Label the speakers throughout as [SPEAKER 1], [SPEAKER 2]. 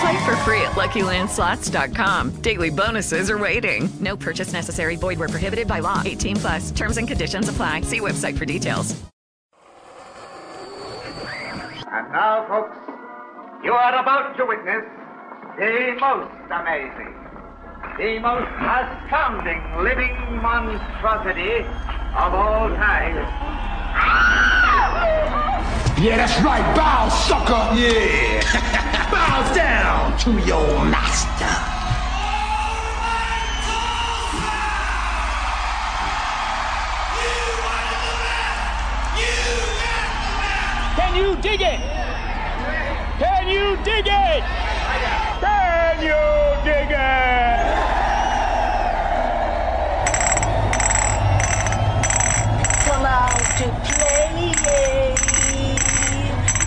[SPEAKER 1] Play for free at LuckyLandSlots.com. Daily bonuses are waiting. No purchase necessary. Void were prohibited by law. 18 plus. Terms and conditions apply. See website for details.
[SPEAKER 2] And now, folks, you are about to witness the most amazing, the most astounding living monstrosity of all time.
[SPEAKER 3] Yeah, that's right. Bow, sucker. Yeah. Bow down to your master.
[SPEAKER 4] Can you dig it? Can you dig it? Can you dig it?
[SPEAKER 5] Come out to play.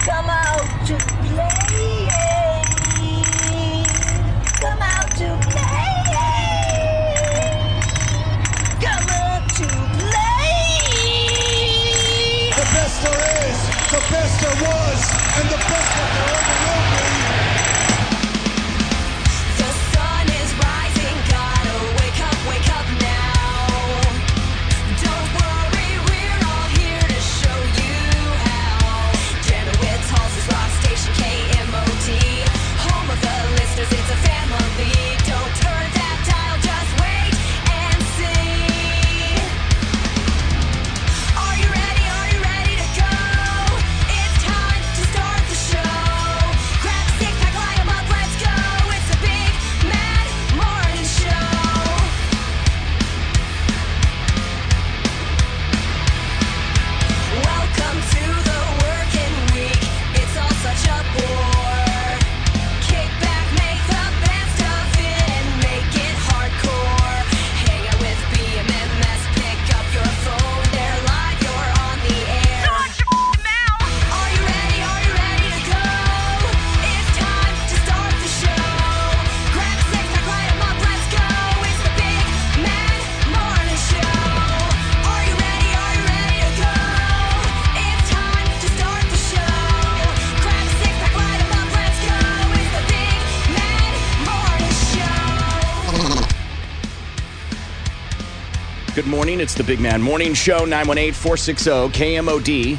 [SPEAKER 5] Come out to play. Come out to play. Come out to play.
[SPEAKER 6] The best there is, the best there was, and the best that there ever will be.
[SPEAKER 7] The sun is rising, gotta wake up, wake up now. Don't worry, we're all here to show you how. Janowitz Halls is Rock Station KMOT, home of the listeners, it's a family. Don't turn that dial, just wait and see. Are you ready? Are you ready to go? It's time to start the show. Grab a stick, pack, line 'em up, let's go. It's a big, mad morning show. Welcome to the working week. It's all such a bore. Kick back, make the best of it, and make it hardcore. Hang out with BMMS, pick up your phone. They're live, you're on the air. Are you ready? Are you ready to go? It's time to start the show. Grab a six pack, light 'em up, let's go. It's the big mad morning show. Are you ready? Are you ready to go? It's time to start the show. Grab a six pack, light 'em up, let's go. It's the big mad morning show.
[SPEAKER 8] Good morning. It's the Big Man Morning Show, 918 460 KMOD.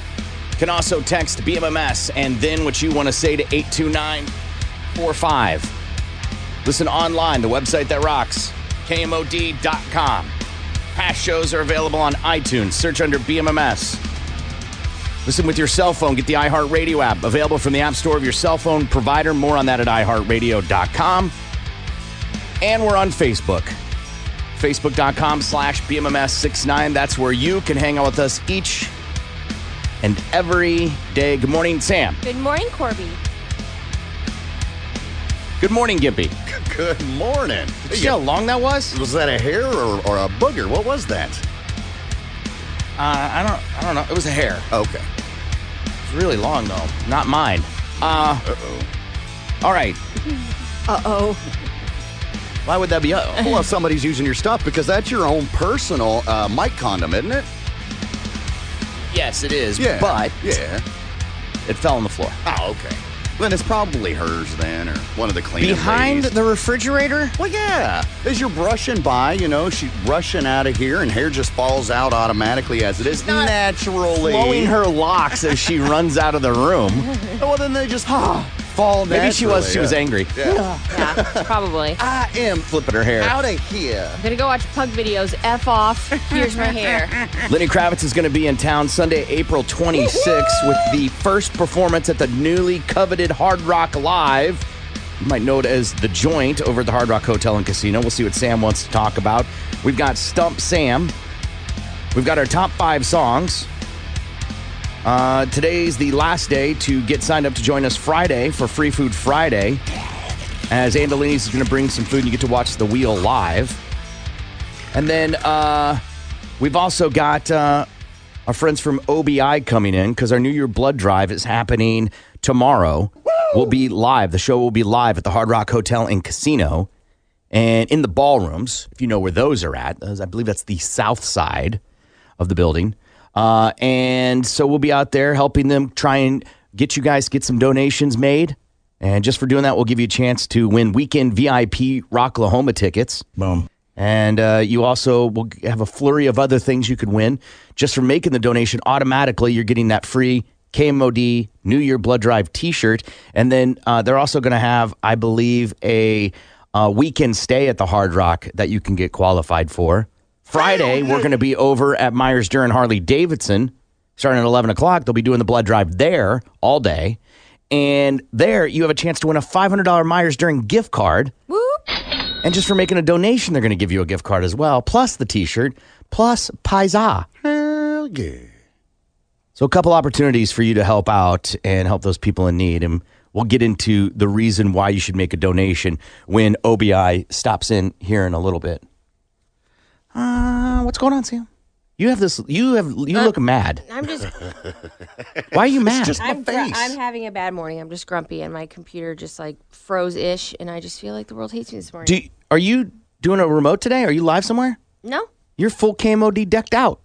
[SPEAKER 8] Can also text BMMS and then what you want to say to 82945. Listen online, the website that rocks, KMOD.com. Past shows are available on iTunes. Search under BMMS. Listen with your cell phone. Get the iHeartRadio app available from the App Store of your cell phone provider. More on that at iHeartRadio.com. And we're on Facebook facebook.com slash bmms69 that's where you can hang out with us each and every day good morning sam
[SPEAKER 9] Good morning, Corby.
[SPEAKER 8] good morning gimpy
[SPEAKER 10] Good morning.
[SPEAKER 8] Did you see how long that was
[SPEAKER 10] Was that a hair or, or a booger? What was that?
[SPEAKER 8] uh, i don't i don't know it was a hair
[SPEAKER 10] Okay.
[SPEAKER 8] it's really long though not mine uh all right
[SPEAKER 9] Uh-oh.
[SPEAKER 8] why would that be uh
[SPEAKER 10] Well, if somebody's using your stuff because that's your own personal uh, mic condom, isn't it?
[SPEAKER 8] yes it is
[SPEAKER 10] Yeah.
[SPEAKER 8] but
[SPEAKER 10] yeah.
[SPEAKER 8] it fell on the floor
[SPEAKER 10] Oh, okay. Then it's probably hers then, or one of the cleaning
[SPEAKER 8] behind
[SPEAKER 10] ladies.
[SPEAKER 8] the refrigerator
[SPEAKER 10] Well, yeah. As you're brushing by, you know, she's rushing out of here, and hair just falls out automatically as it is naturally.
[SPEAKER 8] blowing her locks as she runs out of the room
[SPEAKER 10] Well, then they just ah, fall down.
[SPEAKER 8] maybe she was she was angry
[SPEAKER 9] Yeah, probably. I'm
[SPEAKER 10] I am
[SPEAKER 8] flipping her hair
[SPEAKER 10] out of here.
[SPEAKER 9] gonna go watch pug videos. F off. Here's my hair.
[SPEAKER 8] Lenny Kravitz is going to be in town Sunday, April 26th, with the first performance at the newly coveted Hard Rock Live. You might know it as The Joint over at the Hard Rock Hotel and Casino. We'll see what Sam wants to talk about. We've got Stump Sam. We've got our top five songs. Uh, today's the last day to get signed up to join us Friday for Free Food Friday. As Andolini's is going to bring some food and you get to watch The Wheel live. And then uh, We've also got uh, our friends from OBI coming in because our New Year blood drive is happening tomorrow. We'll be live. The show will be live at the Hard Rock Hotel and Casino and in the ballrooms, if you know where those are at. those- I believe that's the south side of the building. Uh, and so we'll be out there helping them try and get you guys get some donations made. And just for doing that, we'll give you a chance to win weekend VIP Rocklahoma tickets. Boom. And uh, you also will g- have a flurry of other things you could win just for making the donation. Automatically, you're getting that free KMOD New Year Blood Drive T-shirt, and then uh, they're also going to have, I believe, a uh, weekend stay at the Hard Rock that you can get qualified for. Friday, we're going to be over at Myers Durham Harley Davidson, starting at eleven o'clock. They'll be doing the blood drive there all day, and there you have a chance to win a five hundred dollar Myers Durham gift card. And just for making a donation, they're going to give you a gift card as well, plus the T-shirt, plus Paisa. Hell yeah! So, a couple opportunities for you to help out and help those people in need. And we'll get into the reason why you should make a donation when OBI stops in here in a little bit. Uh, what's going on, Sam? You have this. You have. You look mad.
[SPEAKER 10] Uh, I'm just.
[SPEAKER 8] Why are you mad?
[SPEAKER 10] I'm, gr- I'm having a bad morning. I'm just grumpy, and my computer just like froze ish, and I just feel like the world hates me this morning.
[SPEAKER 8] Do are you doing a remote today? Are you live somewhere?
[SPEAKER 10] no.
[SPEAKER 8] You're full KMOD decked out.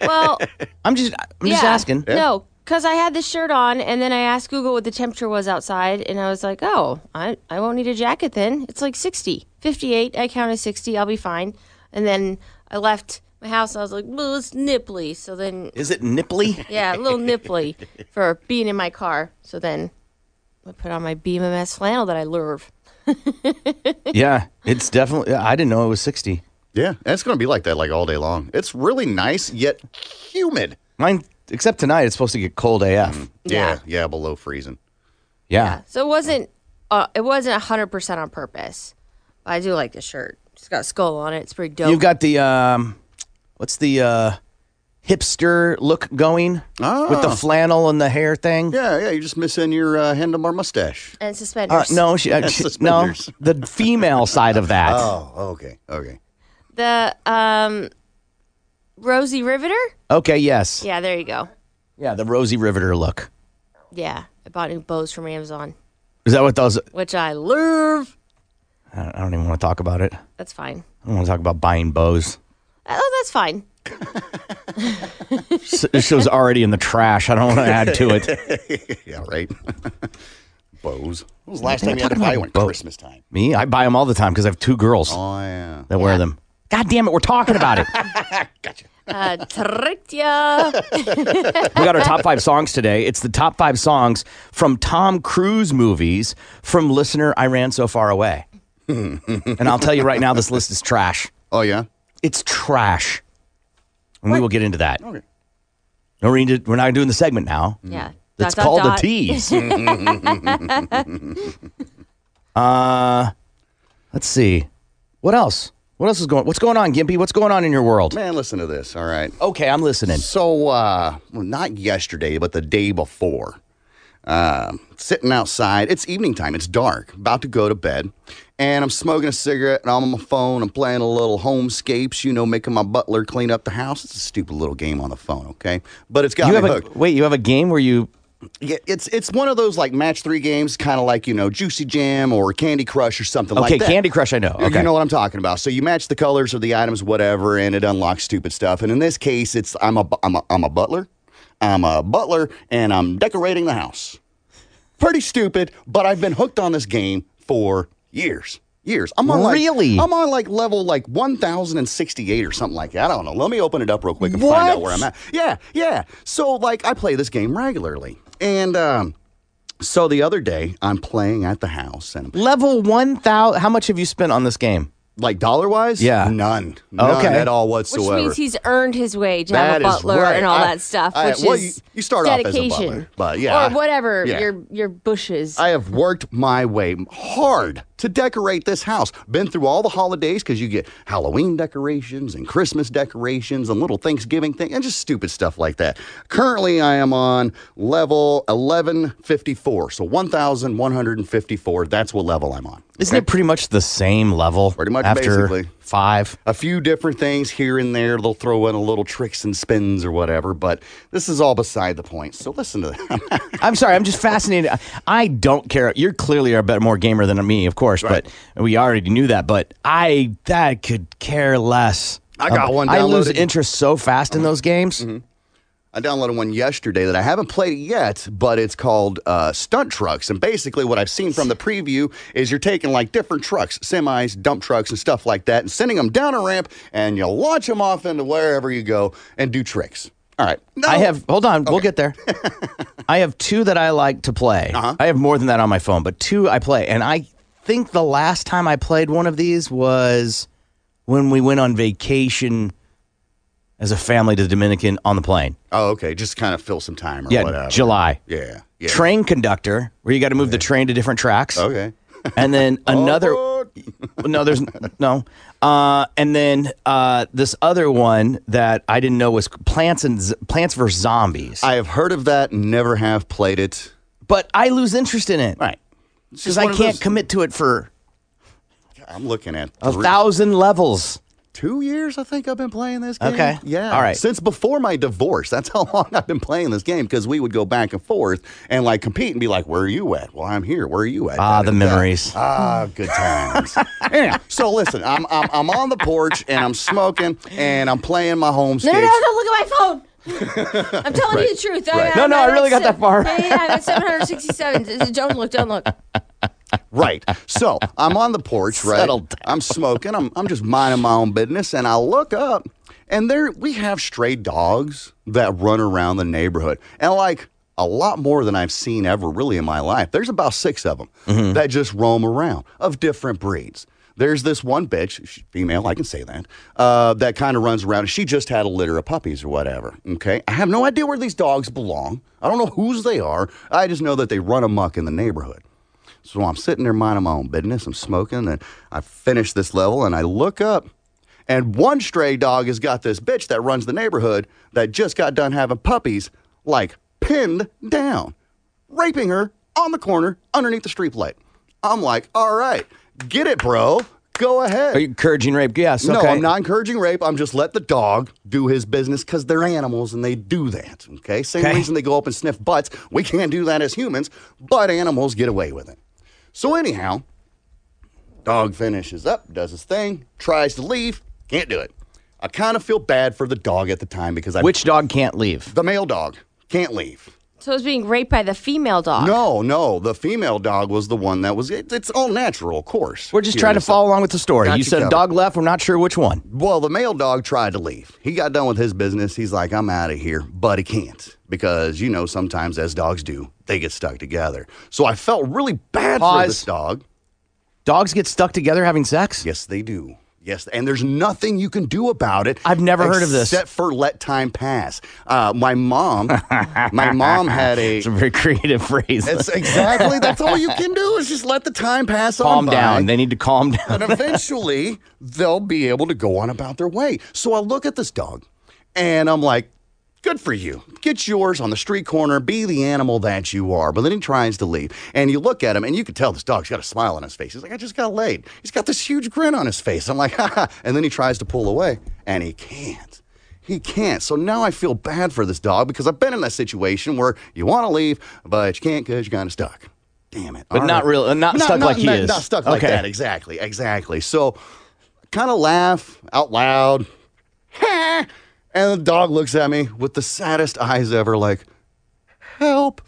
[SPEAKER 10] Well,
[SPEAKER 8] I'm just. I'm just
[SPEAKER 10] yeah.
[SPEAKER 8] asking.
[SPEAKER 10] No, because I had this shirt on, and then I asked Google what the temperature was outside, and I was like, oh, I, I won't need a jacket then. It's like 60, 58. I counted 60. I'll be fine. And then I left my house, and I was like, well, it's nipply. So then,
[SPEAKER 8] Is it nipply?
[SPEAKER 10] yeah, a little nipply for being in my car. So then I put on my BMMS flannel that I love.
[SPEAKER 8] yeah, it's definitely. I didn't know it was sixty.
[SPEAKER 3] Yeah, and it's going to be like that like all day long. It's really nice yet humid.
[SPEAKER 8] Mine, except tonight, it's supposed to get cold AF.
[SPEAKER 3] Yeah, yeah, below freezing.
[SPEAKER 8] Yeah.
[SPEAKER 10] So it wasn't uh, it wasn't hundred percent on purpose. But I do like the shirt. It's got a skull on it. It's pretty dope.
[SPEAKER 8] You've got the um, what's the uh, hipster look going with the
[SPEAKER 3] Ah.
[SPEAKER 8] flannel and the hair thing.
[SPEAKER 3] Yeah, yeah, you just miss in your uh, handlebar mustache.
[SPEAKER 10] and
[SPEAKER 8] Uh,
[SPEAKER 10] suspenders.
[SPEAKER 8] no, she, uh, she- no,
[SPEAKER 3] Suspenders.
[SPEAKER 8] the female side of that.
[SPEAKER 3] Oh, okay, okay.
[SPEAKER 10] The um, Rosie Riveter.
[SPEAKER 8] Okay, yes,
[SPEAKER 10] Yeah, there you go.
[SPEAKER 8] yeah, the Rosie Riveter look.
[SPEAKER 10] Yeah, I bought new bows from Amazon,
[SPEAKER 8] Is that what those?
[SPEAKER 10] which I love.
[SPEAKER 8] I don't, I don't even want to talk about it. I
[SPEAKER 10] That's fine.
[SPEAKER 8] don't want to talk about buying bows.
[SPEAKER 10] Oh, that's fine.
[SPEAKER 8] S- this show's already in the trash. I don't want to add to it.
[SPEAKER 3] yeah, right. Bows. When was the
[SPEAKER 8] We're
[SPEAKER 3] last time you had to
[SPEAKER 8] talking
[SPEAKER 3] buy
[SPEAKER 8] about
[SPEAKER 3] one?
[SPEAKER 8] bows.
[SPEAKER 3] Christmas time.
[SPEAKER 8] Me, I buy them all the time because I have two girls
[SPEAKER 3] Oh yeah.
[SPEAKER 8] that wear them. God damn it, we're talking about it.
[SPEAKER 10] Uh, tricked ya.
[SPEAKER 8] we got our top five songs today. It's the top five songs from Tom Cruise movies from listener I Ran So Far Away. and I'll tell you right now, this list is trash.
[SPEAKER 3] Oh, yeah?
[SPEAKER 8] It's trash. And we will get into that. Okay. No, we need to- we're not doing the segment now.
[SPEAKER 10] Yeah.
[SPEAKER 8] That's
[SPEAKER 10] Dot, dot,
[SPEAKER 8] called a
[SPEAKER 10] dot.
[SPEAKER 8] tease. Uh, let's see. What else? What else is going? What's going on, Gimpy? What's going on in your world?
[SPEAKER 3] Man, listen to this. All right.
[SPEAKER 8] Okay, I'm listening.
[SPEAKER 3] So, uh, well, not yesterday, but the day before, uh, sitting outside. It's evening time. It's dark. About to go to bed, and I'm smoking a cigarette, and I'm on my phone. I'm playing a little homescapes. You know, making my butler clean up the house. It's a stupid little game on the phone. Okay, but it's got
[SPEAKER 8] you
[SPEAKER 3] me
[SPEAKER 8] have
[SPEAKER 3] hooked.
[SPEAKER 8] a wait. You have a game where you
[SPEAKER 3] Yeah, it's it's one of those like match three games, kind of like you know Juicy Jam or Candy Crush or something
[SPEAKER 8] okay
[SPEAKER 3] like that.
[SPEAKER 8] Candy Crush. I know.
[SPEAKER 3] You-
[SPEAKER 8] Okay.
[SPEAKER 3] You know what I'm talking about. So you match the colors of the items, whatever, and it unlocks stupid stuff. And in this case, it's I'm a bu- I'm a, I'm a butler, I'm a butler, and I'm decorating the house. Pretty stupid, but I've been hooked on this game for years. Years. I'm on like,
[SPEAKER 8] Really?
[SPEAKER 3] I'm on like level like 1068 or something like that. I don't know. Let me open it up real quick and find out
[SPEAKER 8] What?
[SPEAKER 3] where I'm at. Yeah, yeah. So like I play this game regularly, and um, so the other day I'm playing at the house and
[SPEAKER 8] Level one thousand. How much have you spent on this game?
[SPEAKER 3] Like dollar wise?
[SPEAKER 8] Yeah.
[SPEAKER 3] None. None
[SPEAKER 8] Okay.
[SPEAKER 3] at all
[SPEAKER 10] Which
[SPEAKER 3] whatsoever.
[SPEAKER 10] means he's earned his way to have
[SPEAKER 3] That
[SPEAKER 10] a
[SPEAKER 3] is
[SPEAKER 10] butler
[SPEAKER 3] right.
[SPEAKER 10] and all
[SPEAKER 3] I-
[SPEAKER 10] that stuff,
[SPEAKER 3] I-
[SPEAKER 10] which
[SPEAKER 3] well,
[SPEAKER 10] is
[SPEAKER 3] you- you start off as a
[SPEAKER 10] dedication,
[SPEAKER 3] butler, but yeah,
[SPEAKER 10] or
[SPEAKER 3] I-
[SPEAKER 10] whatever
[SPEAKER 3] yeah.
[SPEAKER 10] your your bushes.
[SPEAKER 3] I have worked my way hard to decorate this house. Been through all the holidays because you get Halloween decorations and Christmas decorations and little Thanksgiving thing and just stupid stuff like that. Currently, I am on level 1154. So 1154. That's what level I'm on.
[SPEAKER 8] Isn't it pretty much the same level? Pretty
[SPEAKER 3] much,
[SPEAKER 8] after
[SPEAKER 3] basically.
[SPEAKER 8] five.
[SPEAKER 3] A few different things here and there. They'll throw in a little tricks and spins or whatever, but this is all beside the point. So listen to that.
[SPEAKER 8] I'm sorry. I'm just fascinated. I- I don't care. You clearly are a better, more gamer than me, of course, but we already knew that. But I that could care less.
[SPEAKER 3] I got
[SPEAKER 8] Um,
[SPEAKER 3] one
[SPEAKER 8] I lose
[SPEAKER 3] downloaded. Mm-hmm.
[SPEAKER 8] interest so fast in those games.
[SPEAKER 3] I downloaded one yesterday that I haven't played it yet, but it's called uh, Stunt Trucks. And basically, what I've seen from the preview is you're taking like different trucks, semis, dump trucks, and stuff like that, and sending them down a ramp, and you launch them off into wherever you go and do tricks. All right.
[SPEAKER 8] I have. Hold on. We'll get there. I have two that I like to play.
[SPEAKER 3] Uh-huh.
[SPEAKER 8] I have more than that on my phone, but two I play. And I think the last time I played one of these was when we went on vacation as a family to the Dominican on the plane.
[SPEAKER 3] Oh, okay. Just kind of fill some time or
[SPEAKER 8] yeah,
[SPEAKER 3] Oh, whatever.
[SPEAKER 8] July.
[SPEAKER 3] Yeah.
[SPEAKER 8] Train conductor, where you got to move the train to different tracks.
[SPEAKER 3] Okay. Oh.
[SPEAKER 8] And then another. no, there's no. Uh, and then uh, this other one that I didn't know was Plants and Z- Plants vs Zombies.
[SPEAKER 3] I have heard of that, never have played it.
[SPEAKER 8] But I lose interest in it.
[SPEAKER 3] Right. It's
[SPEAKER 8] Because
[SPEAKER 3] just
[SPEAKER 8] I
[SPEAKER 3] one of
[SPEAKER 8] can't
[SPEAKER 3] those-
[SPEAKER 8] commit to it for
[SPEAKER 3] I'm looking at
[SPEAKER 8] a
[SPEAKER 3] three-
[SPEAKER 8] thousand levels.
[SPEAKER 3] two years, I think I've been playing this game.
[SPEAKER 8] Okay.
[SPEAKER 3] Yeah.
[SPEAKER 8] All right.
[SPEAKER 3] Since before my divorce, that's how long I've been playing this game because we would go back and forth and like compete and be like, where are you at? Well, I'm here. Where are you at?
[SPEAKER 8] Ah, the
[SPEAKER 3] Da-da-da.
[SPEAKER 8] memories.
[SPEAKER 3] Ah, good times. Anyhow, so listen, I'm, I'm, I'm on the porch and I'm smoking and I'm playing my home
[SPEAKER 10] No,
[SPEAKER 3] stage.
[SPEAKER 10] no, no, don't look at my phone. I'm telling you the truth.
[SPEAKER 3] Right.
[SPEAKER 10] I'm
[SPEAKER 3] No, no, I
[SPEAKER 10] at
[SPEAKER 3] really got
[SPEAKER 10] se-
[SPEAKER 3] that far.
[SPEAKER 10] Yeah, yeah, I'm at 767. don't look, don't look.
[SPEAKER 3] Right. So I'm on the porch, right?
[SPEAKER 8] Settle
[SPEAKER 3] I'm smoking. I'm, I'm just minding my own business. And I look up, and there we have stray dogs that run around the neighborhood. And like a lot more than I've seen ever really in my life. There's about six of them that just roam around of different breeds. There's this one bitch, she's female, I can say that, uh, that kind of runs around. She just had a litter of puppies or whatever. Okay. I have no idea where these dogs belong. I don't know whose they are. I just know that they run amok in the neighborhood. So I'm sitting there minding my own business. I'm smoking, and I finish this level, and I look up, and one stray dog has got this bitch that runs the neighborhood that just got done having puppies, like pinned down, raping her on the corner underneath the streetlight. I'm like, all right, get it, bro. Go ahead.
[SPEAKER 8] Are you encouraging rape? Yes.
[SPEAKER 3] No,
[SPEAKER 8] okay.
[SPEAKER 3] I'm not encouraging rape. I'm just let the dog do his business because they're animals and they do that. Okay. Same
[SPEAKER 8] Okay.
[SPEAKER 3] reason they go up and sniff butts. We can't do that as humans, but animals get away with it. So, anyhow, dog finishes up, does his thing, tries to leave, can't do it. I kind of feel bad for the dog at the time because I.
[SPEAKER 8] Which dog can't leave?
[SPEAKER 3] The male dog can't leave.
[SPEAKER 10] So I was being raped by the female dog.
[SPEAKER 3] No, no. The female dog was the one that was. It, it's all natural, of course.
[SPEAKER 8] We're just trying to follow along with the story.
[SPEAKER 3] Got
[SPEAKER 8] you
[SPEAKER 3] you
[SPEAKER 8] said a
[SPEAKER 3] covered.
[SPEAKER 8] dog left. We're not sure which one.
[SPEAKER 3] Well, the male dog tried to leave. He got done with his business. He's like, I'm out of here, but he can't because, you know, sometimes as dogs do, they get stuck together. So I felt really bad for
[SPEAKER 8] Pause.
[SPEAKER 3] this dog.
[SPEAKER 8] Dogs get stuck together having sex?
[SPEAKER 3] Yes, they do. Yes, and there's nothing you can do about it.
[SPEAKER 8] I've never heard of this.
[SPEAKER 3] except for let time pass. Uh, my mom, my mom had a.
[SPEAKER 8] It's a very creative phrase.
[SPEAKER 3] It's exactly that's all you can do is just let the time pass on.
[SPEAKER 8] calm
[SPEAKER 3] by.
[SPEAKER 8] down. They need to calm down.
[SPEAKER 3] and eventually they'll be able to go on about their way. So I look at this dog and I'm like, good for you. Get yours on the street corner, be the animal that you are. But then he tries to leave. And you look at him and you can tell this dog's got a smile on his face. He's like, I just got laid. He's got this huge grin on his face. I'm like, haha. And then he tries to pull away and he can't. He can't. So now I feel bad for this dog because I've been in that situation where you want to leave, but you can't because you're kind of stuck. Damn it.
[SPEAKER 8] But
[SPEAKER 3] All
[SPEAKER 8] not real- uh, not stuck like he
[SPEAKER 3] not,
[SPEAKER 8] is.
[SPEAKER 3] Not stuck like
[SPEAKER 8] Okay.
[SPEAKER 3] that. Exactly. Exactly. So kind of laugh out loud. and the dog looks at me with the saddest eyes ever, like, help,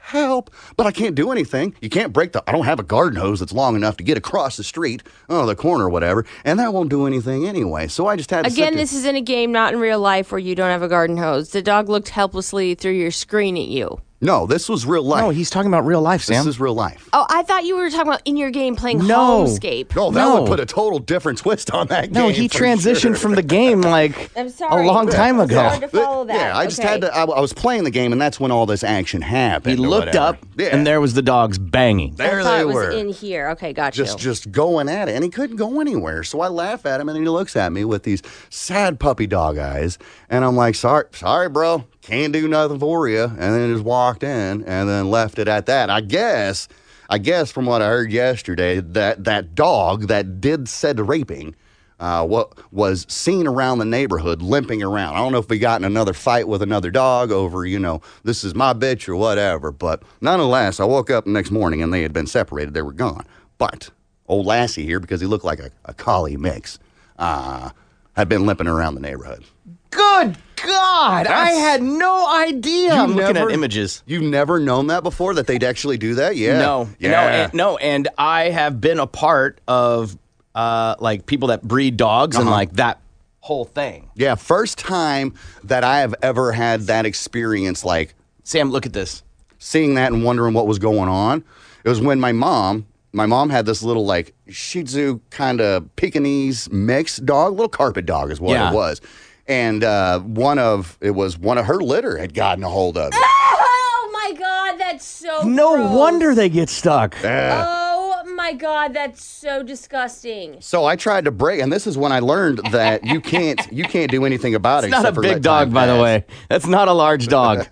[SPEAKER 3] help. But I can't do anything. You can't break the, I don't have a garden hose that's long enough to get across the street, oh, the corner or whatever. And that won't do anything anyway. So I just had to sit
[SPEAKER 10] Again,
[SPEAKER 3] there-
[SPEAKER 10] this is in a game, not in real life, where you don't have a garden hose. The dog looked helplessly through your screen at you.
[SPEAKER 3] No, this was real life.
[SPEAKER 8] No, he's talking about real life, Sam.
[SPEAKER 3] This is real life.
[SPEAKER 10] Oh, I thought you were talking about in your game playing
[SPEAKER 8] No.
[SPEAKER 10] Homescape.
[SPEAKER 3] No, that
[SPEAKER 8] No.
[SPEAKER 3] would put a total different twist on that game.
[SPEAKER 8] no, he
[SPEAKER 3] for
[SPEAKER 8] transitioned
[SPEAKER 3] sure.
[SPEAKER 8] from the game like
[SPEAKER 10] I'm sorry.
[SPEAKER 8] a long time ago.
[SPEAKER 10] It's hard to follow that.
[SPEAKER 3] Yeah, I just
[SPEAKER 10] Okay.
[SPEAKER 3] had to. I, I was playing the game, and that's when all this action happened.
[SPEAKER 8] He
[SPEAKER 3] or
[SPEAKER 8] looked
[SPEAKER 3] whatever.
[SPEAKER 8] up,
[SPEAKER 3] Yeah.
[SPEAKER 8] and there was the dogs banging.
[SPEAKER 3] there
[SPEAKER 10] I thought
[SPEAKER 3] they
[SPEAKER 10] it was
[SPEAKER 3] were.
[SPEAKER 10] in here. Okay, got
[SPEAKER 3] just
[SPEAKER 10] you.
[SPEAKER 3] just going at it, and he couldn't go anywhere. So I laugh at him, and then he looks at me with these sad puppy dog eyes, and I'm like, "Sorry, sorry, bro, can't do nothing for you." And then just walked in, and then left it at that. I guess I guess from what I heard yesterday, that that dog that did said raping, uh, what was seen around the neighborhood limping around. I don't know if we got in another fight with another dog over, you know, this is my bitch or whatever. But nonetheless, I woke up the next morning and they had been separated. They were gone. But old Lassie here, because he looked like a, a collie mix, uh, had been limping around the neighborhood.
[SPEAKER 11] Good God! I had no idea.
[SPEAKER 8] I'm looking at images.
[SPEAKER 3] You've never known that before that they'd actually do that? Yeah.
[SPEAKER 8] No. No.
[SPEAKER 3] Yeah.
[SPEAKER 8] And, no. And I have been a part of uh, like people that breed dogs and
[SPEAKER 3] Uh-huh.
[SPEAKER 8] like that whole thing.
[SPEAKER 3] Yeah, first time that I have ever had that experience. Like,
[SPEAKER 8] Sam, look at this.
[SPEAKER 3] Seeing that and wondering what was going on. It was when my mom, my mom had this little like Shih Tzu kind of Pekingese mix dog, little carpet dog is what
[SPEAKER 12] Yeah.
[SPEAKER 3] it was. And uh, one of it was one of her litter had gotten a hold of. it.
[SPEAKER 10] Oh my God, that's so.
[SPEAKER 11] No
[SPEAKER 10] gross.
[SPEAKER 11] wonder they get stuck.
[SPEAKER 3] Yeah.
[SPEAKER 10] Oh my God, that's so disgusting.
[SPEAKER 3] So I tried to break, and this is when I learned that you can't you can't do anything about it.
[SPEAKER 8] It's not
[SPEAKER 3] except
[SPEAKER 8] a
[SPEAKER 3] for
[SPEAKER 8] big
[SPEAKER 3] let time
[SPEAKER 8] dog, by the
[SPEAKER 3] pass.
[SPEAKER 8] way. That's not a large dog.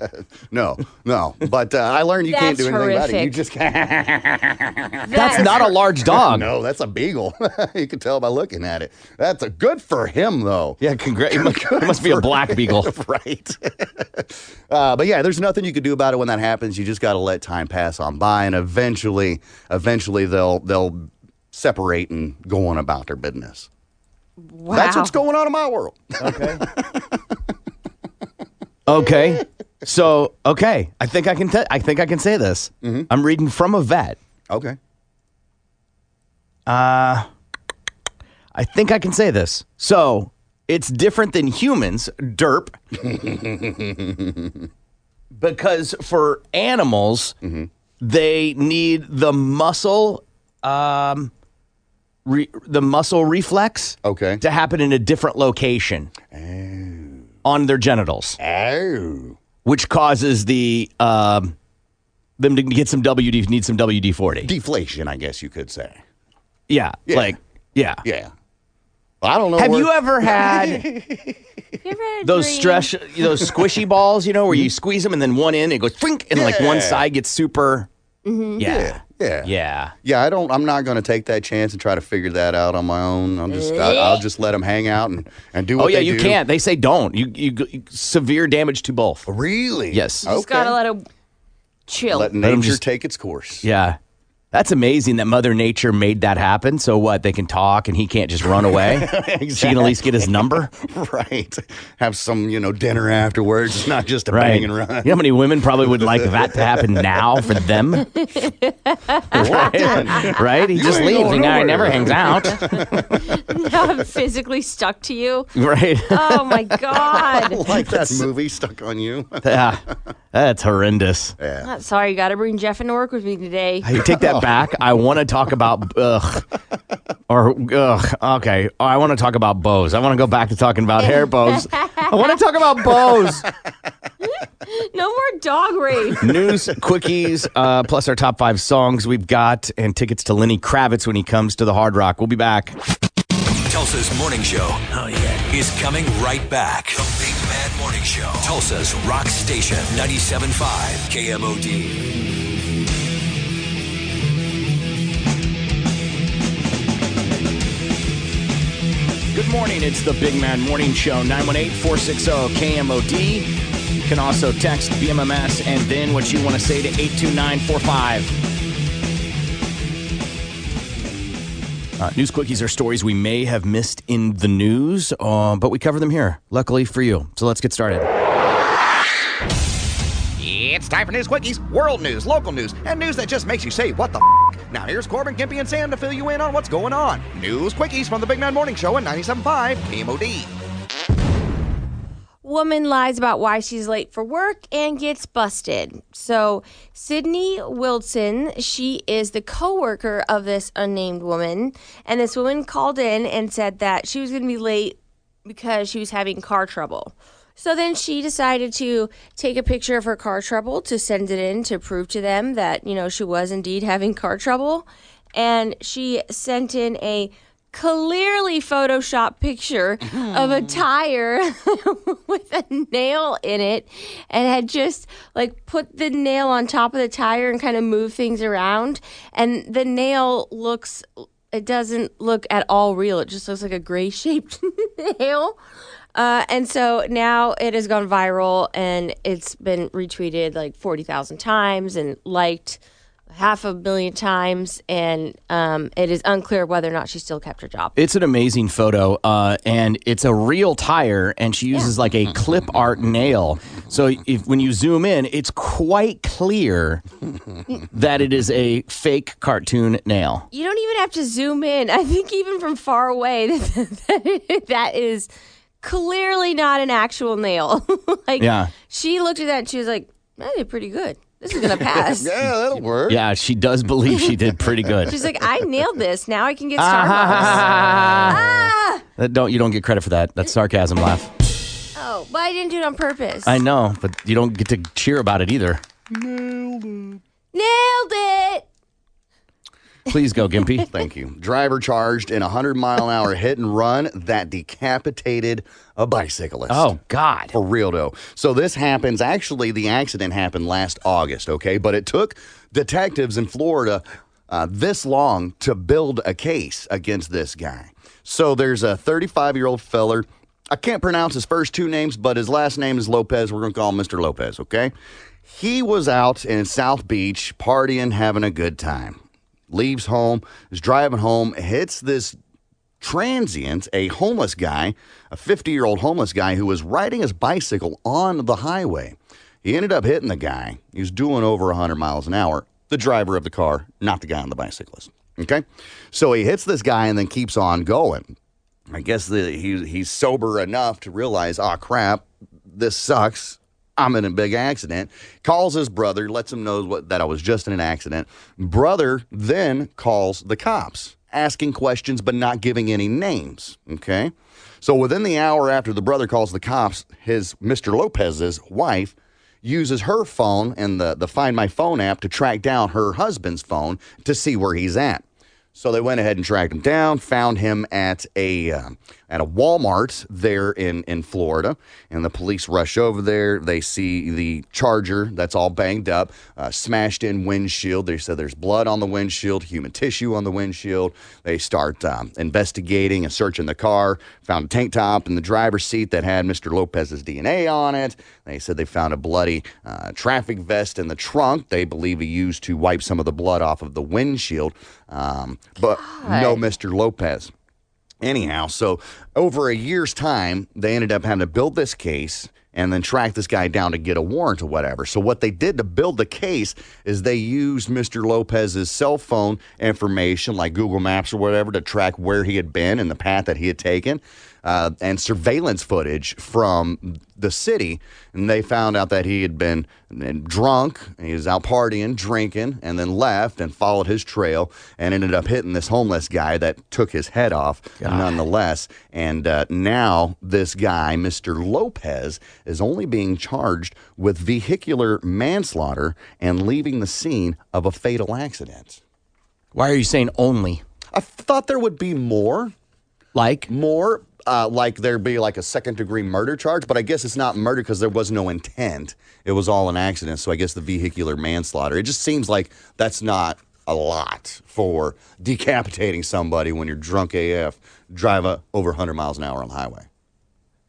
[SPEAKER 3] no, no. But uh, I learned you can't
[SPEAKER 8] That's
[SPEAKER 3] do anything about it. You
[SPEAKER 8] horrific.
[SPEAKER 3] just can't.
[SPEAKER 8] That's not a large dog.
[SPEAKER 3] no, that's a beagle. you can tell by looking at it. That's a good for him though.
[SPEAKER 8] Yeah, congrats. It must- it must be a black beagle,
[SPEAKER 3] right? uh, but yeah, there's nothing you can do about it when that happens. You just got to let time pass on by, and eventually, eventually they'll they'll separate and go on about their business. That's what's going on in my world.
[SPEAKER 8] Okay. So, okay. I think I can. Te- I think I can say this.
[SPEAKER 3] Mm-hmm.
[SPEAKER 8] I'm reading from a vet.
[SPEAKER 3] Okay.
[SPEAKER 8] Uh, I think I can say this. So it's different than humans, derp, because for animals,
[SPEAKER 3] Mm-hmm.
[SPEAKER 8] they need the muscle, um, re- the muscle reflex,
[SPEAKER 3] okay,
[SPEAKER 8] to happen in a different location on their genitals.
[SPEAKER 3] Oh.
[SPEAKER 8] Which causes the um, them to get some WD need some WD forty.
[SPEAKER 3] Deflation, I guess you could say.
[SPEAKER 8] Yeah,
[SPEAKER 3] Yeah.
[SPEAKER 8] like yeah.
[SPEAKER 3] Yeah. I don't know.
[SPEAKER 8] Have
[SPEAKER 3] where-
[SPEAKER 8] you ever had those stretch those squishy balls, you know, where you squeeze them and then one end it goes twink and like one
[SPEAKER 3] Mm-hmm. Yeah.
[SPEAKER 8] side gets super
[SPEAKER 3] Mhm.
[SPEAKER 8] Yeah.
[SPEAKER 3] Yeah.
[SPEAKER 8] Yeah.
[SPEAKER 3] Yeah, I don't. I'm not going to take that chance and try to figure that out on my own. I'm just. I, I'll just let them hang out and and do. What
[SPEAKER 8] Oh yeah,
[SPEAKER 3] they
[SPEAKER 8] you
[SPEAKER 3] do.
[SPEAKER 8] can't. They say don't. You, you you severe damage to both.
[SPEAKER 3] Really?
[SPEAKER 8] Yes.
[SPEAKER 10] You just gotta let it chill.
[SPEAKER 3] Let
[SPEAKER 8] Let 'em
[SPEAKER 3] nature
[SPEAKER 8] just-
[SPEAKER 3] take its course.
[SPEAKER 8] Yeah. That's amazing that Mother Nature made that happen. So what? They can talk and he can't just run away. She can at least get his number.
[SPEAKER 3] right. Have some, you know, dinner afterwards. It's not just a bang and run.
[SPEAKER 8] You know how many women probably would like that to happen now for them? right? He
[SPEAKER 10] You
[SPEAKER 8] just
[SPEAKER 10] ain't
[SPEAKER 8] leaves.
[SPEAKER 10] going
[SPEAKER 8] He never-
[SPEAKER 10] nowhere.
[SPEAKER 8] never hangs out.
[SPEAKER 10] now I'm physically stuck to you.
[SPEAKER 8] Right.
[SPEAKER 10] Oh my God.
[SPEAKER 3] like that movie stuck on you.
[SPEAKER 8] yeah. That's horrendous.
[SPEAKER 3] Yeah.
[SPEAKER 10] I'm sorry, you gotta bring Jeff into work with me today.
[SPEAKER 8] Hey, take that back. I want to talk about ugh, or ugh. Okay, Oh, I want to talk about bows. I want to go back to talking about hair bows. I want to talk about bows.
[SPEAKER 10] No more dog rape.
[SPEAKER 8] News, quickies, uh, plus our top five songs we've got, and tickets to Lenny Kravitz when he comes to the Hard Rock. We'll be back.
[SPEAKER 13] Tulsa's morning show
[SPEAKER 12] Oh,
[SPEAKER 13] is coming right back. The Big Mad Morning Show. Tulsa's Rock Station 97.5 KMOD.
[SPEAKER 8] Good morning. It's the Big Man Morning Show, 918 460 KMOD. You can also text BMMS and then what you want to say to 82945. Uh, news quickies are stories we may have missed in the news, uh, but we cover them here, luckily for you. So let's get started.
[SPEAKER 12] It's time for news quickies, world news, local news, and news that just makes you say, what the f-? Now here's Corbin, Gimpy, and Sam to fill you in on what's going on. News quickies from the Big Man Morning Show on 97.5 KMOD.
[SPEAKER 10] Woman lies about why she's late for work and gets busted. So, Sydney Wilson, she is the coworker of this unnamed woman, and this woman called in and said that she was going to be late because she was having car trouble. So then she decided to take a picture of her car trouble to send it in to prove to them that, you know, she was indeed having car trouble. And she sent in a clearly Photoshop picture of a tire with a nail in it and had just like put the nail on top of the tire and kind of move things around. And the nail looks, it doesn't look at all real. It just looks like a gray shaped nail. Uh, and so now it has gone viral and it's been retweeted like 40,000 times and liked half a billion times. And um, it is unclear whether or not she still kept her job.
[SPEAKER 8] It's an amazing photo, uh, and it's a real tire, and she uses like a clip art nail. So if when you zoom in, it's quite clear that it is a fake cartoon nail.
[SPEAKER 10] You don't even have to zoom in. I think even from far away, that, that is clearly not an actual nail. like,
[SPEAKER 8] Yeah.
[SPEAKER 10] she looked at that and she was like, I did pretty good. This is going to pass.
[SPEAKER 3] that'll work.
[SPEAKER 8] Yeah, she does believe she did pretty good.
[SPEAKER 10] She's like, I nailed this. Now I can get Starbucks.
[SPEAKER 8] Ah. That don't you don't get credit for that. That's sarcasm laugh.
[SPEAKER 10] Oh, but I didn't do it on purpose.
[SPEAKER 8] I know, but you don't get to cheer about it either.
[SPEAKER 10] Nailed it. Nailed it.
[SPEAKER 8] Please go, Gimpy.
[SPEAKER 3] Thank you. Driver charged in a 100 mile an hour hit and run that decapitated a bicyclist.
[SPEAKER 8] Oh, God.
[SPEAKER 3] For real, though. So this happens. Actually, the accident happened last August, okay? But it took detectives in Florida uh, this long to build a case against this guy. So there's a 35 year old feller. I can't pronounce his first two names, but his last name is Lopez. We're going to call him Mr. Lopez, okay? He was out in South Beach partying, having a good time. Leaves home, is driving home, hits this transient, a homeless guy, a 50 year old homeless guy who was riding his bicycle on the highway. He ended up hitting the guy. He was doing over 100 miles an hour. The driver of the car, not the guy on the bicyclist. Okay? So he hits this guy and then keeps on going. I guess the, he, he's sober enough to realize, oh crap, this sucks. I'm in a big accident. Calls his brother, lets him know what, that I was just in an accident. Brother then calls the cops, asking questions but not giving any names. Okay. So within the hour after the brother calls the cops, his Mr. Lopez's wife uses her phone and the, the Find My Phone app to track down her husband's phone to see where he's at. So they went ahead and tracked him down, found him at a um, at a Walmart there in in Florida, and the police rush over there. They see the Charger that's all banged up, uh, smashed in windshield. They said there's blood on the windshield, human tissue on the windshield. They start um, investigating and searching the car. Found a tank top in the driver's seat that had Mr. Lopez's DNA on it. They said they found a bloody uh, traffic vest in the trunk. They believe he used to wipe some of the blood off of the windshield. Um, but no Mr. Lopez. Anyhow, so over a year's time, they ended up having to build this case and then track this guy down to get a warrant or whatever. So what they did to build the case is they used Mr. Lopez's cell phone information, like Google Maps or whatever, to track where he had been and the path that he had taken, uh, and surveillance footage from the city. And they found out that he had been uh, drunk, and he was out partying, drinking, and then left and followed his trail and ended up hitting this homeless guy that took his head off nonetheless. And uh, now this guy, Mr. Lopez, is only being charged with vehicular manslaughter and leaving the scene of a fatal accident.
[SPEAKER 8] Why are you saying only?
[SPEAKER 3] I thought there would be more.
[SPEAKER 8] Like?
[SPEAKER 3] More. Uh, like there'd be like a second degree murder charge, but I guess it's not murder because there was no intent. It was all an accident. So I guess the vehicular manslaughter. It just seems like that's not a lot for decapitating somebody when you're drunk AF, drive uh, over 100 miles an hour on the highway.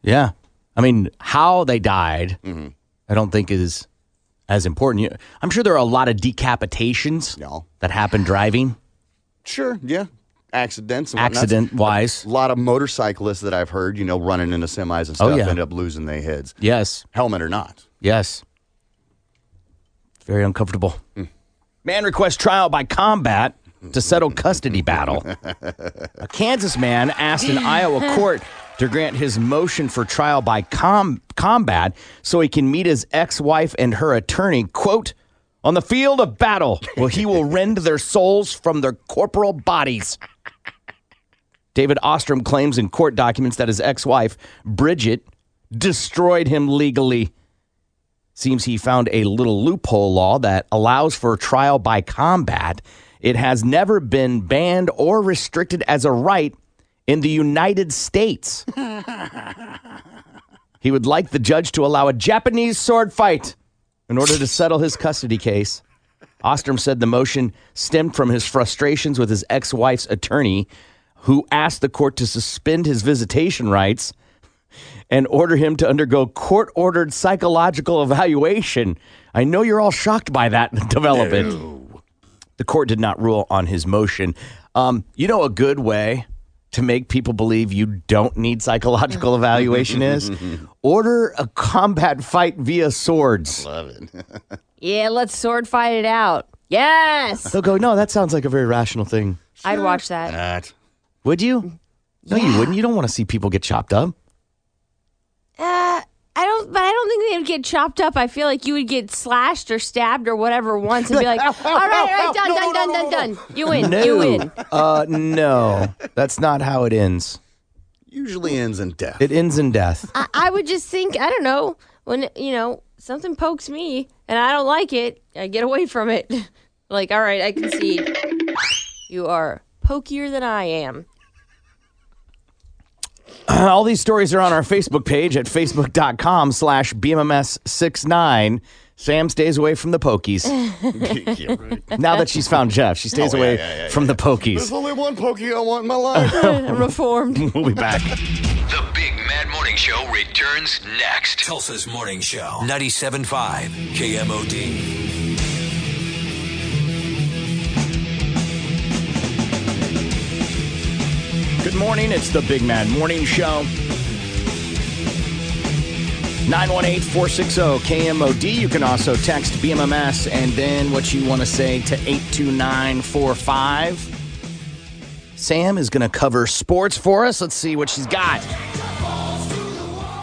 [SPEAKER 8] Yeah. I mean, how they died, I don't think is as important. You- I'm sure there are a lot of decapitations that happen driving.
[SPEAKER 3] Sure. Yeah. Accidents. and whatnot.
[SPEAKER 8] Accident wise.
[SPEAKER 3] A lot of motorcyclists that I've heard, you know, running into semis and stuff
[SPEAKER 8] Oh, yeah.
[SPEAKER 3] end up losing their heads,
[SPEAKER 8] Yes.
[SPEAKER 3] helmet or not.
[SPEAKER 8] Yes. Very uncomfortable. Man requests trial by combat to settle custody battle. A Kansas man asked an Iowa court to grant his motion for trial by com- combat so he can meet his ex-wife and her attorney, quote, on the field of battle, where he will rend their souls from their corporal bodies. David Ostrom claims in court documents that his ex wife, Bridget, destroyed him legally. Seems he found a little loophole law that allows for trial by combat. It has never been banned or restricted as a right in the United States. he would like the judge to allow a Japanese sword fight in order to settle his custody case. Ostrom said the motion stemmed from his frustrations with his ex wife's attorney, who asked the court to suspend his visitation rights and order him to undergo court ordered psychological evaluation. I know you're all shocked by that development. The court did not rule on his motion. Um, you know, a good way to make people believe you don't need psychological evaluation is order a combat fight via swords. Love it.
[SPEAKER 10] Yeah, let's sword fight it out. Yes.
[SPEAKER 8] They'll go, no, that sounds like a very rational thing.
[SPEAKER 10] I'd watch that.
[SPEAKER 8] Would you? No, you wouldn't. You don't want to see people get chopped up.
[SPEAKER 10] Uh, I don't, but I don't think they would get chopped up. I feel like you would get slashed or stabbed or whatever once and be like, all right, all right, done, done, done, done, done. You win.
[SPEAKER 8] No.
[SPEAKER 10] You win.
[SPEAKER 8] Uh, no, that's not how it ends.
[SPEAKER 3] Usually ends in death.
[SPEAKER 8] It ends in death.
[SPEAKER 10] I, I would just think, I don't know, when, you know, something pokes me and I don't like it, I get away from it. like, all right, I concede. You are pokier than I am.
[SPEAKER 8] All these stories are on our Facebook page at facebook.com slash BMMS69. Sam stays away from the pokies. Now that she's found Jeff, she stays
[SPEAKER 3] Oh, yeah,
[SPEAKER 8] away
[SPEAKER 3] yeah, yeah,
[SPEAKER 8] from the
[SPEAKER 3] There's
[SPEAKER 8] pokies.
[SPEAKER 3] only one pokey I want in my life.
[SPEAKER 10] Reformed.
[SPEAKER 8] we'll be back.
[SPEAKER 13] The Big Mad Morning Show returns next. Tulsa's Morning Show, 97.5 KMOD.
[SPEAKER 8] Good morning. It's the Big Man Morning Show. 918 460 KMOD. You can also text BMMS and then what you want to say to 82945. Sam is going to cover sports for us. Let's see what she's got.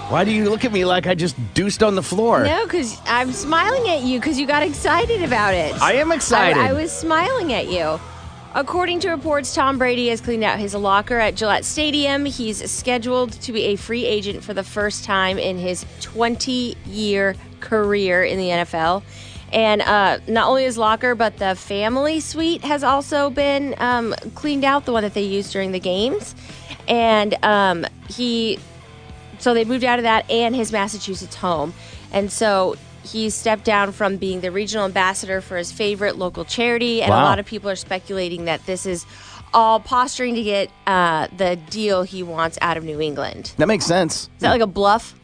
[SPEAKER 8] Why do you look at me like I just deuced on the floor?
[SPEAKER 10] No, because I'm smiling at you because you got excited about it.
[SPEAKER 8] I am excited.
[SPEAKER 10] I, I was smiling at you. According to reports, Tom Brady has cleaned out his locker at Gillette Stadium. He's scheduled to be a free agent for the first time in his 20 year career in the NFL. And uh, not only his locker, but the family suite has also been um, cleaned out, the one that they use during the games. And um, he so they moved out of that and his Massachusetts home. And so he stepped down from being the regional ambassador for his favorite local charity. And a
[SPEAKER 14] Wow.
[SPEAKER 10] lot of people are speculating that this is all posturing to get uh, the deal he wants out of New England.
[SPEAKER 8] That makes sense.
[SPEAKER 10] Is that like a bluff?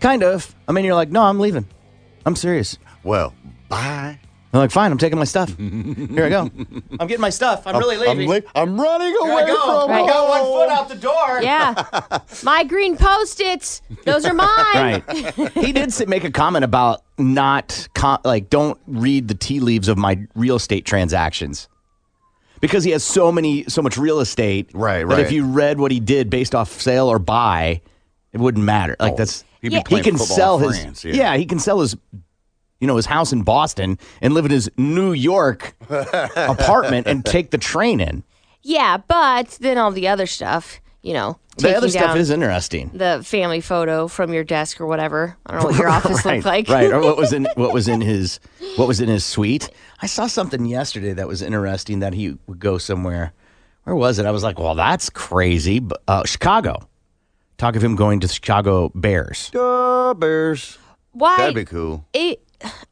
[SPEAKER 8] Kind of. I mean, you're like, no, I'm leaving. I'm serious. Well, bye. I'm like, fine, I'm taking my stuff. Here I go. I'm getting my stuff. I'm, really leaving.
[SPEAKER 3] I'm, le- I'm running
[SPEAKER 8] Here I
[SPEAKER 3] away
[SPEAKER 8] go.
[SPEAKER 3] from
[SPEAKER 8] I got one
[SPEAKER 3] home.
[SPEAKER 8] foot out the door.
[SPEAKER 10] Yeah. My green post its, those are mine.
[SPEAKER 8] Right. he did say- make a comment about not com- like don't read the tea leaves of my real estate transactions because he has so many so much real estate. Right, That if
[SPEAKER 3] right.
[SPEAKER 8] you read what he did based off sale or buy, it wouldn't matter.
[SPEAKER 3] Oh,
[SPEAKER 8] Like that's
[SPEAKER 3] He'd be Yeah.
[SPEAKER 8] he
[SPEAKER 3] playing
[SPEAKER 8] can
[SPEAKER 3] football
[SPEAKER 8] sell
[SPEAKER 3] in
[SPEAKER 8] his
[SPEAKER 3] France,
[SPEAKER 8] yeah.
[SPEAKER 3] yeah.
[SPEAKER 8] he can sell his you know his house in Boston and live in his New York apartment and take the train in.
[SPEAKER 10] Yeah, but then all the other stuff, you know.
[SPEAKER 8] The other
[SPEAKER 10] taking
[SPEAKER 8] stuff
[SPEAKER 10] down
[SPEAKER 8] is interesting.
[SPEAKER 10] The family photo from your desk or whatever. I don't know what your office
[SPEAKER 8] right,
[SPEAKER 10] looked like.
[SPEAKER 8] right. Or what was in what was in his what was in his suite. I saw something yesterday that was interesting that he would go somewhere. Where was it? I was like, well, that's crazy. But, uh, Chicago. Talk of him going to the Chicago Bears. Bears.
[SPEAKER 10] Why?
[SPEAKER 8] cool.
[SPEAKER 10] It,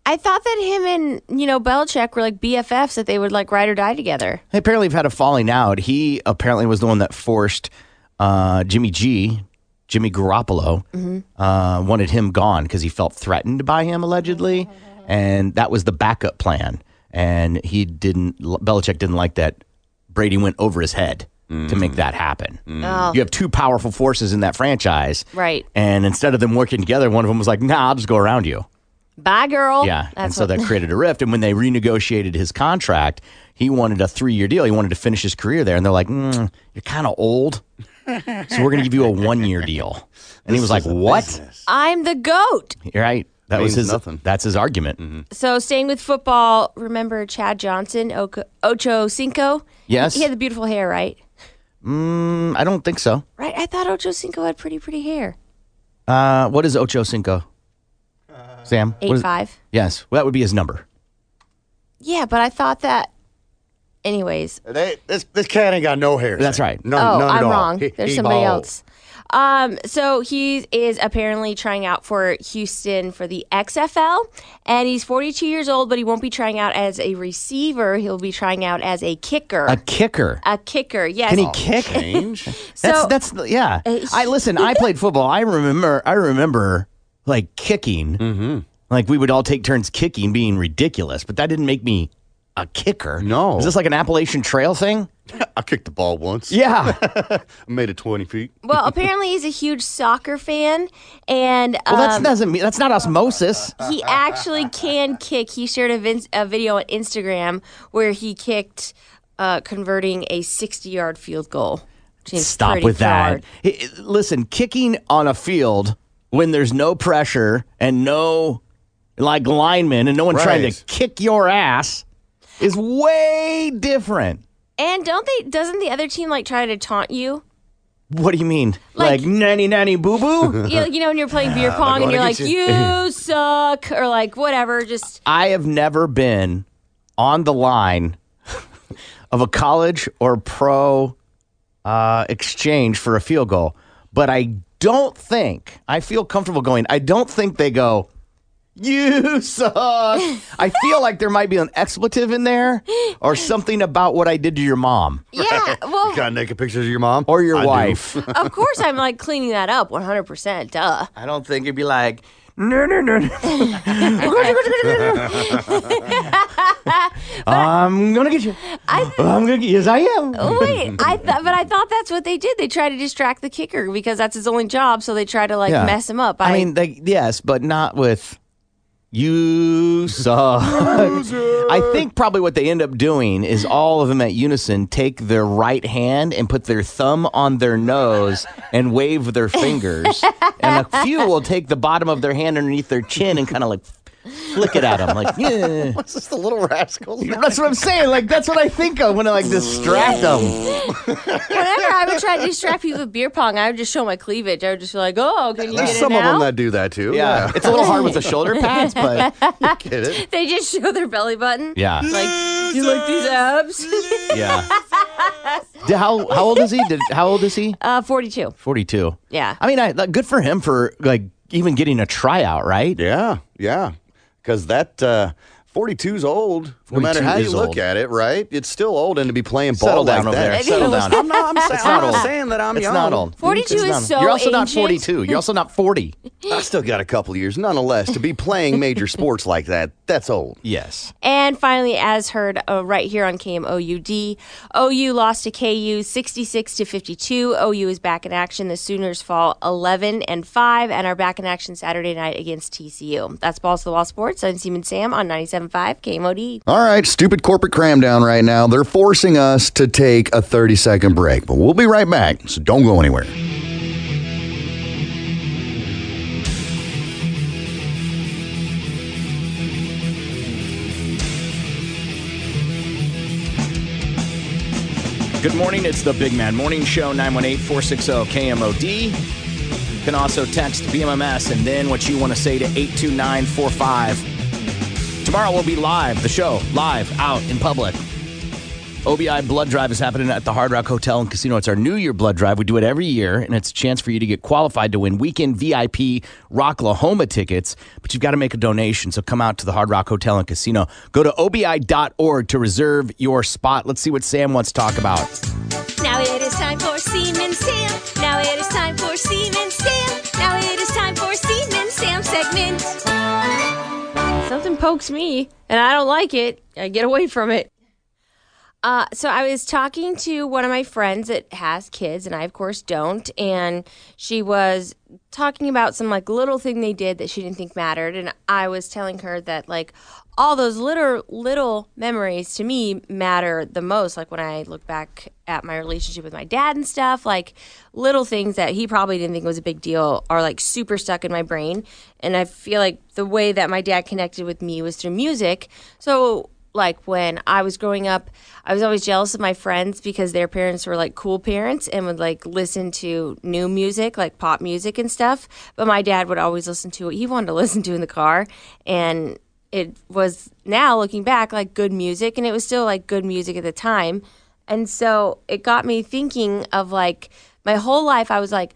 [SPEAKER 10] I thought that him and you know Belichick were like BFFs that they would like ride or die together.
[SPEAKER 8] They apparently have had a falling out. He apparently was the one that forced uh, Jimmy G, Jimmy Garoppolo,
[SPEAKER 10] Mm-hmm.
[SPEAKER 8] uh, wanted him gone because he felt threatened by him allegedly, and that was the backup plan. And he didn't. Belichick didn't like that. Brady went over his head to make that happen.
[SPEAKER 10] Oh.
[SPEAKER 8] You have two powerful forces in that franchise,
[SPEAKER 10] Right.
[SPEAKER 8] and instead of them working together, one of them was like, "Nah, I'll just go around you."
[SPEAKER 10] Bye, girl.
[SPEAKER 8] Yeah. and so
[SPEAKER 10] Oh, what-
[SPEAKER 8] that created a rift. And when they renegotiated his contract, he wanted a three year deal. He wanted to finish his career there. And they're like, mm, you're kind of old. So we're going to give you a one year deal. And he was like, what?
[SPEAKER 10] I'm the goat.
[SPEAKER 8] You're right. That was
[SPEAKER 3] Means
[SPEAKER 8] his,
[SPEAKER 3] nothing. Mm-hmm.
[SPEAKER 8] that's his argument.
[SPEAKER 10] So staying with football, remember Chad Johnson, Oco, Ocho Cinco?
[SPEAKER 8] Yes.
[SPEAKER 10] He had the beautiful hair, right?
[SPEAKER 8] Mm, I don't think so.
[SPEAKER 10] Right. I thought Ocho Cinco had pretty pretty hair.
[SPEAKER 8] Uh, what is Ocho Cinco? Sam? What is-
[SPEAKER 10] 8'5".
[SPEAKER 8] Yes. Well, that would be his number.
[SPEAKER 10] Yeah, but I thought that Anyways,
[SPEAKER 3] They, this this cat ain't got no hair. That's right. No,
[SPEAKER 10] oh,
[SPEAKER 3] none
[SPEAKER 10] I'm
[SPEAKER 3] at all.
[SPEAKER 10] wrong.
[SPEAKER 3] He-
[SPEAKER 10] There's
[SPEAKER 3] he
[SPEAKER 10] somebody
[SPEAKER 3] bald.
[SPEAKER 10] else. Um, so he is apparently trying out for Houston for the XFL, and he's 42 years old, but he won't be trying out as a receiver. He'll be trying out as a kicker.
[SPEAKER 8] A kicker.
[SPEAKER 10] A kicker, yes.
[SPEAKER 8] Can he kick?
[SPEAKER 10] So-
[SPEAKER 8] that's that's yeah.
[SPEAKER 10] Uh,
[SPEAKER 8] I listen. I played football. I remember. I remember like kicking. Like we would all take turns kicking, being ridiculous. But that didn't make me a kicker. No. Is this like an Appalachian Trail thing?
[SPEAKER 3] I kicked the ball once.
[SPEAKER 8] Yeah.
[SPEAKER 3] I made it 20 feet.
[SPEAKER 10] Well, apparently he's a huge soccer fan, and um,
[SPEAKER 8] Well, that's doesn't mean that's not osmosis.
[SPEAKER 10] he actually can kick. He shared a, vin- a video on Instagram where he kicked, uh, converting a 60 yard field goal. Which is
[SPEAKER 8] Stop
[SPEAKER 10] pretty
[SPEAKER 8] with
[SPEAKER 10] hard.
[SPEAKER 8] that. Hey, Listen, kicking on a field when there's no pressure and no like linemen and no one trying to
[SPEAKER 3] Right.
[SPEAKER 8] kick your ass is way different.
[SPEAKER 10] And don't they? Doesn't the other team like try to taunt you?
[SPEAKER 8] What do you mean? Like, nanny nanny boo boo?
[SPEAKER 10] You know, you know when you're playing beer
[SPEAKER 8] Ah, I'm
[SPEAKER 10] pong and
[SPEAKER 8] gonna
[SPEAKER 10] you're like,
[SPEAKER 8] get you.
[SPEAKER 10] you suck, or like whatever. Just
[SPEAKER 8] I have never been on the line of a college or pro uh, exchange for a field goal, but I don't think I feel comfortable going. I don't think they go. You suck. I feel like there might be an expletive in there or something about what I did to your mom.
[SPEAKER 10] yeah. Well,
[SPEAKER 3] You got naked pictures of your mom?
[SPEAKER 8] Or your wife.
[SPEAKER 10] of course I'm like cleaning that up 100. percent Duh.
[SPEAKER 8] I don't think it'd be like, no, no, no, I'm going to get you.
[SPEAKER 10] I-
[SPEAKER 8] I'm going to get you. Yes, I am.
[SPEAKER 10] Oh, Wait, I thought, but I thought that's what they did. They try to distract the kicker because that's his only job. So they try to like
[SPEAKER 8] Yeah.
[SPEAKER 10] mess him up.
[SPEAKER 8] I, mean, they, yes, but not with you suck. I think probably what they end up doing is all of them at unison take their right hand and put their thumb on their nose and wave their fingers, and a few will take the bottom of their hand underneath their chin and kind of like flick it at them, like yeah.
[SPEAKER 3] What's this, the little rascal?
[SPEAKER 8] That's what I'm saying. Like that's what I think of when I like distract them.
[SPEAKER 10] whenever I would try to distract people with beer pong, I would just show my cleavage. I would just be like, "Oh, can you get
[SPEAKER 3] There's
[SPEAKER 10] it
[SPEAKER 3] some of
[SPEAKER 10] now?"
[SPEAKER 3] them that do that too.
[SPEAKER 8] Yeah. It's a little hard with the shoulder pads, but
[SPEAKER 3] you get it.
[SPEAKER 10] They just show their belly button.
[SPEAKER 8] Yeah.
[SPEAKER 10] Like, you like these abs?
[SPEAKER 8] Yeah. D- How how old is he? Did, how old is he?
[SPEAKER 10] Uh, 42.
[SPEAKER 8] Forty two.
[SPEAKER 10] Yeah.
[SPEAKER 8] I mean, I like, good for him for like even getting a tryout, right?
[SPEAKER 3] Yeah, yeah. Because that uh, 42's old, no matter
[SPEAKER 8] 42
[SPEAKER 3] how you
[SPEAKER 8] is
[SPEAKER 3] look
[SPEAKER 8] old.
[SPEAKER 3] at it, right? It's still old, and to be playing ball
[SPEAKER 8] Settle
[SPEAKER 3] like
[SPEAKER 8] down over
[SPEAKER 3] that.
[SPEAKER 8] there. Settle down.
[SPEAKER 3] I'm not, I'm, sa-
[SPEAKER 8] It's
[SPEAKER 3] I'm
[SPEAKER 8] not
[SPEAKER 3] not
[SPEAKER 8] old.
[SPEAKER 3] saying that I'm
[SPEAKER 8] It's
[SPEAKER 3] young.
[SPEAKER 8] not old.
[SPEAKER 10] 42
[SPEAKER 3] It's
[SPEAKER 10] is
[SPEAKER 3] not-
[SPEAKER 10] so
[SPEAKER 8] You're also not
[SPEAKER 10] ancient.
[SPEAKER 8] 42. You're also not 40.
[SPEAKER 3] I still got a couple of years. Nonetheless, to be playing major sports like that, that's old.
[SPEAKER 8] Yes.
[SPEAKER 10] And finally, as heard uh, right here on KMOUD, OU lost to KU 66 to 52. OU is back in action. The Sooners fall 11 and 5 and are back in action Saturday night against TCU. That's Balls to the Wall Sports. I'm Seaman Sam on 97.5 KMOD.
[SPEAKER 3] All right, stupid corporate cram down right now. They're forcing us to take a 30 second break, but we'll be right back, so don't go anywhere.
[SPEAKER 15] Good morning. It's the Big Man Morning Show, 918 460 KMOD. You can also text BMMS and then what you want to say to 82945. Tomorrow we'll be live, the show, live, out in public. OBI Blood Drive is happening at the Hard Rock Hotel and Casino. It's our New Year Blood Drive. We do it every year, and it's a chance for you to get qualified to win weekend VIP Rocklahoma tickets. But you've got to make a donation, so come out to the Hard Rock Hotel and Casino. Go to obi.org to reserve your spot. Let's see what Sam wants to talk about.
[SPEAKER 16] Now it is time for Seaman Sam. Now it is time for Seaman Sam. Now it is time for Seaman Sam segment.
[SPEAKER 10] Something pokes me, and I don't like it. I get away from it. Uh, so I was talking to one of my friends that has kids, and I of course don't. And she was talking about some like little thing they did that she didn't think mattered, and I was telling her that like all those little little memories to me matter the most. Like when I look back at my relationship with my dad and stuff, like little things that he probably didn't think was a big deal are like super stuck in my brain. And I feel like the way that my dad connected with me was through music. So like when I was growing up, I was always jealous of my friends because their parents were like cool parents and would like listen to new music, like pop music and stuff. But my dad would always listen to what he wanted to listen to in the car. And it was now looking back like good music and it was still like good music at the time and so it got me thinking of like my whole life i was like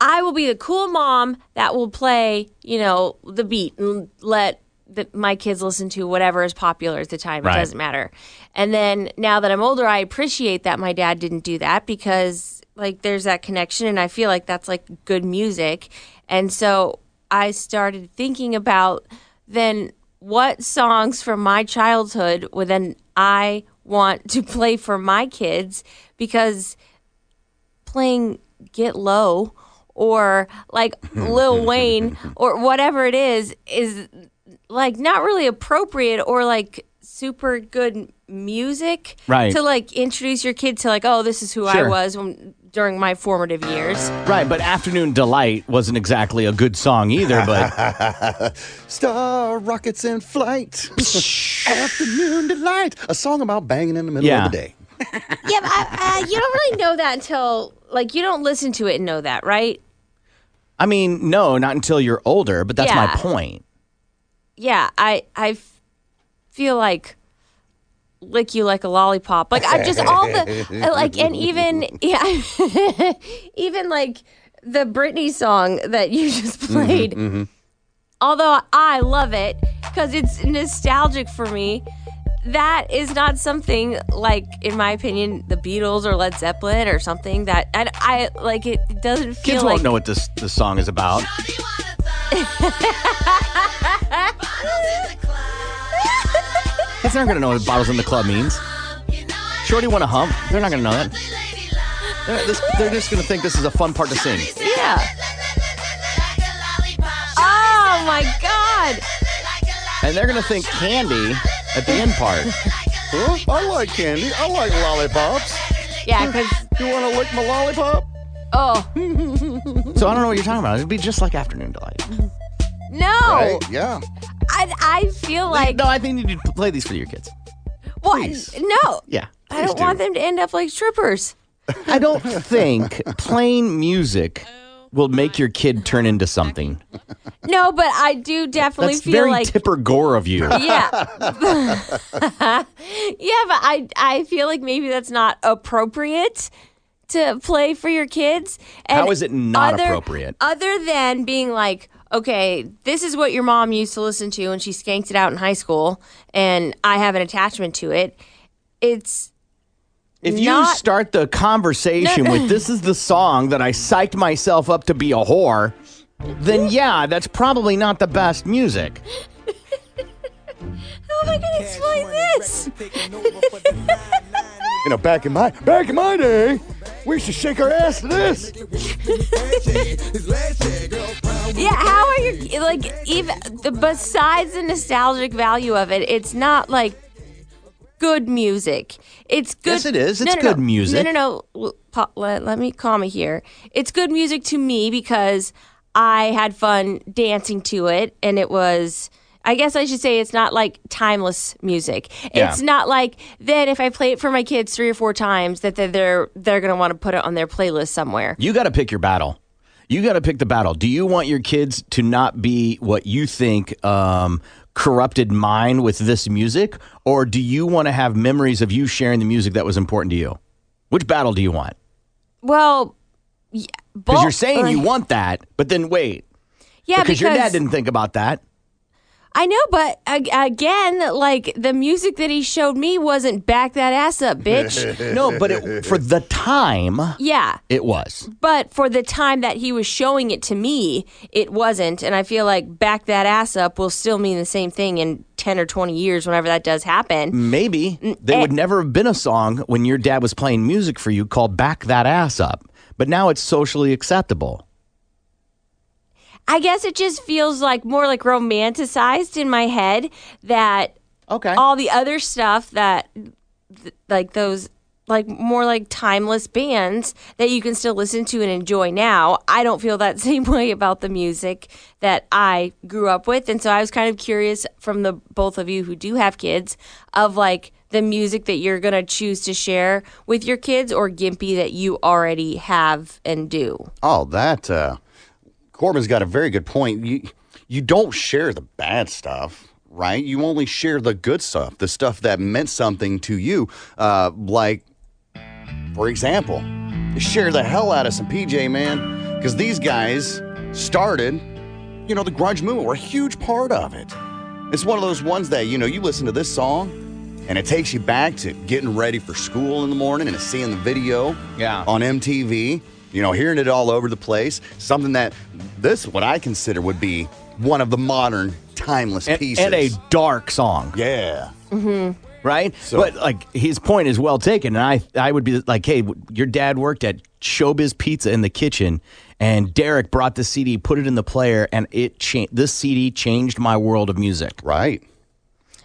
[SPEAKER 10] i will be the cool mom that will play you know the beat and let the, my kids listen to whatever is popular at the time
[SPEAKER 17] Right.
[SPEAKER 10] it doesn't matter and then now that i'm older i appreciate that my dad didn't do that because like there's that connection and i feel like that's like good music and so i started thinking about then what songs from my childhood would then I want to play for my kids because playing Get Low or like Lil Wayne or whatever it is is like not really appropriate or like super good music
[SPEAKER 8] Right.
[SPEAKER 10] to like introduce your kid to like oh this is who
[SPEAKER 8] Sure.
[SPEAKER 10] I was when, during my formative years.
[SPEAKER 8] Right, but Afternoon Delight wasn't exactly a good song either, but
[SPEAKER 3] Star rockets in flight. Afternoon delight. A song about banging in the middle
[SPEAKER 8] Yeah.
[SPEAKER 3] of the day.
[SPEAKER 10] yeah, but I, uh, you don't really know that until like you don't listen to it and know that, right?
[SPEAKER 8] I mean, no, not until you're older, but that's my
[SPEAKER 10] Yeah.
[SPEAKER 8] point.
[SPEAKER 10] yeah, I I f- feel like lick you like a lollipop. Like I just all the I like and even yeah, even like the Britney song that you just played. Although I love it because it's nostalgic for me. That is not something like, in my opinion, the Beatles or Led Zeppelin or something that and I like. It doesn't feel
[SPEAKER 8] Kids
[SPEAKER 10] like
[SPEAKER 8] won't know what this this song is about. Kids aren't gonna know what bottles in the club means.
[SPEAKER 7] Um,
[SPEAKER 8] Shorty want to hump. They're not gonna know that. They're, this- they're just gonna think this is a fun part to sing.
[SPEAKER 10] Yeah. Oh my god.
[SPEAKER 8] And they're gonna think candy at the end part.
[SPEAKER 3] Huh? I like candy. I like lollipops.
[SPEAKER 10] Yeah, because
[SPEAKER 3] you want to lick my lollipop.
[SPEAKER 10] Oh.
[SPEAKER 8] So I don't know what you're talking about. It'd be just like afternoon delight.
[SPEAKER 10] No.
[SPEAKER 3] Oh,
[SPEAKER 8] Right? Yeah.
[SPEAKER 10] I, I feel like.
[SPEAKER 8] no, I think you need to play these for your kids.
[SPEAKER 10] What? No.
[SPEAKER 8] Yeah.
[SPEAKER 10] I don't want them to end up like strippers.
[SPEAKER 8] I don't think playing music will make your kid turn into something.
[SPEAKER 10] No, but I do definitely
[SPEAKER 8] That's
[SPEAKER 10] feel
[SPEAKER 8] very
[SPEAKER 10] like.
[SPEAKER 8] Tipper Gore of you.
[SPEAKER 10] yeah. yeah, but I I feel like maybe that's not appropriate to play for your kids.
[SPEAKER 8] How is it not appropriate?
[SPEAKER 10] Other than being like, okay, this is what your mom used to listen to and she skanked it out in high school and I have an attachment to it. It's
[SPEAKER 8] If you
[SPEAKER 10] not-
[SPEAKER 8] start the conversation
[SPEAKER 10] No.
[SPEAKER 8] with this is the song that I psyched myself up to be a whore, then yeah, that's probably not the best music.
[SPEAKER 10] How am I gonna explain this?
[SPEAKER 3] You know, back in my back in my day, we used to shake our ass to this.
[SPEAKER 10] Yeah, how are you like even the besides the nostalgic value of it, it's not like good music. It's good.
[SPEAKER 8] Yes, it is.
[SPEAKER 10] No,
[SPEAKER 8] It's
[SPEAKER 10] no, no.
[SPEAKER 8] good music.
[SPEAKER 10] No, no, no. L- pa- Let, let me comma here. It's good music to me because I had fun dancing to it, and it was. I guess I should say it's not like timeless music.
[SPEAKER 17] Yeah.
[SPEAKER 10] It's not like then if I play it for my kids three or four times that they're they're, they're gonna want to put it on their playlist somewhere.
[SPEAKER 8] You got to pick your battle. You got to pick the battle. Do you want your kids to not be what you think um, corrupted mine with this music, or do you want to have memories of you sharing the music that was important to you? Which battle do you want?
[SPEAKER 10] Well, yeah,
[SPEAKER 8] Because
[SPEAKER 10] both-
[SPEAKER 8] you're saying you
[SPEAKER 10] uh,
[SPEAKER 8] want that, but then wait.
[SPEAKER 10] Yeah,
[SPEAKER 8] because your dad
[SPEAKER 10] because-
[SPEAKER 8] didn't think about that.
[SPEAKER 10] I know, but ag- again, like the music that he showed me wasn't back that ass up, bitch.
[SPEAKER 8] no, but it, for the time,
[SPEAKER 10] yeah.
[SPEAKER 8] it was.
[SPEAKER 10] But for the time that he was showing it to me, it wasn't. And I feel like back that ass up will still mean the same thing in 10 or 20 years, whenever that does happen.
[SPEAKER 8] Maybe
[SPEAKER 10] Mm,
[SPEAKER 8] there
[SPEAKER 10] eh.
[SPEAKER 8] would never have been a song when your dad was playing music for you called Back That Ass Up, but now it's socially acceptable.
[SPEAKER 10] I guess it just feels like more like romanticized in my head that
[SPEAKER 8] okay.
[SPEAKER 10] all the other stuff that th- like those like more like timeless bands that you can still listen to and enjoy now. I don't feel that same way about the music that I grew up with and so I was kind of curious from the both of you who do have kids of like the music that you're going to choose to share with your kids or gimpy that you already have and do.
[SPEAKER 3] Oh, that uh, Corbin's got a very good point. You you don't share the bad stuff. right? You only share the good stuff, the stuff that meant something to you. Uh, like, for example, share the hell out of some PJ, man, because these guys started, you know, the grunge movement. We're a huge part of it. It's one of those ones that, you know, you listen to this song and it takes you back to getting ready for school in the morning and seeing the video
[SPEAKER 18] Yeah.
[SPEAKER 3] on MTV, you know, hearing it all over the place. Something that this, what I consider, would be one of the modern timeless
[SPEAKER 8] and,
[SPEAKER 3] pieces.
[SPEAKER 8] and a dark song.
[SPEAKER 3] Yeah.
[SPEAKER 10] Mm-hmm.
[SPEAKER 8] Right, but like his point is well taken, and I I would be like, hey, w- your dad worked at Showbiz Pizza in the kitchen, and Derek brought the CD, put it in the player, and it changed. This CD changed my world of music.
[SPEAKER 3] Right,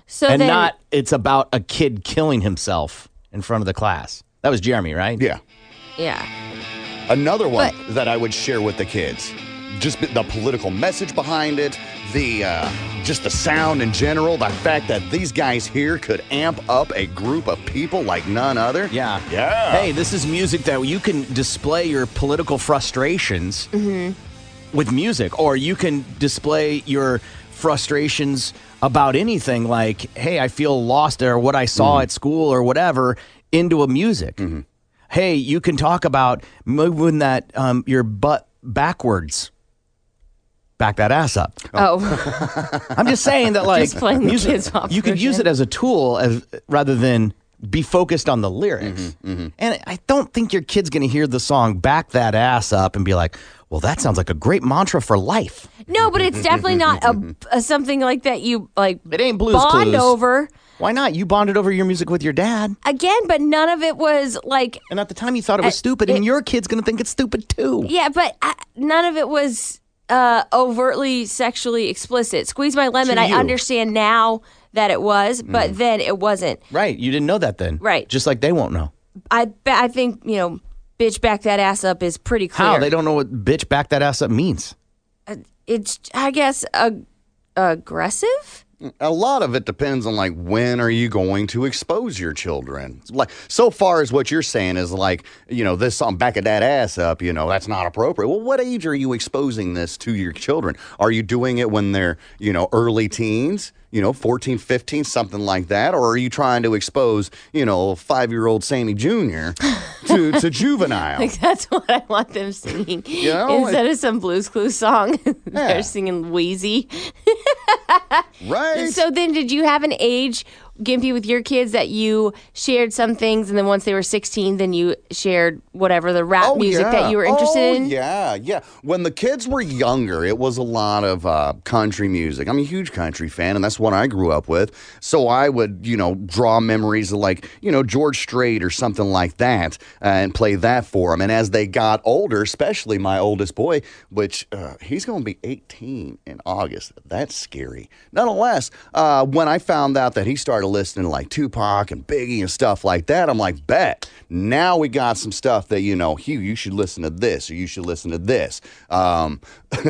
[SPEAKER 10] So
[SPEAKER 8] and
[SPEAKER 10] then,
[SPEAKER 8] not it's about a kid killing himself in front of the class. That was Jeremy, right?
[SPEAKER 3] Yeah.
[SPEAKER 10] yeah.
[SPEAKER 3] Another one that I would share with the kids, just the- the political message behind it, the uh, just the sound in general, the fact that these guys here could amp up a group of people like none other.
[SPEAKER 8] Yeah.
[SPEAKER 3] Yeah.
[SPEAKER 8] Hey, this is music that you can display your political frustrations with music, or you can display your frustrations about anything like, hey, I feel lost, or what I saw at school, or whatever, into a music. Hey, you can talk about moving that um, your butt backwards. Back that ass up.
[SPEAKER 10] Oh.
[SPEAKER 8] I'm just saying that, like,
[SPEAKER 10] Just playing the
[SPEAKER 8] music-
[SPEAKER 10] kids off
[SPEAKER 8] you could use
[SPEAKER 10] version.
[SPEAKER 8] it as a tool as rather than be focused on the lyrics. And I don't think your kid's going to hear the song "Back That Ass Up" and be like, "Well, that sounds like a great mantra for life."
[SPEAKER 10] No, but it's definitely not a, a something like that you like. It
[SPEAKER 8] ain't Blues
[SPEAKER 10] bond
[SPEAKER 8] Clues.
[SPEAKER 10] over
[SPEAKER 8] Why not? You bonded over your music with your dad,
[SPEAKER 10] again, but none of it was like.
[SPEAKER 8] and at the time you thought it was
[SPEAKER 10] Uh,
[SPEAKER 8] stupid, and your kid's going to think it's stupid too.
[SPEAKER 10] Yeah, but I, none of it was uh, overtly sexually explicit. Squeeze my lemon.
[SPEAKER 8] To
[SPEAKER 10] I
[SPEAKER 8] you. Mm.
[SPEAKER 10] understand now that it was, but then it wasn't.
[SPEAKER 8] Right? You didn't know that then,
[SPEAKER 10] Right.
[SPEAKER 8] Just like they won't know.
[SPEAKER 10] I be- I think you know, bitch, back that ass up is pretty clear. Uh,
[SPEAKER 8] How they don't know what "bitch back that ass up" means.
[SPEAKER 10] It's I guess ag- aggressive.
[SPEAKER 3] a lot of it depends on like when are you going to expose your children like so far as what you're saying is like you know this song back of that ass up you know that's not appropriate well what age are you exposing this to your children are you doing it when they're you know early teens you know 14 15 something like that or are you trying to expose you know five year old sammy junior to, to juvenile
[SPEAKER 10] Like that's what I want them singing
[SPEAKER 3] know,
[SPEAKER 10] instead of some Blues Clues song.
[SPEAKER 3] Yeah.
[SPEAKER 10] They're singing Wheezy.
[SPEAKER 3] right
[SPEAKER 10] So then, did you have an age, Gimpy, with your kids that you shared some things, and then once they were 16, then you shared whatever the rap music
[SPEAKER 3] Oh, yeah.
[SPEAKER 10] that you were interested
[SPEAKER 3] Oh,
[SPEAKER 10] in?
[SPEAKER 3] Yeah, yeah. When the kids were younger, it was a lot of uh, country music. I'm a huge country fan, and that's what I grew up with. So I would, you know, draw memories of like, you know, George Strait or something like that, uh, and play that for them. And as they got older, especially my oldest boy, which uh, he's going to be 18 in August. That's scary. Nonetheless, uh, when I found out that he started listening to like Tupac and Biggie and stuff like that, I'm like, bet. Now we got some stuff that, you know, Hugh, you should listen to this or you should listen to this. Um,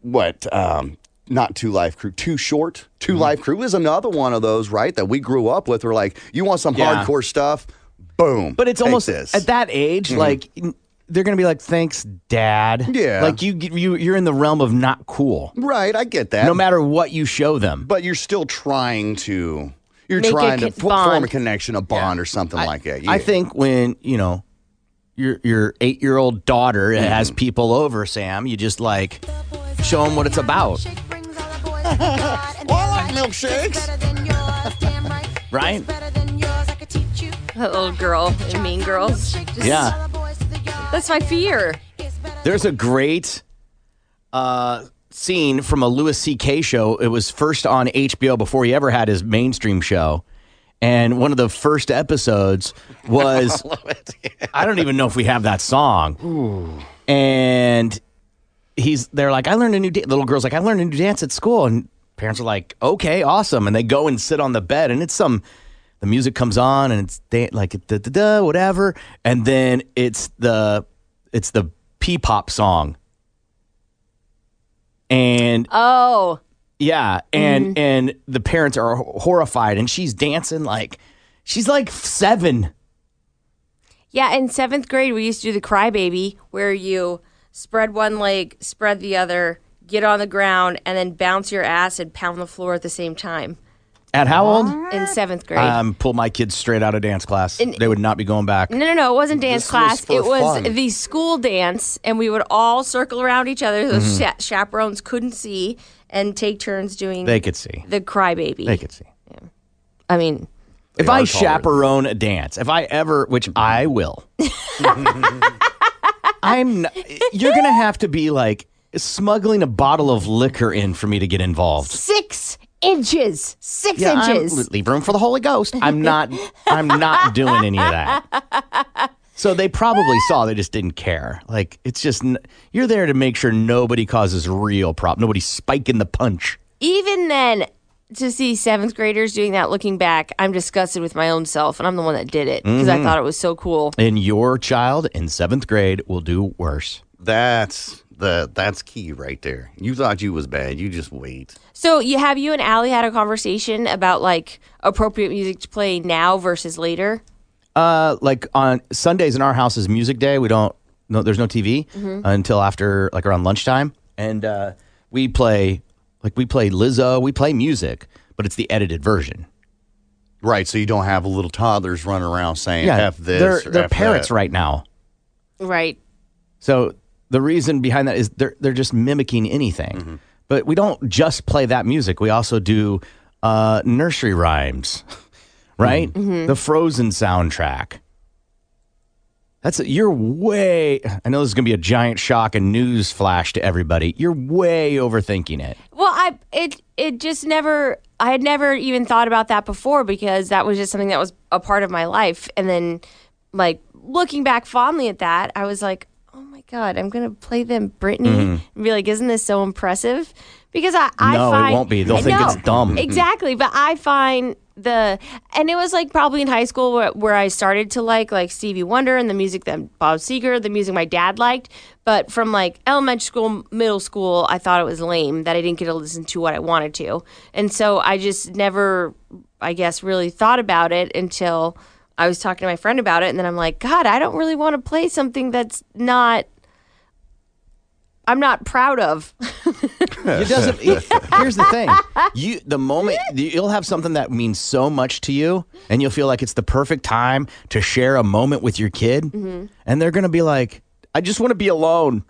[SPEAKER 3] what um not two life crew too short two
[SPEAKER 8] Mm-hmm.
[SPEAKER 3] life crew is another one of those right that we grew up with we're like you want some
[SPEAKER 8] Yeah.
[SPEAKER 3] hardcore stuff boom
[SPEAKER 8] But it's
[SPEAKER 3] Take
[SPEAKER 8] almost
[SPEAKER 3] this
[SPEAKER 8] at that age,
[SPEAKER 3] Mhm.
[SPEAKER 8] like n- they're gonna be like, "Thanks, Dad."
[SPEAKER 3] Yeah.
[SPEAKER 8] like you, you, you're in the realm of not cool.
[SPEAKER 3] right i get that
[SPEAKER 8] No matter what you show them,
[SPEAKER 3] but you're still trying to you're
[SPEAKER 8] Make a
[SPEAKER 3] trying to
[SPEAKER 8] con-
[SPEAKER 3] fo- form a
[SPEAKER 8] bond.
[SPEAKER 3] connection a bond or something like that
[SPEAKER 8] I
[SPEAKER 3] Yeah.
[SPEAKER 8] think when you know your your eight year old daughter
[SPEAKER 3] Mm-hmm.
[SPEAKER 8] has people over, Sam, you just like show them what it's about,
[SPEAKER 3] I like milkshakes.
[SPEAKER 8] right?
[SPEAKER 10] That little girl in Mean Girls. Just-
[SPEAKER 8] Yeah,
[SPEAKER 10] That's my fear.
[SPEAKER 8] there's a great uh, scene from a Louis C.K. show. It was first on HBO before he ever had his mainstream show. And one of the first episodes was I don't even know if we have that song. And he's they're like, I learned a new da-. little girl's like, I learned a new dance at school, and parents are like, okay, awesome, and they go and sit on the bed, and it's some. The music comes on, and it's da- like da da da whatever, and then it's the it's the P pop song, and
[SPEAKER 10] Oh,
[SPEAKER 8] yeah, and
[SPEAKER 10] Mm-hmm.
[SPEAKER 8] and the parents are horrified, and she's dancing like she's like seven.
[SPEAKER 10] yeah. In seventh grade, we used to do the crybaby where you spread one leg, spread the other, get on the ground, and then bounce your ass and pound the floor at the same time
[SPEAKER 8] At how old?
[SPEAKER 10] in seventh grade.
[SPEAKER 8] Um, pull my kids straight out of dance class.
[SPEAKER 10] And-
[SPEAKER 8] they would not be going back.
[SPEAKER 10] No, no, no. It wasn't dance
[SPEAKER 8] This was
[SPEAKER 10] class.
[SPEAKER 8] for
[SPEAKER 10] it was
[SPEAKER 8] fun.
[SPEAKER 10] the school dance, and we would all circle around each other. Those
[SPEAKER 8] Mhm.
[SPEAKER 10] cha- chaperones couldn't see and take turns doing
[SPEAKER 8] They could see.
[SPEAKER 10] the crybaby.
[SPEAKER 8] They could see.
[SPEAKER 10] I mean,
[SPEAKER 8] if I chaperone a dance, if I ever, which I will, I'm. Not, you're gonna have to be like smuggling a bottle of liquor in for me to get involved.
[SPEAKER 10] six inches. Six
[SPEAKER 8] Yeah, I'm-
[SPEAKER 10] inches.
[SPEAKER 8] leave room for the Holy Ghost. I'm not. I'm not doing any of that. So they probably saw. They just didn't care. Like it's just n- you're there to make sure nobody causes real problem. Nobody's spiking the punch.
[SPEAKER 10] Even then, to see seventh graders doing that looking back, I'm disgusted with my own self, and I'm the one that did it because
[SPEAKER 8] Mhm.
[SPEAKER 10] I thought it was so cool.
[SPEAKER 8] And your child in seventh grade will do worse.
[SPEAKER 3] That's the that's key right there. You thought you was bad. You just wait.
[SPEAKER 10] So you have you and Allie had a conversation about like appropriate music to play now versus later?
[SPEAKER 8] Uh, like on Sundays in our house is music day. We don't. No, there's no TV
[SPEAKER 10] Mhm.
[SPEAKER 8] until after like around lunchtime, and uh, we play like we play Lizzo. We play music, but it's the edited version.
[SPEAKER 3] Right, so you don't have little toddlers running around saying "f this."
[SPEAKER 8] They're,
[SPEAKER 3] or
[SPEAKER 8] they're
[SPEAKER 3] F
[SPEAKER 8] parrots
[SPEAKER 3] that.
[SPEAKER 8] right now.
[SPEAKER 10] Right.
[SPEAKER 8] So the reason behind that is they're they're just mimicking anything. But we don't just play that music. We also do uh, nursery rhymes, right?
[SPEAKER 19] Mhm.
[SPEAKER 8] The Frozen soundtrack. That's you're way. I know this is going to be a giant shock and news flash to everybody. You're way overthinking it.
[SPEAKER 10] Well, I it it just never I had never even thought about that before because that was just something that was a part of my life and then like looking back fondly at that, I was like, "Oh my god, I'm going to play them Britney."
[SPEAKER 8] Mhm.
[SPEAKER 10] And be like, "Isn't this so impressive?" Because I I
[SPEAKER 8] No, it
[SPEAKER 10] find
[SPEAKER 8] won't be. They'll think it's dumb.
[SPEAKER 10] Exactly, but I find the and it was like probably in high school where, where I started to like like Stevie Wonder and the music that Bob Seger, the music my dad liked. But from like elementary school, middle school, I thought it was lame that I didn't get to listen to what I wanted to, and so I just never, I guess, really thought about it until I was talking to my friend about it, and then I'm like, God, I don't really want to play something that's not. I'm not proud of.
[SPEAKER 8] It doesn't. it- here's the thing: you the moment you'll have something that means so much to you, and you'll feel like it's the perfect time to share a moment with your kid,
[SPEAKER 19] Mhm.
[SPEAKER 8] and they're gonna be like, "I just want to be alone."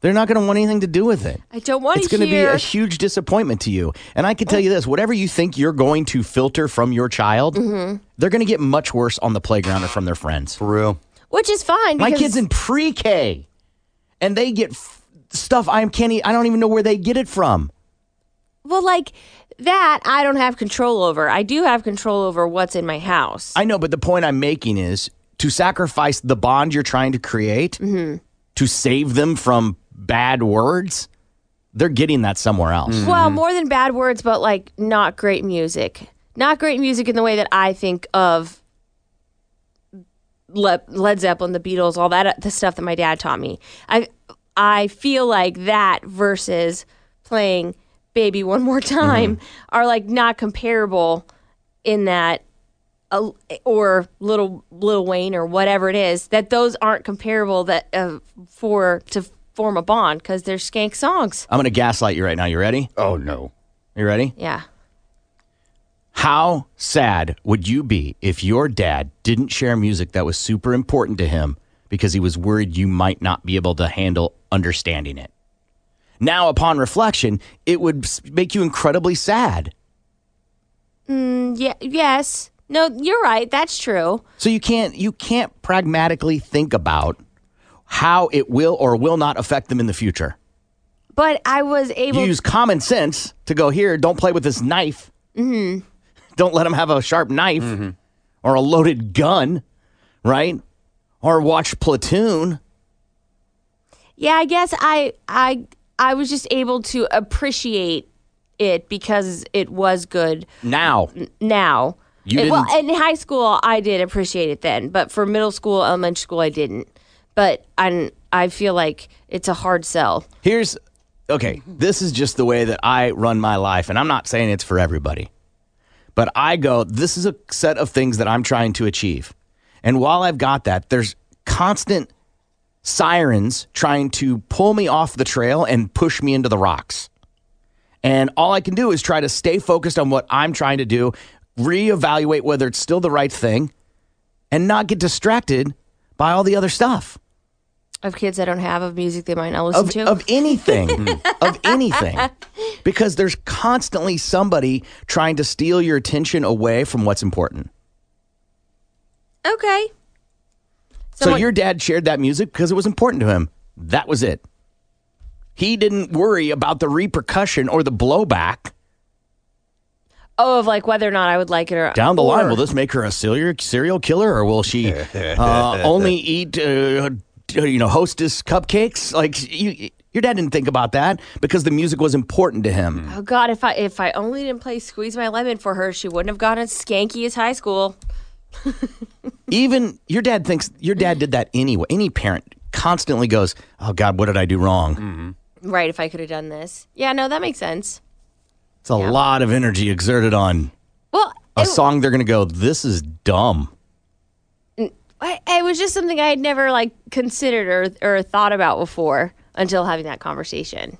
[SPEAKER 8] they're not gonna want anything to do with it.
[SPEAKER 10] I don't want
[SPEAKER 8] it's
[SPEAKER 10] to
[SPEAKER 8] gonna be
[SPEAKER 10] hear.
[SPEAKER 8] a huge disappointment to you. And I can tell you this: whatever you think you're going to filter from your child,
[SPEAKER 10] Mhm.
[SPEAKER 8] they're gonna get much worse on the playground or from their friends. For
[SPEAKER 3] real.
[SPEAKER 10] Which is fine.
[SPEAKER 8] My
[SPEAKER 10] because-
[SPEAKER 8] kids in pre-K, and they get f- stuff I can't. e- I don't even know where they get it from.
[SPEAKER 10] Well, like that, I don't have control over. I do have control over what's in my house.
[SPEAKER 8] I know, but the point I'm making is to sacrifice the bond you're trying to create to save them from bad words. They're getting that somewhere else.
[SPEAKER 10] Well, more than bad words, but like not great music. Not great music in the way that I think of Le- Led Zeppelin, the Beatles, all that uh, the stuff that my dad taught me. I I feel like that versus playing Baby One More Time are like not comparable in that uh, or little Lil Wayne or whatever it is that those aren't comparable that uh, for to form a bond because they're skank songs.
[SPEAKER 8] I'm going to gaslight you right now. You ready?
[SPEAKER 3] Oh, no.
[SPEAKER 8] You ready?
[SPEAKER 10] Yeah.
[SPEAKER 8] How sad would you be if your dad didn't share music that was super important to him because he was worried you might not be able to handle understanding it? Now, upon reflection, it would s- make you incredibly sad.
[SPEAKER 10] Mm, yeah. Yes. No, you're right. That's true.
[SPEAKER 8] So you can't you can't pragmatically think about how it will or will not affect them in the future.
[SPEAKER 10] But I was able.
[SPEAKER 8] You use common sense to go here. Don't play with this knife.
[SPEAKER 10] Mhm.
[SPEAKER 8] Don't let them have a sharp knife or a loaded gun, right? Or watch Platoon.
[SPEAKER 10] Yeah, I guess I I I was just able to appreciate it because it was good
[SPEAKER 8] Now
[SPEAKER 10] n- now.
[SPEAKER 8] You
[SPEAKER 10] And- well,
[SPEAKER 8] didn't-
[SPEAKER 10] in high school I did appreciate it then, but for middle school, elementary school, I didn't. But I I feel like it's a hard sell.
[SPEAKER 8] Here's okay, this is just the way that I run my life, and I'm not saying it's for everybody. But I go, this is a set of things that I'm trying to achieve. And while I've got that, there's constant sirens trying to pull me off the trail and push me into the rocks. And all I can do is try to stay focused on what I'm trying to do, reevaluate whether it's still the right thing, and not get distracted by all the other stuff
[SPEAKER 10] Of kids I don't have, of music they might not listen
[SPEAKER 8] of,
[SPEAKER 10] to.
[SPEAKER 8] of anything, Hmm. of anything, because there's constantly somebody trying to steal your attention away from what's important.
[SPEAKER 10] Okay.
[SPEAKER 8] so your dad shared that music because it was important to him. That was it. He didn't worry about the repercussion or the blowback
[SPEAKER 10] Oh, of like whether or not I would like it or
[SPEAKER 8] down the line.
[SPEAKER 10] or-
[SPEAKER 8] Will this make her a serial serial killer, or will she uh, only eat, uh, you know, Hostess cupcakes? Like you, your dad didn't think about that because the music was important to him.
[SPEAKER 10] Oh God! If I if I only didn't play "Squeeze My Lemon" for her, she wouldn't have gone as skanky as high school.
[SPEAKER 8] even your dad thinks your dad did that anyway. Any parent constantly goes, "Oh God, what did I do wrong?"
[SPEAKER 10] Right? If I could have done this, yeah, no, that makes sense.
[SPEAKER 8] It's a lot of energy exerted on
[SPEAKER 10] Well,
[SPEAKER 8] a song. They're going to go, "This is dumb."
[SPEAKER 10] I, it was just something I had never like considered or or thought about before until having that conversation.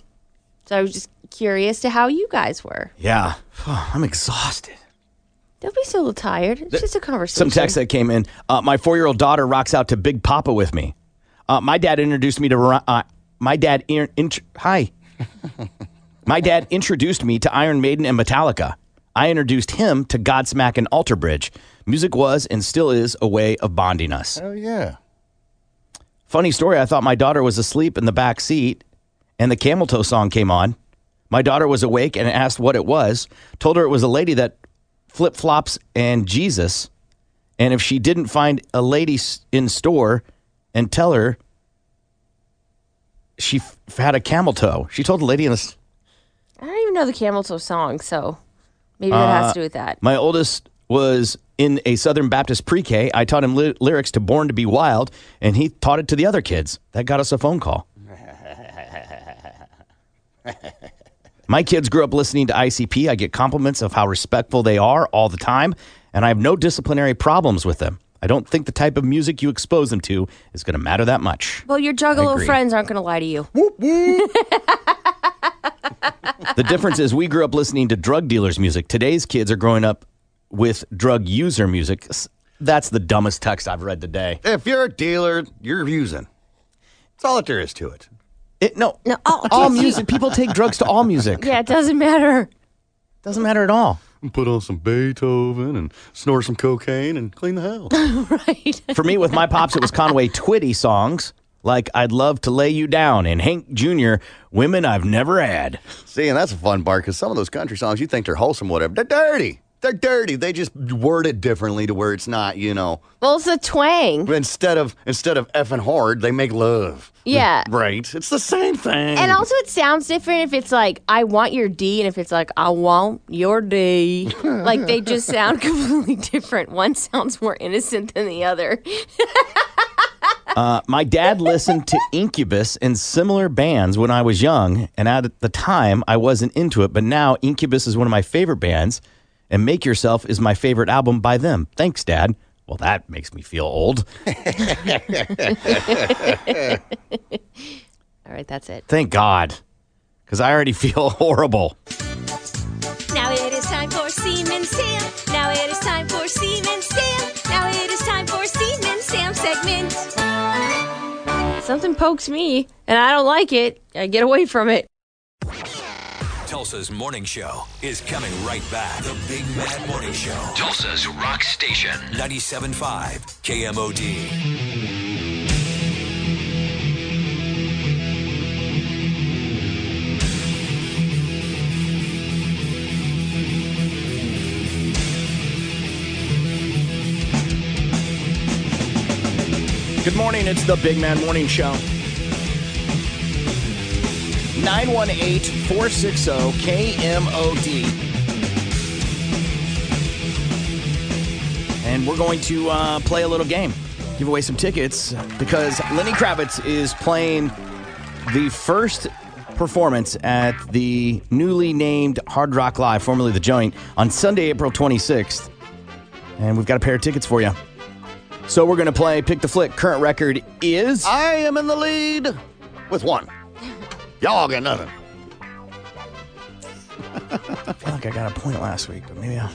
[SPEAKER 10] So I was just curious to how you guys were.
[SPEAKER 8] Yeah, I'm exhausted.
[SPEAKER 10] Don't be so tired. It's just a
[SPEAKER 8] Some
[SPEAKER 10] conversation.
[SPEAKER 8] text that came in. Uh, my four-year-old daughter rocks out to Big Papa with me. Uh, my dad introduced me to Ri- uh, my dad. In, int- hi, my dad introduced me to Iron Maiden and Metallica. I introduced him to Godsmack and Alter Bridge. Music was and still is a way of bonding us.
[SPEAKER 3] Hell yeah.
[SPEAKER 8] Funny story, I thought my daughter was asleep in the back seat and the Camel Toe song came on. My daughter was awake and asked what it was. Told her it was a lady that flip flops and Jesus. And if she didn't find a lady s- in store and tell her she f- had a camel toe, she told the lady in the. s-
[SPEAKER 10] I don't even know the Camel Toe song, so maybe that has
[SPEAKER 8] Uh,
[SPEAKER 10] to do with that.
[SPEAKER 8] My oldest was in a Southern Baptist pre K. I taught him ly- lyrics to Born to Be Wild, and he taught it to the other kids. That got us a phone call. My kids grew up listening to ICP. I get compliments of how respectful they are all the time, and I have no disciplinary problems with them. I don't think the type of music you expose them to is going to matter that much.
[SPEAKER 10] Well, your juggalo
[SPEAKER 8] agree.
[SPEAKER 10] friends aren't going to lie to you.
[SPEAKER 8] The difference is we grew up listening to drug dealers' music. Today's kids are growing up with drug user music. S- That's the dumbest text I've read today.
[SPEAKER 3] If you're a dealer, you're using. That's all that there is to it.
[SPEAKER 8] It, no,
[SPEAKER 10] no,
[SPEAKER 8] all music. People take drugs to all music.
[SPEAKER 10] Yeah, it doesn't matter.
[SPEAKER 8] Doesn't matter at all.
[SPEAKER 20] Put on some Beethoven and snort some cocaine and clean the house.
[SPEAKER 8] For me, with my pops, it was Conway Twitty songs like "I'd Love to Lay You Down" and Hank Jr. "Women I've Never Had."
[SPEAKER 3] See, and that's a fun part because some of those country songs you think they're wholesome, whatever. They're dirty. They're dirty. They just word it differently to where it's not, you know.
[SPEAKER 10] Well, it's a twang.
[SPEAKER 3] Instead of instead of effing hard, they make love.
[SPEAKER 10] Yeah.
[SPEAKER 3] Right. It's the same thing.
[SPEAKER 8] Mm.
[SPEAKER 10] And also, it sounds different if it's like "I want your D" and if it's like "I want your D." like they just sound completely different. One sounds more innocent than the other.
[SPEAKER 8] Uh, my dad listened to Incubus and similar bands when I was young, and at the time I wasn't into it. But now Incubus is one of my favorite bands, and Make Yourself is my favorite album by them. Thanks, Dad. Well, that makes me feel old.
[SPEAKER 10] All right, that's it.
[SPEAKER 8] Thank God, because I already feel horrible.
[SPEAKER 21] Now it is time for Seaman Sam. Now it is time for Seaman Sam. Now it is time for Seaman Sam segment.
[SPEAKER 10] Something pokes me, and I don't like it. I get away from it.
[SPEAKER 13] Tulsa's morning show is coming right back. The Big Mad Morning Show. Tulsa's Rock Station. 97.5 KMOD.
[SPEAKER 8] Good morning. It's the Big Man Morning Show. 918 460 KMOD. And we're going to uh, play a little game, give away some tickets because Lenny Kravitz is playing the first performance at the newly named Hard Rock Live, formerly The Joint, on Sunday, April 26th. And we've got a pair of tickets for you. So we're going to play Pick the Flick. Current record is.
[SPEAKER 3] I am in the lead with one. Y'all got nothing.
[SPEAKER 8] I feel like I got a point last week, but maybe I'll.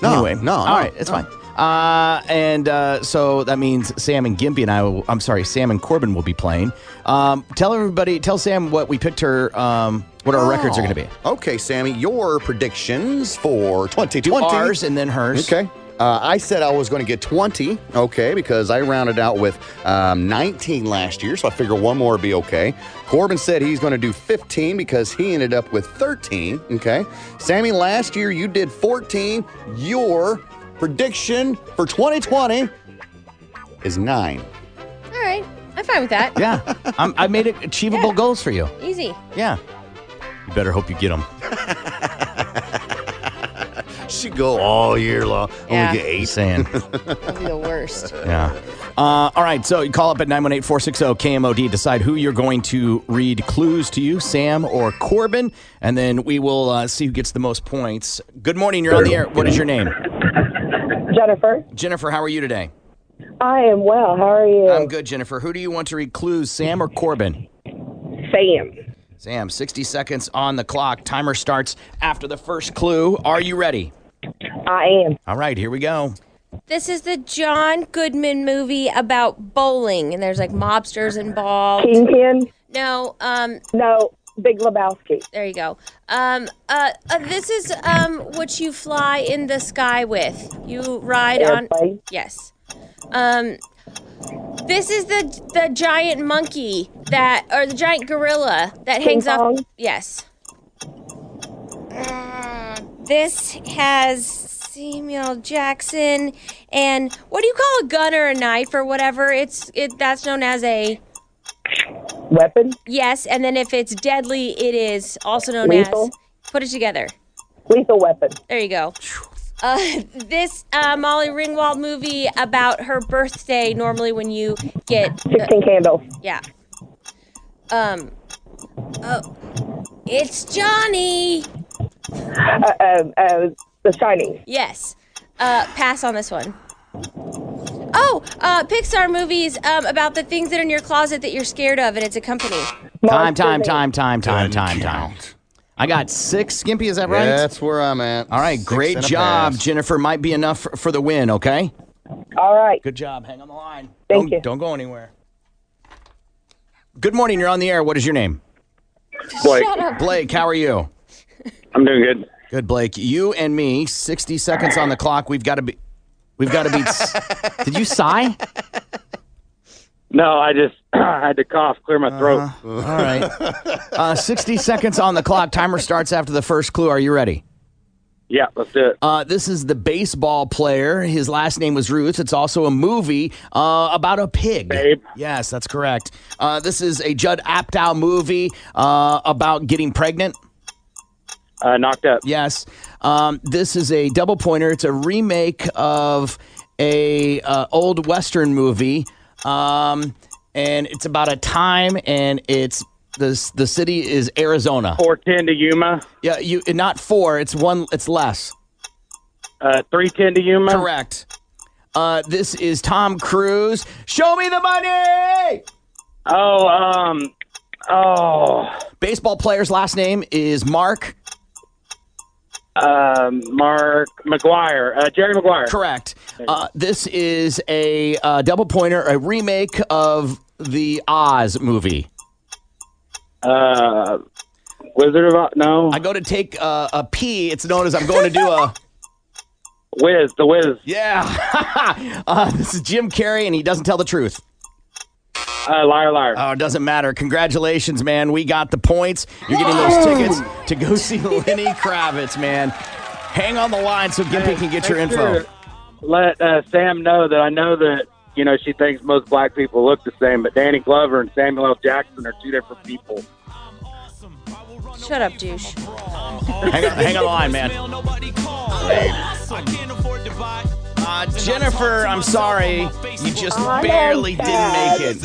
[SPEAKER 3] No,
[SPEAKER 8] anyway,
[SPEAKER 3] no,
[SPEAKER 8] All
[SPEAKER 3] no,
[SPEAKER 8] right, it's
[SPEAKER 3] no.
[SPEAKER 8] fine. Uh, and uh, so that means Sam and Gimpy and I. Will, I'm sorry, Sam and Corbin will be playing. Um, tell everybody, tell Sam what we picked her. Um, what our records are going
[SPEAKER 3] Oh.
[SPEAKER 8] to be.
[SPEAKER 3] Okay, Sammy, your predictions for 2020.
[SPEAKER 8] ours and then hers.
[SPEAKER 3] Okay. Uh, I said I was going to get 20, okay, because I rounded out with um, 19 last year, so I figure one more would be okay. Corbin said he's going to do 15 because he ended up with 13, okay. Sammy, last year you did 14. Your prediction for 2020 is nine.
[SPEAKER 10] All right. I'm fine with that.
[SPEAKER 8] Yeah, I'm, I made it achievable goals for you.
[SPEAKER 10] Easy.
[SPEAKER 8] Yeah. You better hope you get them.
[SPEAKER 3] She go all year long.
[SPEAKER 10] Yeah.
[SPEAKER 3] Only get eight.
[SPEAKER 8] Saying.
[SPEAKER 10] That'd be the worst.
[SPEAKER 8] Yeah. Uh, all right. So you call up at 918 460 KMOD. Decide who you're going to read clues to you, Sam or Corbin. And then we will uh, see who gets the most points. Good morning. You're on the air. What is your name?
[SPEAKER 22] Jennifer,
[SPEAKER 8] Jennifer, how are you today?
[SPEAKER 22] I am well. How are you?
[SPEAKER 8] I'm good, Jennifer. Who do you want to read clues, Sam or Corbin?
[SPEAKER 22] Sam.
[SPEAKER 8] Sam, 60 seconds on the clock. Timer starts after the first clue. Are you ready?
[SPEAKER 22] I am.
[SPEAKER 8] All right. Here we go.
[SPEAKER 10] This is the John Goodman movie about bowling, and there's like mobsters involved.
[SPEAKER 22] Kingpin.
[SPEAKER 10] No, um,
[SPEAKER 22] No, Big Lebowski.
[SPEAKER 10] there you go. Um, uh, uh, this is um, what you fly in the sky with. You ride on.
[SPEAKER 22] Airplane.
[SPEAKER 10] Yes. Um, this is the the giant monkey that, or the giant gorilla that
[SPEAKER 22] King
[SPEAKER 10] hangs off.
[SPEAKER 22] Kong?
[SPEAKER 10] Yes. Uh, this has Samuel Jackson and what do you call a gun or a knife or whatever? It's it that's known as a
[SPEAKER 22] Weapon.
[SPEAKER 10] Yes, and then if it's deadly, it is also known
[SPEAKER 22] Lethal.
[SPEAKER 10] as. Put it together.
[SPEAKER 22] Lethal Weapon.
[SPEAKER 10] There you go. Uh, this uh, Molly Ringwald movie about her birthday. Normally, when you get uh,
[SPEAKER 22] Sixteen Candles.
[SPEAKER 10] yeah, um, oh, it's Johnny.
[SPEAKER 22] Uh, uh, uh, the Shining.
[SPEAKER 10] Yes. Uh, pass on this one. Oh, uh, Pixar movies um, about the things that are in your closet that you're scared of, and it's a company.
[SPEAKER 8] Time, time, time, time, time, time, time. I got six. Skimpy, is that right?
[SPEAKER 3] That's where I'm at.
[SPEAKER 8] All right, great job, Jennifer. Might be enough for, for the win, okay?
[SPEAKER 22] All right.
[SPEAKER 8] Good job. Hang on the line.
[SPEAKER 22] Thank
[SPEAKER 8] don't,
[SPEAKER 22] you.
[SPEAKER 8] Don't go anywhere. Good morning. You're on the air. What is your name?
[SPEAKER 23] Blake.
[SPEAKER 8] Blake, how are you?
[SPEAKER 23] I'm doing good.
[SPEAKER 8] Good, Blake. You and me, 60 seconds on the clock. We've got to be. We've got to beat. s- Did you sigh?
[SPEAKER 23] No, I just I had to cough, clear my throat.
[SPEAKER 8] All right. Uh, 60 seconds on the clock. Timer starts after the first clue. Are you ready?
[SPEAKER 23] Yeah, let's do it.
[SPEAKER 8] Uh, this is the baseball player. His last name was Roots. It's also a movie uh, about a pig. Babe. Yes, that's correct. Uh, this is a Judd Apatow movie uh, about getting pregnant.
[SPEAKER 23] Uh, knocked up.
[SPEAKER 8] Yes. Um, this is a double pointer. It's a remake of a uh, old western movie, um, and it's about a time, and it's the the city is Arizona.
[SPEAKER 23] Four ten to Yuma.
[SPEAKER 8] Yeah, you not four. It's one. It's less.
[SPEAKER 23] Uh, three ten to Yuma.
[SPEAKER 8] Correct. Uh, this is Tom Cruise. Show me the money.
[SPEAKER 23] Oh, um, oh,
[SPEAKER 8] Baseball player's last name is Mark.
[SPEAKER 23] um, Mark McGuire, uh, Jerry McGuire.
[SPEAKER 8] Correct. Uh, this is a uh, double pointer, a remake of the Oz movie.
[SPEAKER 23] Uh, Wizard of Oz. No,
[SPEAKER 8] I go to take uh, a pee. It's known as I'm going to do a.
[SPEAKER 23] Wiz. The Wiz.
[SPEAKER 8] Yeah. uh, this is Jim Carrey, and he doesn't tell the truth.
[SPEAKER 23] Uh, liar, liar.
[SPEAKER 8] Oh, it doesn't matter. Congratulations, man. We got the points. You're getting those tickets to go see Lenny Kravitz, man. Hang on the line so Gimpy can get your
[SPEAKER 23] Make
[SPEAKER 8] info.
[SPEAKER 23] sure to Let uh, Sam know that I know that you know she thinks most black people look the same, but Danny Glover and Samuel L. Jackson are two different people.
[SPEAKER 10] Shut up, douche.
[SPEAKER 8] Hang on, hang on the line, man. Uh, Jennifer, I'm sorry. You just
[SPEAKER 22] I'm
[SPEAKER 8] barely didn't
[SPEAKER 22] sad.
[SPEAKER 8] make it.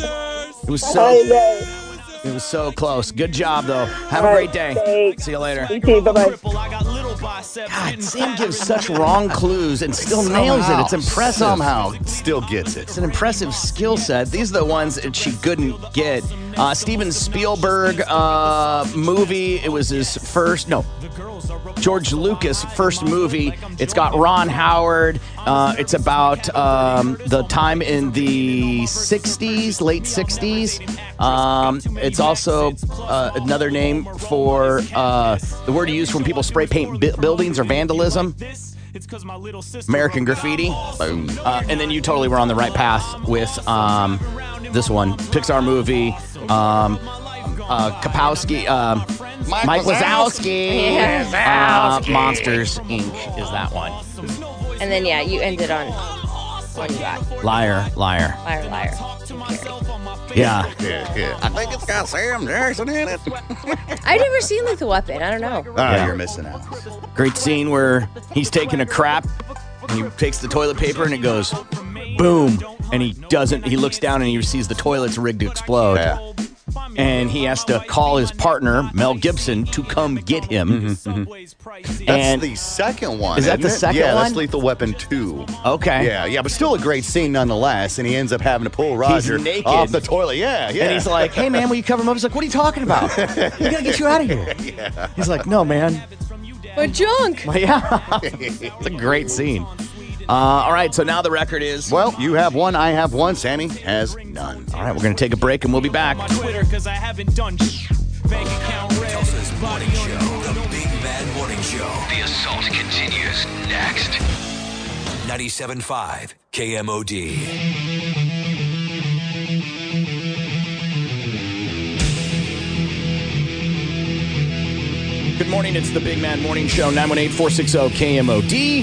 [SPEAKER 8] It was
[SPEAKER 22] I
[SPEAKER 8] so
[SPEAKER 22] know.
[SPEAKER 8] it was so close. Good job though. Have a great day.
[SPEAKER 22] Thanks.
[SPEAKER 8] See you later.
[SPEAKER 22] You too. Bye bye.
[SPEAKER 8] God, Sam gives such wrong clues and still nails it. It's impressive.
[SPEAKER 3] Somehow, still gets it.
[SPEAKER 8] It's an impressive skill set. These are the ones that she couldn't get. Uh, Steven Spielberg uh, movie. It was his first. No, George Lucas first movie. It's got Ron Howard. Uh, it's about um, the time in the '60s, late '60s. Um, it's also uh, another name for uh, the word used when people spray paint bu- buildings or vandalism. American Graffiti. Uh, and then you totally were on the right path with um, this one Pixar movie. Um, uh, Kapowski, um,
[SPEAKER 3] Mike
[SPEAKER 8] Mike,
[SPEAKER 3] Wazowski.
[SPEAKER 8] Wazowski,
[SPEAKER 3] Yeah.
[SPEAKER 8] Uh, Monsters Inc. is that one.
[SPEAKER 24] And then yeah, you ended on one you got.
[SPEAKER 8] Liar, liar.
[SPEAKER 24] Liar, liar.
[SPEAKER 8] Yeah.
[SPEAKER 3] Yeah, yeah. I think it's got Sam Jackson in it.
[SPEAKER 24] I've never seen Lethal Weapon. I don't know.
[SPEAKER 3] Oh,
[SPEAKER 8] Yeah.
[SPEAKER 3] you're missing out.
[SPEAKER 8] Great scene where he's taking a crap and he takes the toilet paper and it goes boom. And he doesn't, he looks down and he sees the toilet's rigged to explode. And he has to call his partner, Mel Gibson, to come get him.
[SPEAKER 3] That's
[SPEAKER 8] And-
[SPEAKER 3] the second one.
[SPEAKER 8] Is that
[SPEAKER 3] isn't
[SPEAKER 8] the
[SPEAKER 3] it?
[SPEAKER 8] second
[SPEAKER 3] yeah, that's
[SPEAKER 8] one?
[SPEAKER 3] Lethal Weapon 2.
[SPEAKER 8] Okay.
[SPEAKER 3] Yeah, yeah, but still a great scene nonetheless. And he ends up having to pull Roger
[SPEAKER 8] naked.
[SPEAKER 3] off the toilet. Yeah, yeah.
[SPEAKER 8] And he's like, hey, man, will you cover him up? He's like, what are you talking about? We gotta get you out of here.
[SPEAKER 3] Yeah.
[SPEAKER 8] He's like, no, man.
[SPEAKER 24] But junk.
[SPEAKER 8] yeah. it's a great scene. Uh, all right, so now the record is.
[SPEAKER 3] Well, you have one, I have one. Sammy has none.
[SPEAKER 8] All right, we're going to take a break and we'll be back.
[SPEAKER 25] Twitter because I haven't done sh- bank account red.
[SPEAKER 13] Morning Show, the Big Mad Morning Show. The assault continues next. 97.5 KMOD.
[SPEAKER 8] Good morning. It's the Big Man Morning Show, 918 460 KMOD.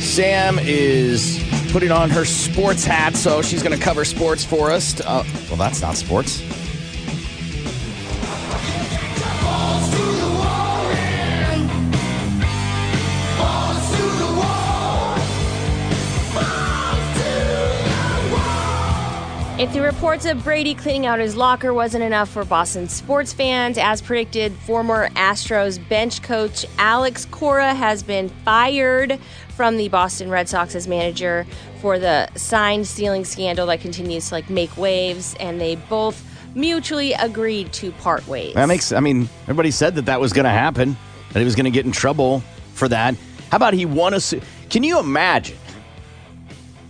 [SPEAKER 8] Sam is putting on her sports hat, so she's going to cover sports for us. Uh, well, that's not sports.
[SPEAKER 10] If the reports of Brady cleaning out his locker wasn't enough for Boston sports fans, as predicted, former Astros bench coach Alex Cora has been fired from the Boston Red Sox as manager for the sign stealing scandal that continues to like make waves, and they both mutually agreed to part ways.
[SPEAKER 8] That makes, I mean, everybody said that that was going to happen, that he was going to get in trouble for that. How about he won a su- Can you imagine?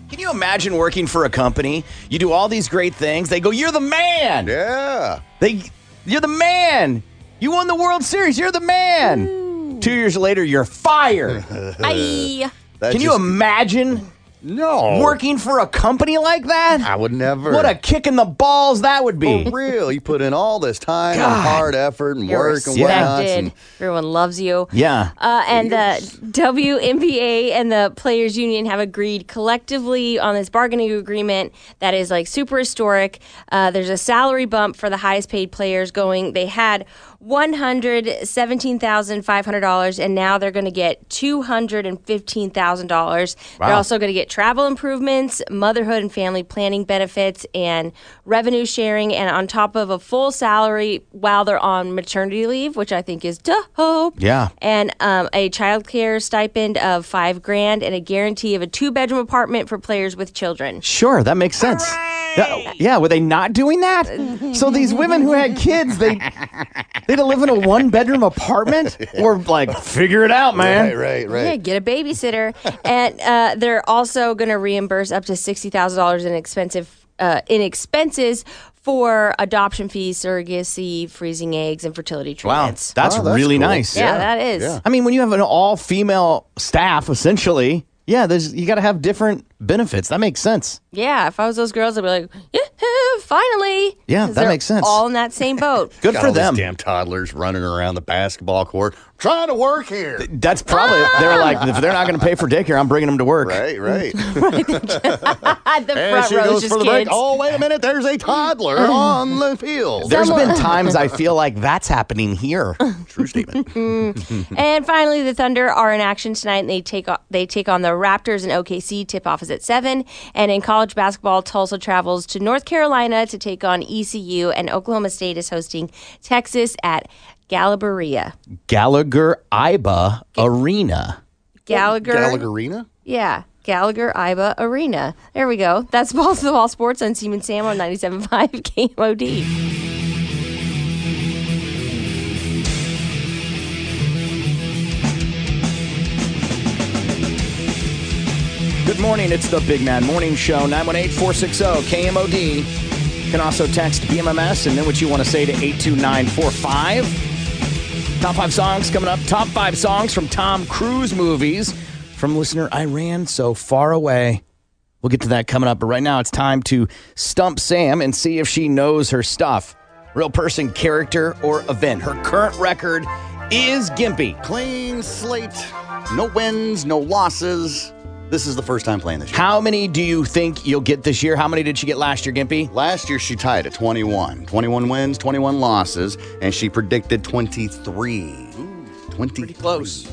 [SPEAKER 8] Can you imagine working for a company? You do all these great things. They go, "You're the man."
[SPEAKER 3] Yeah.
[SPEAKER 8] They, you're the man. You won the World Series. You're the man. Two years later, you're fired.
[SPEAKER 10] Aye.
[SPEAKER 3] That
[SPEAKER 8] Can you
[SPEAKER 3] just-
[SPEAKER 8] imagine?
[SPEAKER 3] No.
[SPEAKER 8] Working for a company like that?
[SPEAKER 3] I would never.
[SPEAKER 8] What a kick in the balls that would be.
[SPEAKER 3] For real. You put in all this time and hard effort and
[SPEAKER 10] You're
[SPEAKER 3] work and whatnot.
[SPEAKER 10] respected.
[SPEAKER 3] And,
[SPEAKER 10] Everyone loves you.
[SPEAKER 8] Yeah.
[SPEAKER 10] Uh, and the WNBA and the Players Union have agreed collectively on this bargaining agreement that is like super historic. Uh, there's a salary bump for the highest paid players going. They had one hundred seventeen thousand five hundred dollars, and now they're going to get two hundred and fifteen thousand dollars. They're
[SPEAKER 24] Wow.
[SPEAKER 10] also going to get travel improvements, motherhood and family planning benefits, and revenue sharing, and on top of a full salary while they're on maternity leave, which I think is dope
[SPEAKER 8] Yeah.
[SPEAKER 10] and um, a child care stipend of five grand and a guarantee of a two bedroom apartment for players with children.
[SPEAKER 8] Sure, that makes sense. Yeah, yeah, were they not doing that? So these women who had kids, they they'd live in a one bedroom apartment or like figure it out, man.
[SPEAKER 3] Right, right,
[SPEAKER 10] Yeah, get a babysitter, and uh, they're also going to reimburse up to sixty thousand dollars in expensive uh, in expenses for adoption fees, surrogacy, freezing eggs, and fertility
[SPEAKER 8] Wow,
[SPEAKER 10] treatments.
[SPEAKER 8] that's, really
[SPEAKER 10] cool.
[SPEAKER 8] nice.
[SPEAKER 10] Yeah, that is.
[SPEAKER 8] I mean, when you have an all female staff, essentially, yeah, there's you got to have different benefits. That makes sense.
[SPEAKER 10] Yeah, if I was those girls, I'd be like, yeah, finally.
[SPEAKER 8] Yeah,
[SPEAKER 10] 'Cause
[SPEAKER 8] that
[SPEAKER 10] they're
[SPEAKER 8] makes sense.
[SPEAKER 10] All in that same boat.
[SPEAKER 3] Got all these damn toddlers running around the basketball court trying to work here.
[SPEAKER 8] That's probably they're like if they're not going to pay for daycare, I'm bringing them to work.
[SPEAKER 3] Right, right.
[SPEAKER 10] the
[SPEAKER 3] And
[SPEAKER 10] front
[SPEAKER 3] she
[SPEAKER 10] row
[SPEAKER 3] goes
[SPEAKER 10] is just
[SPEAKER 3] for the break.
[SPEAKER 10] kids.
[SPEAKER 3] Oh, wait a minute. There's a toddler on the field.
[SPEAKER 8] There's been times I feel like that's happening here. True statement.
[SPEAKER 10] And finally, the Thunder are in action tonight, and they take o- they take on the Raptors in OKC. Tip off is at seven. And in college basketball, Tulsa travels E to North Carolina to take on ECU, and Oklahoma State is hosting Texas at Galliberia.
[SPEAKER 14] Gallagher Iba Arena.
[SPEAKER 10] Gallagher.
[SPEAKER 3] Gallagherina?
[SPEAKER 10] Yeah. Gallagher Iba Arena. There we go. That's Balls of All Sports on Seaman Sam on 97.5 KMOD.
[SPEAKER 8] Good morning. It's the Big Man Morning Show, 918 460 KMOD. You can also text BMMS and then what you want to say to 82945. Top five songs coming up. Top five songs from Tom Cruise movies from listener I Ran So Far Away. We'll get to that coming up, but right now it's time to stump Sam and see if she knows her stuff. Real person, character, or event. Her current record is Gimpy.
[SPEAKER 3] Clean slate. No wins, no losses. This is the first time playing this year.
[SPEAKER 8] How many do you think you'll get this year? How many did she get last year, Gimpy?
[SPEAKER 3] Last year she tied at 21. 21 wins, 21 losses, and she predicted 23. Ooh, 20. Pretty
[SPEAKER 8] close.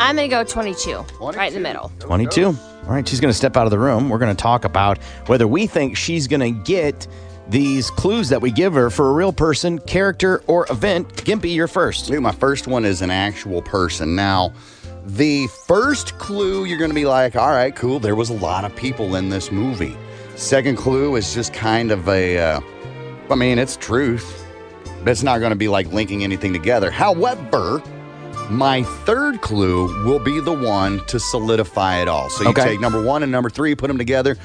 [SPEAKER 10] I'm going to go 22, right in the middle.
[SPEAKER 8] 22. All right, she's going to step out of the room. We're going to talk about whether we think she's going to get these clues that we give her for a real person, character, or event. Gimpy, you're first.
[SPEAKER 3] Dude, my first one is an actual person. Now, the first clue, you're going to be like, all right, cool, there was a lot of people in this movie. Second clue is just kind of a, uh, I mean, it's truth, but it's not going to be like linking anything together. However, my third clue will be the one to solidify it all. So you
[SPEAKER 8] Okay.
[SPEAKER 3] take number one and number three, put them together.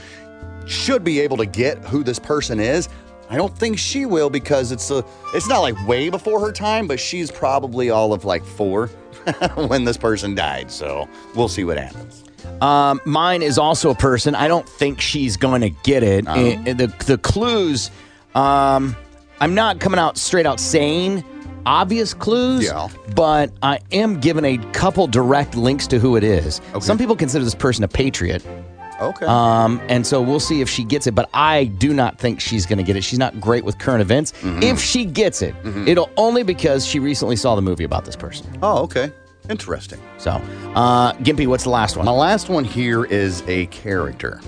[SPEAKER 3] Should be able to get who this person is. I don't think she will because it's a it's not like way before her time, but she's probably all of like four when this person died. So we'll see what happens.
[SPEAKER 8] Um, mine is also a person. I don't think she's going to get it. Eh, eh, the the clues. Um, I'm not coming out straight out saying obvious clues. Yeah. But I am giving a couple direct links to who it is. Some people consider this person a patriot.
[SPEAKER 3] Okay.
[SPEAKER 8] Um, and so we'll see if she gets it. But I do not think she's going to get it. She's not great with current events. If she gets it, it'll only because she recently saw the movie about this person.
[SPEAKER 3] Oh, okay. Interesting.
[SPEAKER 8] So, uh, Gimpy, what's the last one?
[SPEAKER 3] My last one here is a character.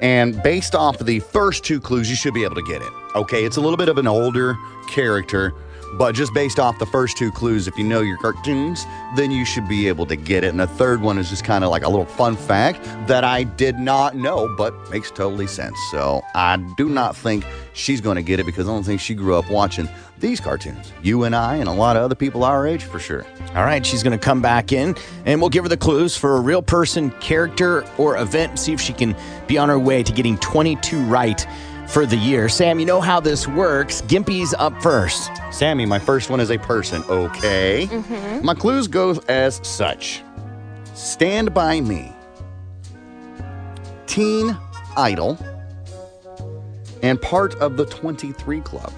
[SPEAKER 3] And based off of the first two clues, you should be able to get it. Okay, it's a little bit of an older character, but just based off the first two clues, if you know your cartoons, then you should be able to get it. And the third one is just kind of like a little fun fact that I did not know, but makes totally sense. So I do not think she's going to get it because I don't think she grew up watching these cartoons. You and I, and a lot of other people our age for sure.
[SPEAKER 8] All right, she's going to come back in and we'll give her the clues for a real person, character, or event. See if she can be on her way to getting 22 right for the year. Sam, you know how this works. Gimpy's up first.
[SPEAKER 3] Sammy, my first one is a person, okay? My clues go as such Stand By Me, Teen Idol, and part of the 23 Club.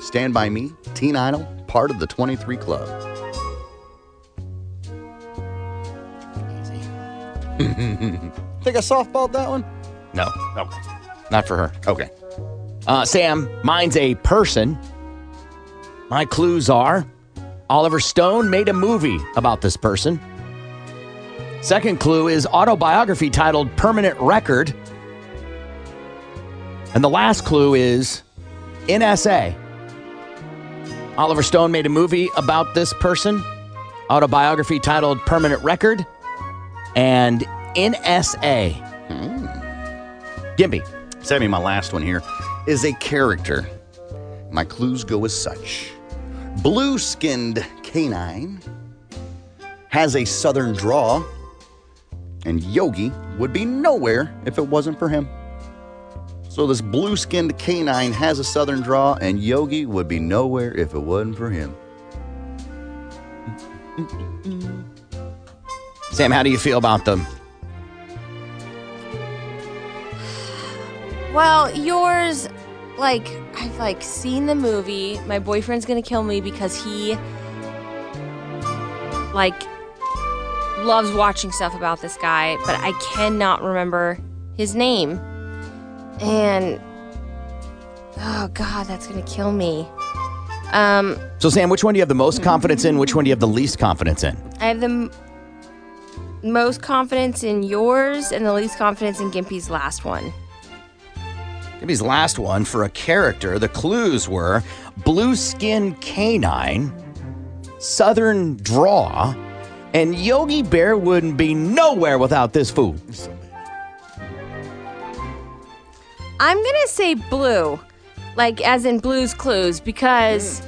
[SPEAKER 3] Stand By Me, Teen Idol, part of the 23 Club. Think I softballed that one?
[SPEAKER 8] No. Okay. Not for her.
[SPEAKER 3] Okay.
[SPEAKER 8] Uh, Sam, mine's a person. My clues are Oliver Stone made a movie about this person. Second clue is autobiography titled Permanent Record. And the last clue is NSA. Oliver Stone made a movie about this person, autobiography titled Permanent Record, and NSA. Gimpy.
[SPEAKER 3] Sammy, my last one here is a character. My clues go as such blue skinned canine, has a southern draw, and Yogi would be nowhere if it wasn't for him. So, this blue skinned canine has a southern draw, and Yogi would be nowhere if it wasn't for him.
[SPEAKER 8] Sam, how do you feel about them?
[SPEAKER 10] Well, yours, like, I've, like, seen the movie. My boyfriend's going to kill me because he, like, loves watching stuff about this guy, but I cannot remember his name. And, oh, God, that's going to kill me. Um,
[SPEAKER 8] So, Sam, which one do you have the most confidence in? Which one do you have the least confidence in?
[SPEAKER 10] I have the m- most confidence in yours and the least confidence in Gimpy's last one.
[SPEAKER 8] Libby's last one for a character. The clues were blue skin canine, southern draw, and Yogi Bear wouldn't be nowhere without this food.
[SPEAKER 10] I'm gonna say blue, like as in Blue's Clues, because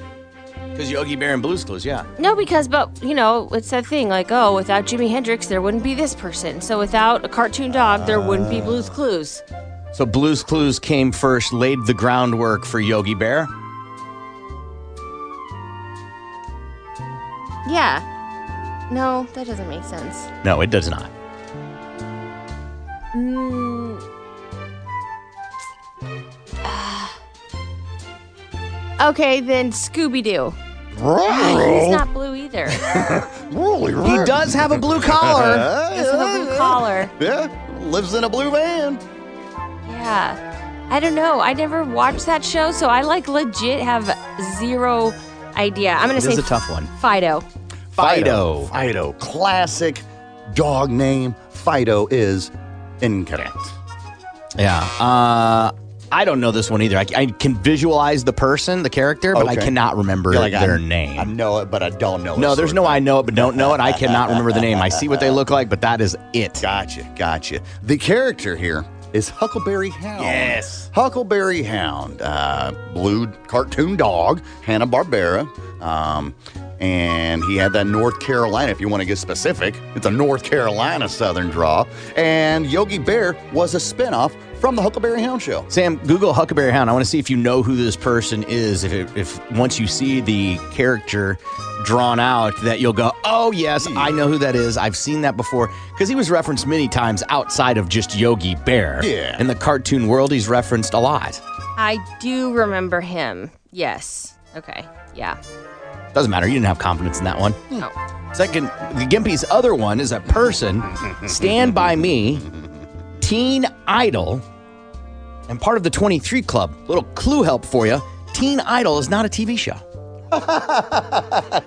[SPEAKER 8] Because Yogi Bear and Blue's Clues, yeah.
[SPEAKER 10] no, because but you know it's that thing like oh, without Jimi Hendrix there wouldn't be this person. So without a cartoon dog there wouldn't
[SPEAKER 3] Uh.
[SPEAKER 10] be Blue's Clues.
[SPEAKER 8] So Blue's Clues came first, laid the groundwork for Yogi Bear.
[SPEAKER 10] Yeah. No, that doesn't make sense.
[SPEAKER 8] No, it does not.
[SPEAKER 10] Mm. okay, then Scooby Doo. He's not blue either.
[SPEAKER 8] He does have a blue collar.
[SPEAKER 10] He's with a blue collar.
[SPEAKER 3] Yeah, lives in a blue van.
[SPEAKER 10] Yeah. I don't know. I never watched that show, so I like legit have zero idea. I'm gonna
[SPEAKER 3] It
[SPEAKER 10] say
[SPEAKER 3] is a tough one.
[SPEAKER 10] Fido.
[SPEAKER 3] Fido. Fido. Classic dog name. Fido is incorrect.
[SPEAKER 8] Yeah. Uh, I don't know this one either. I, I can visualize the person, the character, but I
[SPEAKER 3] Okay.
[SPEAKER 8] cannot remember
[SPEAKER 3] You're like,
[SPEAKER 8] their
[SPEAKER 3] I-
[SPEAKER 8] name.
[SPEAKER 3] I know it, but I don't know.
[SPEAKER 8] No,
[SPEAKER 3] it
[SPEAKER 8] there's
[SPEAKER 3] sort
[SPEAKER 8] no I know it but don't know it. I cannot remember the name. I see what they look like, but that is it.
[SPEAKER 3] Gotcha, gotcha. The character here is Huckleberry Hound. Yes. Huckleberry Hound, uh, blue cartoon dog, Hanna Barbera. Um, and he had that North Carolina, if you want to get specific, it's a North Carolina Southern draw. And Yogi Bear was a spinoff from the Huckleberry Hound show.
[SPEAKER 8] Sam, Google Huckleberry Hound. I want to see if you know who this person is. If, it, if once you see the character drawn out, that you'll go, oh, yes, I know who that is. I've seen that before. Because he was referenced many times outside of just Yogi Bear.
[SPEAKER 10] Yeah.
[SPEAKER 8] In the cartoon world, he's referenced a lot.
[SPEAKER 10] I do remember him. Yes. Okay. Yeah.
[SPEAKER 8] Doesn't matter. You didn't have confidence in that one.
[SPEAKER 10] No.
[SPEAKER 8] Second, the Gimpy's other one is a person, Stand By Me, Teen Idol, and part of the 23 Club. Little clue help for you Teen Idol is not a TV show.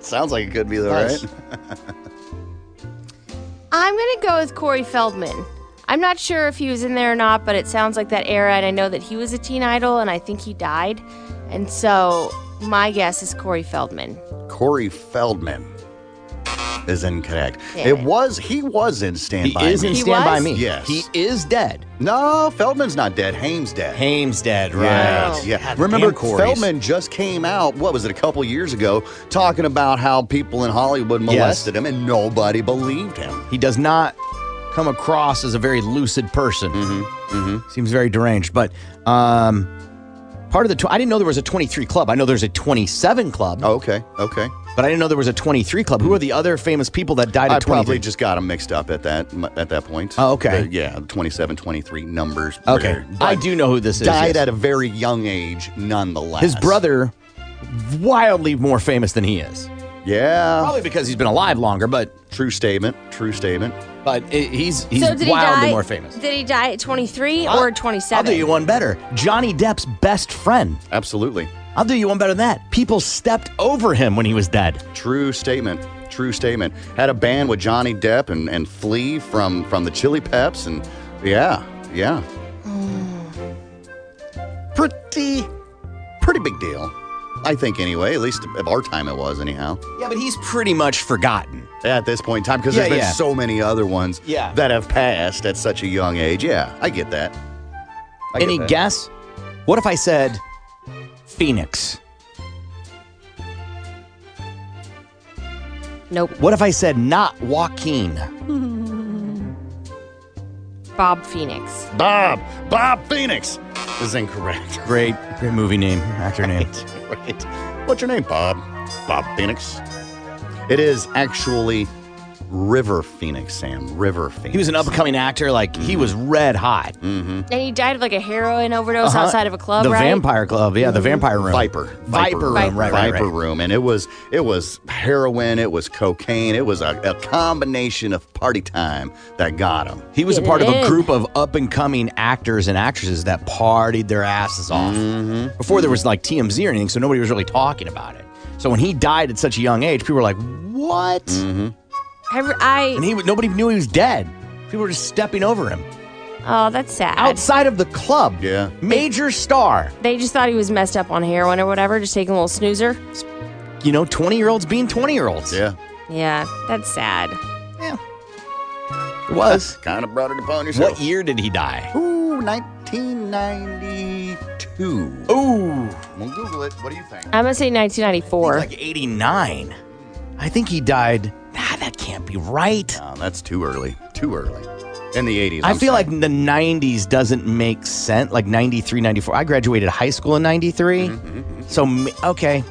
[SPEAKER 3] Sounds like it could be, though,
[SPEAKER 8] Nice.
[SPEAKER 3] right?
[SPEAKER 10] I'm gonna go with Corey Feldman. I'm not sure if he was in there or not, but it sounds like that era, and I know that he was a teen idol, and I think he died. And so my guess is Corey Feldman.
[SPEAKER 3] Corey Feldman is incorrect.
[SPEAKER 10] Damn
[SPEAKER 3] It was he was in Stand
[SPEAKER 8] He
[SPEAKER 3] By
[SPEAKER 8] is
[SPEAKER 3] Me.
[SPEAKER 8] in He Stand By was? Me.
[SPEAKER 3] Yes,
[SPEAKER 8] he is dead.
[SPEAKER 3] No, Feldman's not dead. Haim's dead.
[SPEAKER 8] Haim's dead. Right.
[SPEAKER 3] Yes, yeah.
[SPEAKER 8] God
[SPEAKER 3] Remember,
[SPEAKER 8] damn, Corey's.
[SPEAKER 3] Feldman just came out. What was it? A couple years ago, talking about how people in Hollywood molested him, and nobody believed him.
[SPEAKER 8] He does not come across as a very lucid person. Mm-hmm. Mm-hmm. Seems very deranged. But um, part of the, tw- I didn't know there was a 23 club. I know there's a 27 club.
[SPEAKER 3] okay. Okay.
[SPEAKER 8] But I didn't know there was a 23 club. Who are the other famous people that died
[SPEAKER 3] I
[SPEAKER 8] at 23?
[SPEAKER 3] probably just got him mixed up at that at that point.
[SPEAKER 8] Oh, okay.
[SPEAKER 3] The- yeah, 27, 23 numbers.
[SPEAKER 8] Okay.
[SPEAKER 3] were-
[SPEAKER 8] I do know who this is,
[SPEAKER 3] Died
[SPEAKER 8] yes.
[SPEAKER 3] at a very young age, nonetheless.
[SPEAKER 8] His brother, wildly more famous than he is.
[SPEAKER 3] Yeah.
[SPEAKER 8] Probably because he's been alive longer, but.
[SPEAKER 3] True statement. True statement.
[SPEAKER 8] But i he's, he's
[SPEAKER 10] so did he
[SPEAKER 8] wildly
[SPEAKER 10] die,
[SPEAKER 8] more famous.
[SPEAKER 10] Did he die at 23 or 27?
[SPEAKER 8] I'll do you one better. Johnny Depp's best friend.
[SPEAKER 3] Absolutely.
[SPEAKER 8] I'll do you one better than that. People stepped over him when he was dead.
[SPEAKER 3] True statement. True statement. Had a band with Johnny Depp and, and Flea from from the Chili Peps and yeah, yeah.
[SPEAKER 8] Hmm.
[SPEAKER 3] Pretty pretty big deal. I think anyway, at least of our time it was anyhow.
[SPEAKER 8] Yeah, but he's pretty much forgotten.
[SPEAKER 3] At this point in time, because
[SPEAKER 8] Yeah,
[SPEAKER 3] there's been
[SPEAKER 8] yeah.
[SPEAKER 3] so many other ones
[SPEAKER 8] Yeah.
[SPEAKER 3] that have passed at such a young age. Yeah, I get that. I get
[SPEAKER 8] Any
[SPEAKER 3] that.
[SPEAKER 8] guess? What if I said Phoenix?
[SPEAKER 10] Nope.
[SPEAKER 8] What if I said not Joaquin?
[SPEAKER 10] Bob Phoenix.
[SPEAKER 3] Bob, Bob Phoenix is incorrect.
[SPEAKER 8] Great, great movie name, actor name.
[SPEAKER 3] Right. What's your name, Bob? Bob Phoenix. It is actually River Phoenix, Sam. River Phoenix.
[SPEAKER 8] He was an upcoming actor, like he was red hot.
[SPEAKER 3] Mm-hmm.
[SPEAKER 10] And he died of like a heroin overdose
[SPEAKER 8] Uh-huh.
[SPEAKER 10] outside of a club,
[SPEAKER 8] the
[SPEAKER 10] right?
[SPEAKER 8] vampire club, yeah, the vampire room,
[SPEAKER 3] Viper.
[SPEAKER 8] Viper, room, right, right,
[SPEAKER 3] Viper
[SPEAKER 8] right.
[SPEAKER 3] room. And it was it was heroin, it was cocaine, it was a, a combination of party time that got him.
[SPEAKER 8] He was a
[SPEAKER 3] Get
[SPEAKER 8] part of
[SPEAKER 3] it
[SPEAKER 8] a
[SPEAKER 3] in.
[SPEAKER 8] group of up and coming actors and actresses that partied their asses off
[SPEAKER 3] Mm-hmm.
[SPEAKER 8] before there was like TMZ or anything, so nobody was really talking about it. So when he died at such a young age, people were like, "What?"
[SPEAKER 3] Mm-hmm.
[SPEAKER 10] I, re- I
[SPEAKER 8] And he nobody knew he was dead. People were just stepping over him.
[SPEAKER 10] Oh, that's sad.
[SPEAKER 8] Outside of the club.
[SPEAKER 3] Yeah.
[SPEAKER 8] Major star.
[SPEAKER 10] They just thought he was messed up on heroin or whatever, just taking a little snoozer.
[SPEAKER 8] You know, 20 year olds being 20 year olds.
[SPEAKER 3] Yeah.
[SPEAKER 10] Yeah, that's sad.
[SPEAKER 8] Yeah. It was.
[SPEAKER 3] kind of brought it upon
[SPEAKER 8] What
[SPEAKER 3] yourself.
[SPEAKER 8] year did he die?
[SPEAKER 3] Ooh, 1992.
[SPEAKER 8] Oh. Ooh.
[SPEAKER 3] Well, Google it. What do you think?
[SPEAKER 10] I'm going to say 1994.
[SPEAKER 8] Like 89. I think he died. Nah, that can't be right.
[SPEAKER 3] Oh, that's too early. Too early. In the 80s.
[SPEAKER 8] I
[SPEAKER 3] I'm
[SPEAKER 8] feel
[SPEAKER 3] sorry.
[SPEAKER 8] like the 90s doesn't make sense. Like 93, 94. I graduated high school in 93. So, m- okay.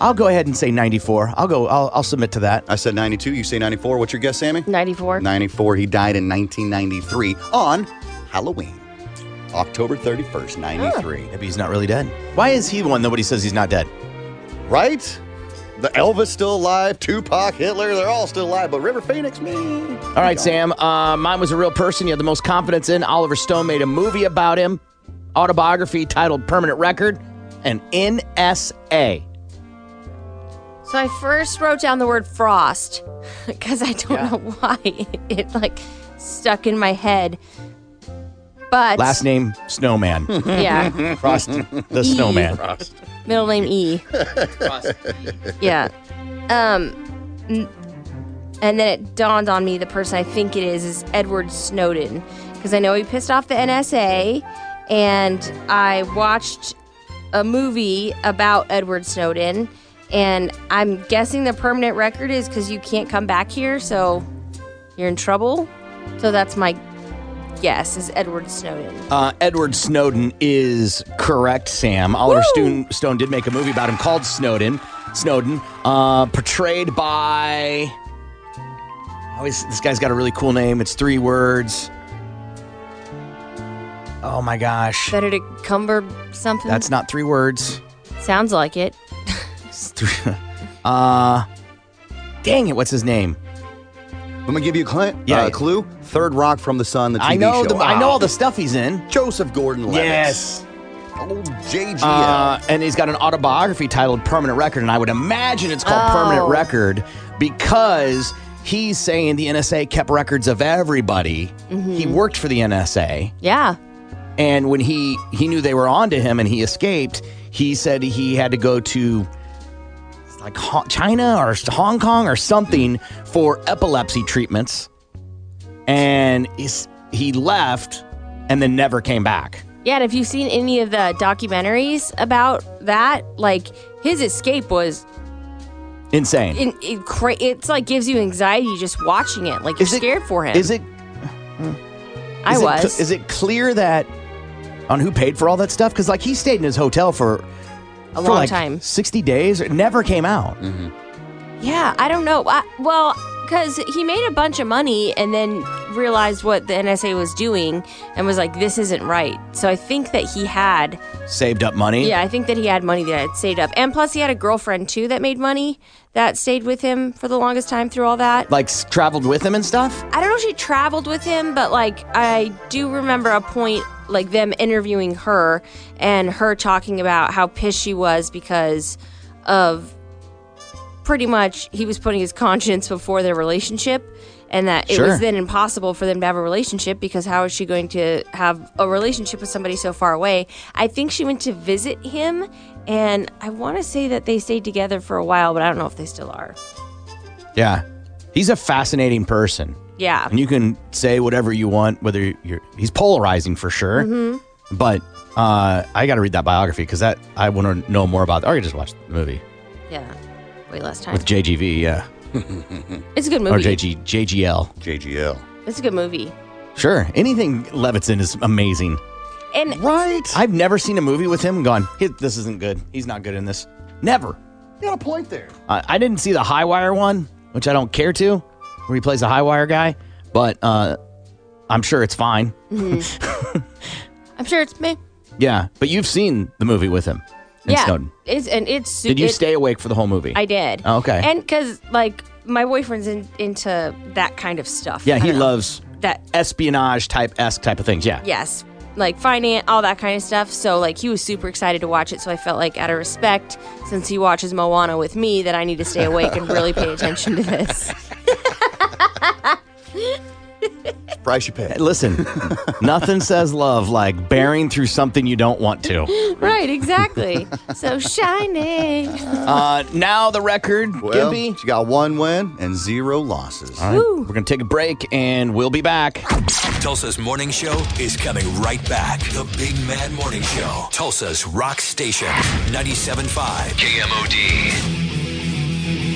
[SPEAKER 8] I'll go ahead and say 94. I'll go, I'll, I'll submit to that.
[SPEAKER 3] I said 92. You say 94. What's your guess, Sammy?
[SPEAKER 10] 94.
[SPEAKER 3] 94. He died in 1993 on Halloween, October 31st, 93.
[SPEAKER 8] Maybe he's not really dead. Why is he the one nobody says he's not dead?
[SPEAKER 3] Right? The Elvis still alive, Tupac, Hitler, they're all still alive, but River Phoenix, man.
[SPEAKER 8] All right, Sam. Uh, mine was a real person you had the most confidence in. Oliver Stone made a movie about him, autobiography titled Permanent Record, and NSA.
[SPEAKER 10] So I first wrote down the word frost because I don't know why it like stuck in my head. But
[SPEAKER 8] Last name, Snowman.
[SPEAKER 10] Yeah.
[SPEAKER 8] Frost the
[SPEAKER 10] E.
[SPEAKER 8] Snowman.
[SPEAKER 10] middle name E. yeah. Um n- and then it dawned on me the person I think it is is Edward Snowden because I know he pissed off the NSA and I watched a movie about Edward Snowden and I'm guessing the permanent record is cuz you can't come back here so you're in trouble. So that's my guess is Edward Snowden.
[SPEAKER 8] Uh, Edward Snowden is correct, Sam. Oliver Stone, Stone did make a movie about him called Snowden. Snowden, uh, portrayed by. Oh, he's, this guy's got a really cool name. It's three words. Oh my gosh.
[SPEAKER 10] Benedict Cumber something.
[SPEAKER 8] That's not three words.
[SPEAKER 10] Sounds like it.
[SPEAKER 8] It's three. Uh, dang it, what's his name?
[SPEAKER 3] I'm gonna give you a clue.
[SPEAKER 8] Yeah.
[SPEAKER 3] uh, clue. Third Rock from the Sun, the TV
[SPEAKER 8] I know
[SPEAKER 3] show.
[SPEAKER 8] the- I know all the stuff he's in.
[SPEAKER 3] Joseph Gordon-Levitt.
[SPEAKER 8] Yes.
[SPEAKER 3] Old JGL.
[SPEAKER 8] Uh, and he's got an autobiography titled Permanent Record, and I would imagine it's called
[SPEAKER 3] Oh.
[SPEAKER 8] Permanent Record because he's saying the NSA kept records of everybody. He
[SPEAKER 10] Mm-hmm.
[SPEAKER 8] worked for the NSA.
[SPEAKER 10] Yeah.
[SPEAKER 8] And when he he knew they were onto him and he escaped, he said he had to go to like Ho- China or Hong Kong or something
[SPEAKER 10] Mm.
[SPEAKER 8] for epilepsy treatments. And he's, he left and then never came back.
[SPEAKER 10] Yeah, and if you've seen any of the documentaries about that, like his escape was
[SPEAKER 8] Insane.
[SPEAKER 10] in, in cra- it's like gives you anxiety just watching it. Like you're scared for him.
[SPEAKER 8] Is it?
[SPEAKER 10] I
[SPEAKER 8] is it cl-
[SPEAKER 10] was.
[SPEAKER 8] is it clear that on who paid for all that stuff? Because like he stayed in his hotel for
[SPEAKER 10] A
[SPEAKER 8] for,
[SPEAKER 10] long
[SPEAKER 8] like,
[SPEAKER 10] time.
[SPEAKER 8] sixty days. It never came out.
[SPEAKER 10] Yeah, I don't know. I, well, because he made a bunch of money and then realized what the NSA was doing and was like, "This isn't right." So I think that he had
[SPEAKER 8] Saved up money.
[SPEAKER 10] Yeah, I think that he had money that had saved up. And plus, he had a girlfriend too that made money that stayed with him for the longest time through all that.
[SPEAKER 8] Like s- traveled with him and stuff.
[SPEAKER 10] I don't know if she traveled with him, but like, I do remember a point like them interviewing her and her talking about how pissed she was because of pretty much he was putting his conscience before their relationship. And that it
[SPEAKER 26] Sure.
[SPEAKER 10] was then impossible for them to have a relationship because how is she going to have a relationship with somebody so far away? I think she went to visit him, and I want to say that they stayed together for a while, but I don't know if they still are.
[SPEAKER 8] Yeah, he's a fascinating person,
[SPEAKER 10] Yeah.
[SPEAKER 8] and you can say whatever you want. Whether you're he's polarizing for sure,
[SPEAKER 10] Mhm.
[SPEAKER 8] but uh, I got to read that biography because that I want to know more about. Or you just watched the movie
[SPEAKER 10] Yeah. Way less time.
[SPEAKER 8] with JGV. Yeah,
[SPEAKER 10] It's a good
[SPEAKER 8] or
[SPEAKER 10] movie.
[SPEAKER 8] JG JGL.
[SPEAKER 3] JGL.
[SPEAKER 10] It's a good movie.
[SPEAKER 8] Sure. Anything Levinson is amazing.
[SPEAKER 10] And
[SPEAKER 3] right.
[SPEAKER 8] I've never seen a movie with him and gone, "Hey, this isn't good. He's not good in this. Never.
[SPEAKER 3] You got a point there.
[SPEAKER 8] I I didn't see the High Wire one, which I don't care to, where he plays the High Wire guy, but uh, I'm sure it's fine.
[SPEAKER 10] I'm sure it's me.
[SPEAKER 8] Yeah. But you've seen the movie with him and
[SPEAKER 10] yeah.
[SPEAKER 8] Snowden.
[SPEAKER 10] It's and it's
[SPEAKER 8] Did you
[SPEAKER 10] it-
[SPEAKER 8] stay awake for the whole movie?
[SPEAKER 10] I did.
[SPEAKER 8] Oh, okay.
[SPEAKER 10] And cuz like my boyfriend's in, into that kind of stuff.
[SPEAKER 8] yeah,
[SPEAKER 10] I
[SPEAKER 8] he
[SPEAKER 10] don't know.
[SPEAKER 8] loves
[SPEAKER 10] that
[SPEAKER 8] espionage type esque type of things. Yeah.
[SPEAKER 10] Yes. Like finance, all that kind of stuff. So like he was super excited to watch it. So I felt like out of respect, since he watches Moana with me, that I need to stay awake and really pay attention to this.
[SPEAKER 3] price you pay.
[SPEAKER 14] Listen, nothing says love like bearing through something you don't want to.
[SPEAKER 10] right, exactly. so shining.
[SPEAKER 14] Uh, now the record,
[SPEAKER 3] Well,
[SPEAKER 14] Gimpy.
[SPEAKER 3] she got one win and zero losses.
[SPEAKER 14] All right, we're going to take a break and we'll be back.
[SPEAKER 13] Tulsa's morning show is coming right back. The Big Mad Morning Show. Tulsa's Rock Station. 97.5 KMOD.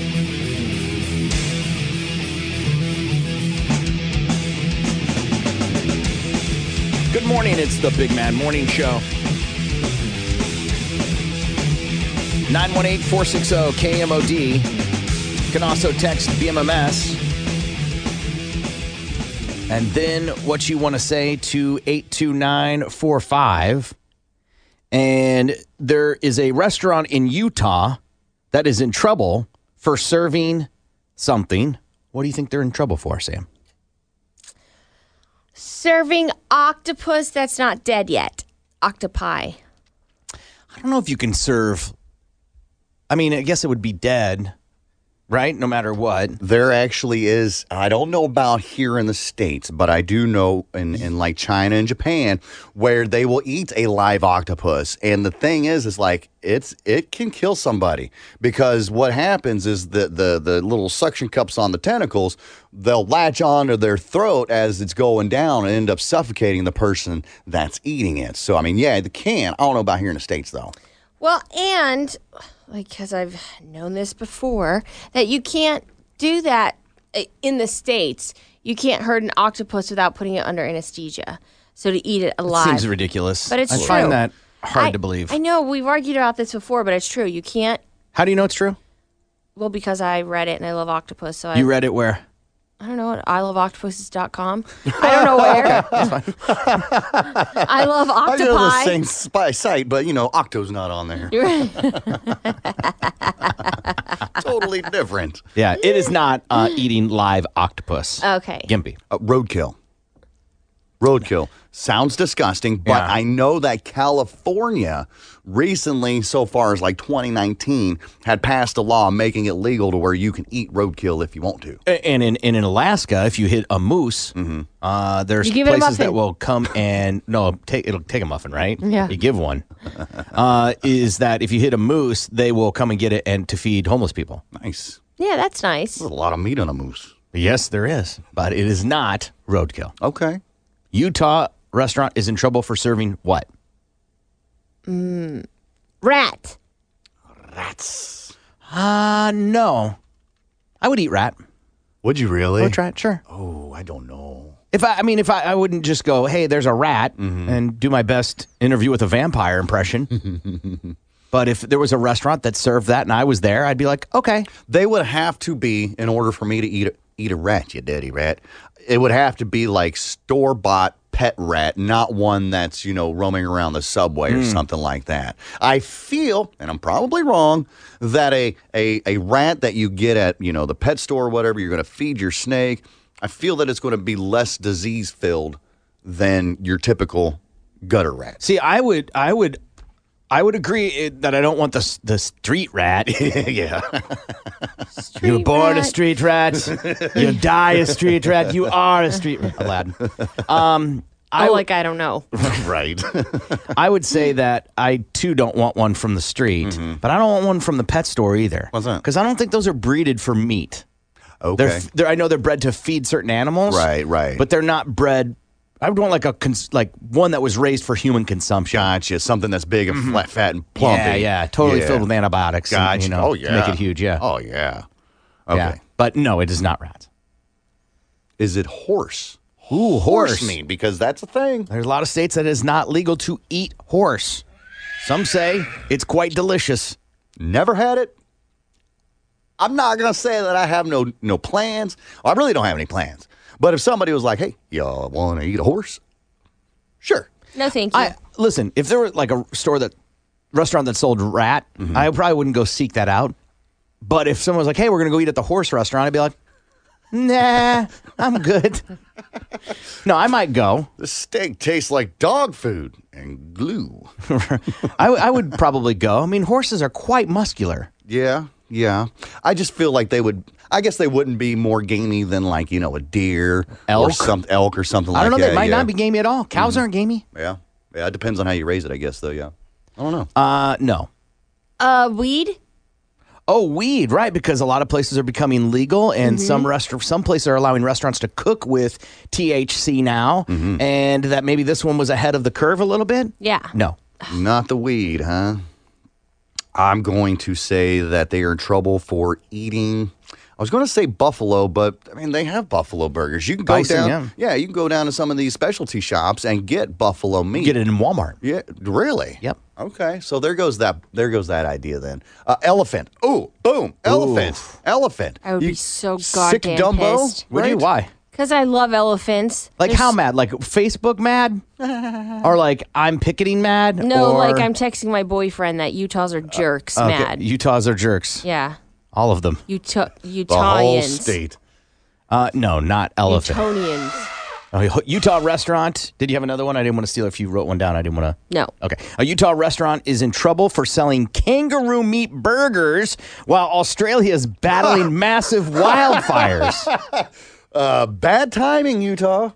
[SPEAKER 8] Good morning. It's the Big Man Morning Show. 918 460 KMOD. You can also text BMMS. And then what you want to say to 82945. And there is a restaurant in Utah that is in trouble for serving something. What do you think they're in trouble for, Sam?
[SPEAKER 10] Serving octopus that's not dead yet. Octopi.
[SPEAKER 8] I don't know if you can serve. I mean, I guess it would be dead, right? No matter what.
[SPEAKER 3] There actually is, I don't know about here in the States, but I do know in, in like China and Japan where they will eat a live octopus. And the thing is, is like it's it can kill somebody because what happens is the the, the little suction cups on the tentacles, they'll latch onto their throat as it's going down and end up suffocating the person that's eating it. So I mean, yeah, they can. I don't know about here in the States though.
[SPEAKER 10] Well, and because I've known this before, that you can't do that uh, in the States. You can't hurt an octopus without putting it under anesthesia. So to eat it alive.
[SPEAKER 14] Seems ridiculous.
[SPEAKER 10] But it's
[SPEAKER 14] I
[SPEAKER 10] true.
[SPEAKER 14] find that hard
[SPEAKER 10] I-
[SPEAKER 14] to believe.
[SPEAKER 10] I know we've argued about this before, but it's true. You can't.
[SPEAKER 14] How do you know it's true?
[SPEAKER 10] Well, because I read it and I love octopus, so I,
[SPEAKER 14] You read it where?
[SPEAKER 10] I don't know. I love octopuses.com. I don't know where. I love
[SPEAKER 3] I know the
[SPEAKER 10] octopi.
[SPEAKER 3] same spy site, but you know, Octo's not on there.
[SPEAKER 10] You're right.
[SPEAKER 3] totally different.
[SPEAKER 8] Yeah, it is not uh, eating live octopus.
[SPEAKER 10] Mm. Okay.
[SPEAKER 8] Gimpy.
[SPEAKER 3] Uh, roadkill. Roadkill. Sounds disgusting, but I know that California recently, so far as like 2019, had passed a law making it legal to where you can eat roadkill if you want to.
[SPEAKER 8] A- And in, and in Alaska, if you hit a moose, uh, there's
[SPEAKER 10] You give it a
[SPEAKER 8] places that
[SPEAKER 10] muffin.
[SPEAKER 8] will come and no, take, it'll take a muffin, right?
[SPEAKER 10] Yeah.
[SPEAKER 8] You give one. Uh, is that if you hit a moose, they will come and get it and to feed homeless people.
[SPEAKER 3] Nice.
[SPEAKER 10] Yeah, that's nice.
[SPEAKER 3] There's a lot of meat on a moose.
[SPEAKER 8] Yes, there is, but it is not roadkill.
[SPEAKER 3] Okay.
[SPEAKER 8] Utah restaurant is in trouble for serving what?
[SPEAKER 10] Mm. Rat.
[SPEAKER 3] Rats.
[SPEAKER 8] Uh no. I would eat rat.
[SPEAKER 3] Would you really?
[SPEAKER 8] I would try it, sure.
[SPEAKER 3] Oh, I don't know.
[SPEAKER 8] If I, I mean, if I, I wouldn't just go, hey, there's a rat, and do my best interview with a vampire impression. but if there was a restaurant that served that and I was there, I'd be like, okay.
[SPEAKER 3] They would have to be in order for me to eat a, eat a rat, you dirty rat. It would have to be like store bought pet rat, not one that's you know roaming around the subway
[SPEAKER 8] Hmm.
[SPEAKER 3] or
[SPEAKER 27] Mm.
[SPEAKER 3] something like that. I feel, and I'm probably wrong, that a a a rat that you get at you know the pet store or whatever you're going to feed your snake, I feel that it's going to be less disease filled than your typical gutter rat.
[SPEAKER 8] See, I would, I would, I would agree eh, that I don't want the s- the street rat.
[SPEAKER 3] yeah.
[SPEAKER 8] you were born a
[SPEAKER 14] rat.
[SPEAKER 8] street rat. you die a street rat. You are a street rat. Aladdin. Um,
[SPEAKER 10] I Oh, like. I don't know.
[SPEAKER 3] right.
[SPEAKER 8] I would say that I too don't want one from the street,
[SPEAKER 3] Mm-hmm.
[SPEAKER 8] but I don't want one from the pet store either. What's that? Because I don't think those are breeded for meat.
[SPEAKER 3] Okay.
[SPEAKER 8] They're, they're, I know they're bred to feed certain animals.
[SPEAKER 3] Right, right.
[SPEAKER 8] But they're not bred. I would want like a cons- like one that was raised for human consumption.
[SPEAKER 3] Gotcha. Something that's big and flat, fat and plumpy.
[SPEAKER 8] Mm-hmm. Yeah, yeah. Totally
[SPEAKER 3] Yeah.
[SPEAKER 8] filled with antibiotics. and,
[SPEAKER 3] Gotcha.
[SPEAKER 8] you know,
[SPEAKER 3] Oh,
[SPEAKER 8] to Make
[SPEAKER 3] yeah.
[SPEAKER 8] it huge. Yeah.
[SPEAKER 3] Oh yeah. Okay.
[SPEAKER 8] Yeah. But no, it is not rats.
[SPEAKER 3] Is it horse?
[SPEAKER 8] Ooh, horse.
[SPEAKER 3] horse meat because that's a thing.
[SPEAKER 8] There's a lot of states that it is not legal to eat horse. Some say it's quite delicious.
[SPEAKER 3] Never had it. I'm not gonna say that I have no no plans. I really don't have any plans. But if somebody was like, "Hey, y'all want to eat a horse?" Sure.
[SPEAKER 10] No, thank you.
[SPEAKER 8] Listen, if there were like a store that restaurant that sold rat,
[SPEAKER 3] Mm-hmm.
[SPEAKER 8] I probably wouldn't go seek that out. But if someone was like, "Hey, we're gonna go eat at the horse restaurant," I'd be like, "Nah, I'm good." no, I might go.
[SPEAKER 3] The steak tastes like dog food and glue.
[SPEAKER 8] I, w- I would probably go. I mean, horses are quite muscular.
[SPEAKER 3] Yeah. Yeah. I just feel like they would. I guess they wouldn't be more gamey than like you know a deer or
[SPEAKER 8] Elk?
[SPEAKER 3] some elk or something
[SPEAKER 8] I
[SPEAKER 3] like
[SPEAKER 8] don't know.
[SPEAKER 3] that.
[SPEAKER 8] They might
[SPEAKER 3] yeah. Mm-hmm.
[SPEAKER 8] not be gamey at all. Cows aren't gamey.
[SPEAKER 3] Yeah. Yeah. It depends on how you raise it, I guess. Though. Yeah. I don't know.
[SPEAKER 8] Uh, no.
[SPEAKER 10] Uh, weed.
[SPEAKER 8] Oh, weed, right? Because a lot of places are becoming legal, and
[SPEAKER 10] Mm-hmm.
[SPEAKER 8] some restaur- some places are allowing restaurants to cook with THC now, and that maybe this one was ahead of the curve a little bit.
[SPEAKER 10] Mm-hmm. Yeah.
[SPEAKER 8] No.
[SPEAKER 3] Not the weed, huh? I'm going to say that they are in trouble for eating. I was going to say buffalo, but I mean they have buffalo burgers. You can go
[SPEAKER 8] Bison,
[SPEAKER 3] down, yeah. you can go down to some of these specialty shops and get buffalo meat.
[SPEAKER 8] Get it in Walmart.
[SPEAKER 3] Yeah, really.
[SPEAKER 8] Yep.
[SPEAKER 3] Okay, so there goes that. There goes that idea. Then uh, elephant. Ooh, boom, elephant, elephant.
[SPEAKER 10] I would
[SPEAKER 3] You
[SPEAKER 10] be so goddamn
[SPEAKER 3] sick Dumbo.
[SPEAKER 10] pissed.
[SPEAKER 8] Would you? Why?
[SPEAKER 10] Because I love elephants.
[SPEAKER 8] Like
[SPEAKER 10] There's-
[SPEAKER 8] how mad? Like Facebook mad, or like I'm picketing mad?
[SPEAKER 10] No,
[SPEAKER 8] or- Uh,
[SPEAKER 10] like I'm texting my boyfriend that Utahs are jerks.
[SPEAKER 8] Okay,
[SPEAKER 10] Mad.
[SPEAKER 8] Utahs are jerks.
[SPEAKER 10] Yeah.
[SPEAKER 8] All of them.
[SPEAKER 10] Utah Utahans.
[SPEAKER 8] Uh, no, not elephant.
[SPEAKER 10] Utonians.
[SPEAKER 8] Oh, Utah restaurant. Did you have another one? I didn't want to steal. If you wrote one down, I didn't want to.
[SPEAKER 10] No.
[SPEAKER 8] Okay. A Utah restaurant is in trouble for selling kangaroo meat burgers while Australia is battling massive wildfires.
[SPEAKER 3] Uh, bad timing, Utah.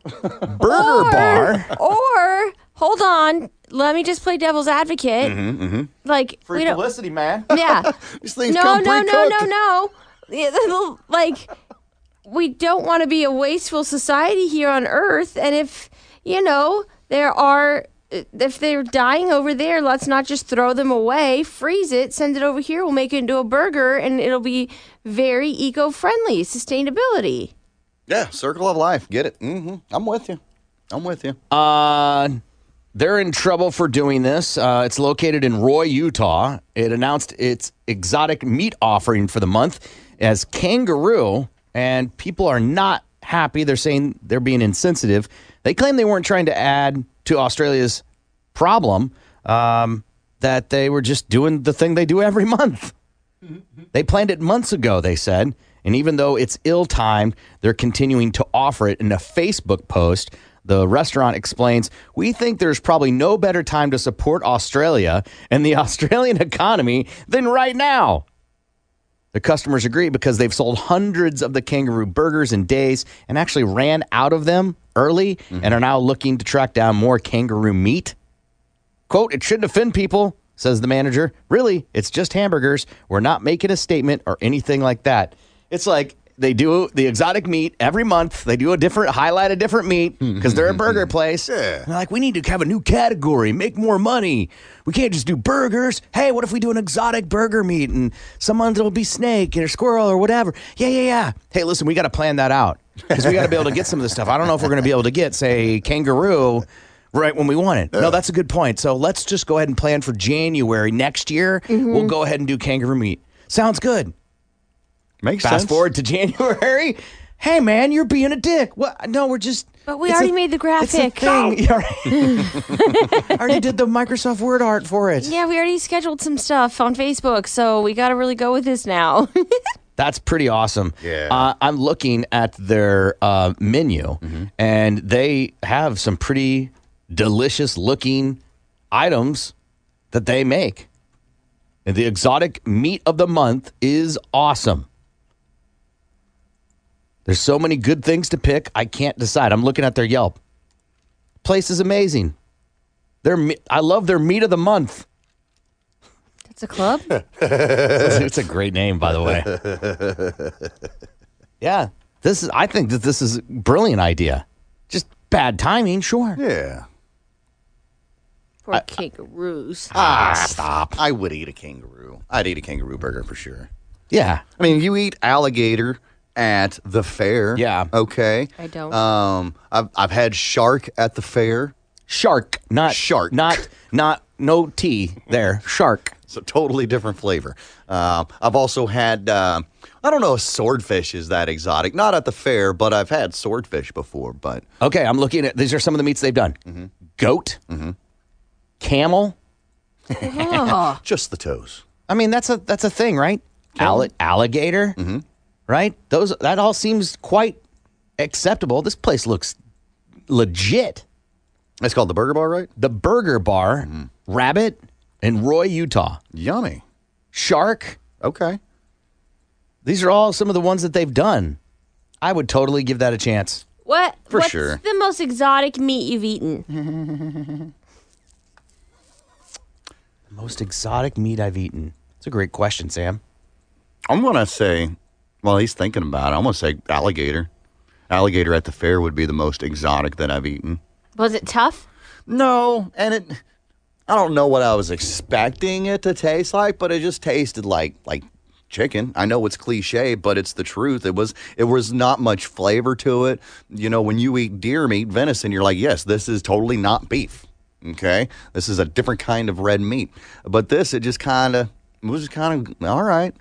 [SPEAKER 8] Burger bar.
[SPEAKER 10] or hold on, let me just play devil's advocate. Like
[SPEAKER 8] Mm-hmm, Free
[SPEAKER 10] we don't.
[SPEAKER 8] publicity, man.
[SPEAKER 10] Yeah.
[SPEAKER 3] These things
[SPEAKER 10] no,
[SPEAKER 3] come
[SPEAKER 10] no, no,
[SPEAKER 3] pre-cooked.
[SPEAKER 10] no, no. Yeah, like we don't want to be a wasteful society here on Earth, and if you know there are. If they're dying over there, let's not just throw them away. Freeze it, send it over here. We'll make it into a burger, and it'll be very eco-friendly, sustainability.
[SPEAKER 3] Yeah, circle of life. Get it? Mm-hmm. I'm with you. I'm with you.
[SPEAKER 8] Uh, they're in trouble for doing this. Uh, it's located in Roy, Utah. It announced its exotic meat offering for the month as kangaroo, and people are not happy. They're saying they're being insensitive. They claim they weren't trying to add to Australia's problem, um, that they were just doing the thing they do every month. They planned it months ago, they said. And even though it's ill timed, they're continuing to offer it in a Facebook post. The restaurant explains We think there's probably no better time to support Australia and the Australian economy than right now. The customers agree because they've sold hundreds of the kangaroo burgers in days and actually ran out of them early and are now looking to track down more kangaroo meat. Quote, it shouldn't offend people, says the manager. Really, it's just hamburgers. We're not making a statement or anything like that. It's like they do the exotic meat every month. They do a different, highlight a different meat because they're a burger place. Yeah. They're like, we need to have a new category, make more money. We can't just do burgers. Hey, what if we do an exotic burger meat and someone that'll be snake or squirrel or whatever? Yeah, yeah, yeah. Hey, listen, we got to plan that out because we got to be able to get some of this stuff. I don't know if we're going to be able to get, say, kangaroo right when we want it. No, that's a good point. So let's just go ahead and plan for January next year. We'll go ahead and do kangaroo meat. Sounds good.
[SPEAKER 3] Makes
[SPEAKER 8] Fast
[SPEAKER 3] sense.
[SPEAKER 8] forward to January. Hey man, you're being a dick. What? No, we're just.
[SPEAKER 10] But we
[SPEAKER 8] it's a-
[SPEAKER 10] already made the
[SPEAKER 8] it's a
[SPEAKER 10] graphic.
[SPEAKER 8] thing. Yeah, right. I already did the Microsoft Word art for it.
[SPEAKER 10] Yeah, we already scheduled some stuff on Facebook, so we got to really go with this now.
[SPEAKER 8] That's pretty awesome. Yeah. Uh, I'm looking at their uh, menu, and they have some pretty delicious looking items that they make. And the exotic meat of the month is awesome. There's so many good things to pick. I can't decide. I'm looking at their Yelp. Place is amazing. Their me- I love their meat of the month.
[SPEAKER 10] That's a club.
[SPEAKER 8] it's a great name, by the way. yeah, this is. I think that this is a brilliant idea. Just bad timing, sure.
[SPEAKER 3] Yeah.
[SPEAKER 10] Poor kangaroos.
[SPEAKER 3] Ah, stop. I would eat a kangaroo. I'd eat a kangaroo burger for sure.
[SPEAKER 8] Yeah.
[SPEAKER 3] I mean, you eat alligator at the fair. Yeah. Okay.
[SPEAKER 10] I don't.
[SPEAKER 3] Um, I've, I've had shark at the fair.
[SPEAKER 8] Shark, not
[SPEAKER 3] shark.
[SPEAKER 8] Not, not, no T there. Shark.
[SPEAKER 3] So totally different flavor. Um, I've also had, uh, I don't know if swordfish is that exotic. Not at the fair, but I've had swordfish before. But
[SPEAKER 8] Okay, I'm looking at these are some of the meats they've done.
[SPEAKER 3] Mm-hmm.
[SPEAKER 8] Goat, camel.
[SPEAKER 10] Oh.
[SPEAKER 3] Just the toes.
[SPEAKER 8] I mean, that's a that's a thing, right? Alli- alligator,
[SPEAKER 3] Mm-hmm.
[SPEAKER 8] right? Those that all seems quite acceptable. This place looks legit.
[SPEAKER 3] It's called the Burger Bar, right?
[SPEAKER 8] The Burger Bar, Rabbit in Roy, Utah.
[SPEAKER 3] Yummy.
[SPEAKER 8] Shark.
[SPEAKER 3] Okay.
[SPEAKER 8] These are all some of the ones that they've done. I would totally give that a chance.
[SPEAKER 10] What?
[SPEAKER 8] For
[SPEAKER 10] what's
[SPEAKER 8] sure.
[SPEAKER 10] the most exotic meat you've eaten?
[SPEAKER 8] Most exotic meat I've eaten. It's a great question, Sam.
[SPEAKER 3] I'm going to say, well, he's thinking about it. I'm going to say alligator. Alligator at the fair would be the most exotic that I've eaten.
[SPEAKER 10] Was it tough?
[SPEAKER 3] No, and it I don't know what I was expecting it to taste like, but it just tasted like like chicken. I know it's cliche, but it's the truth. It was it was not much flavor to it. You know, when you eat deer meat, venison, you're like, yes, this is totally not beef. Okay, this is a different kind of red meat. But this, it just kind of was just kind of all right.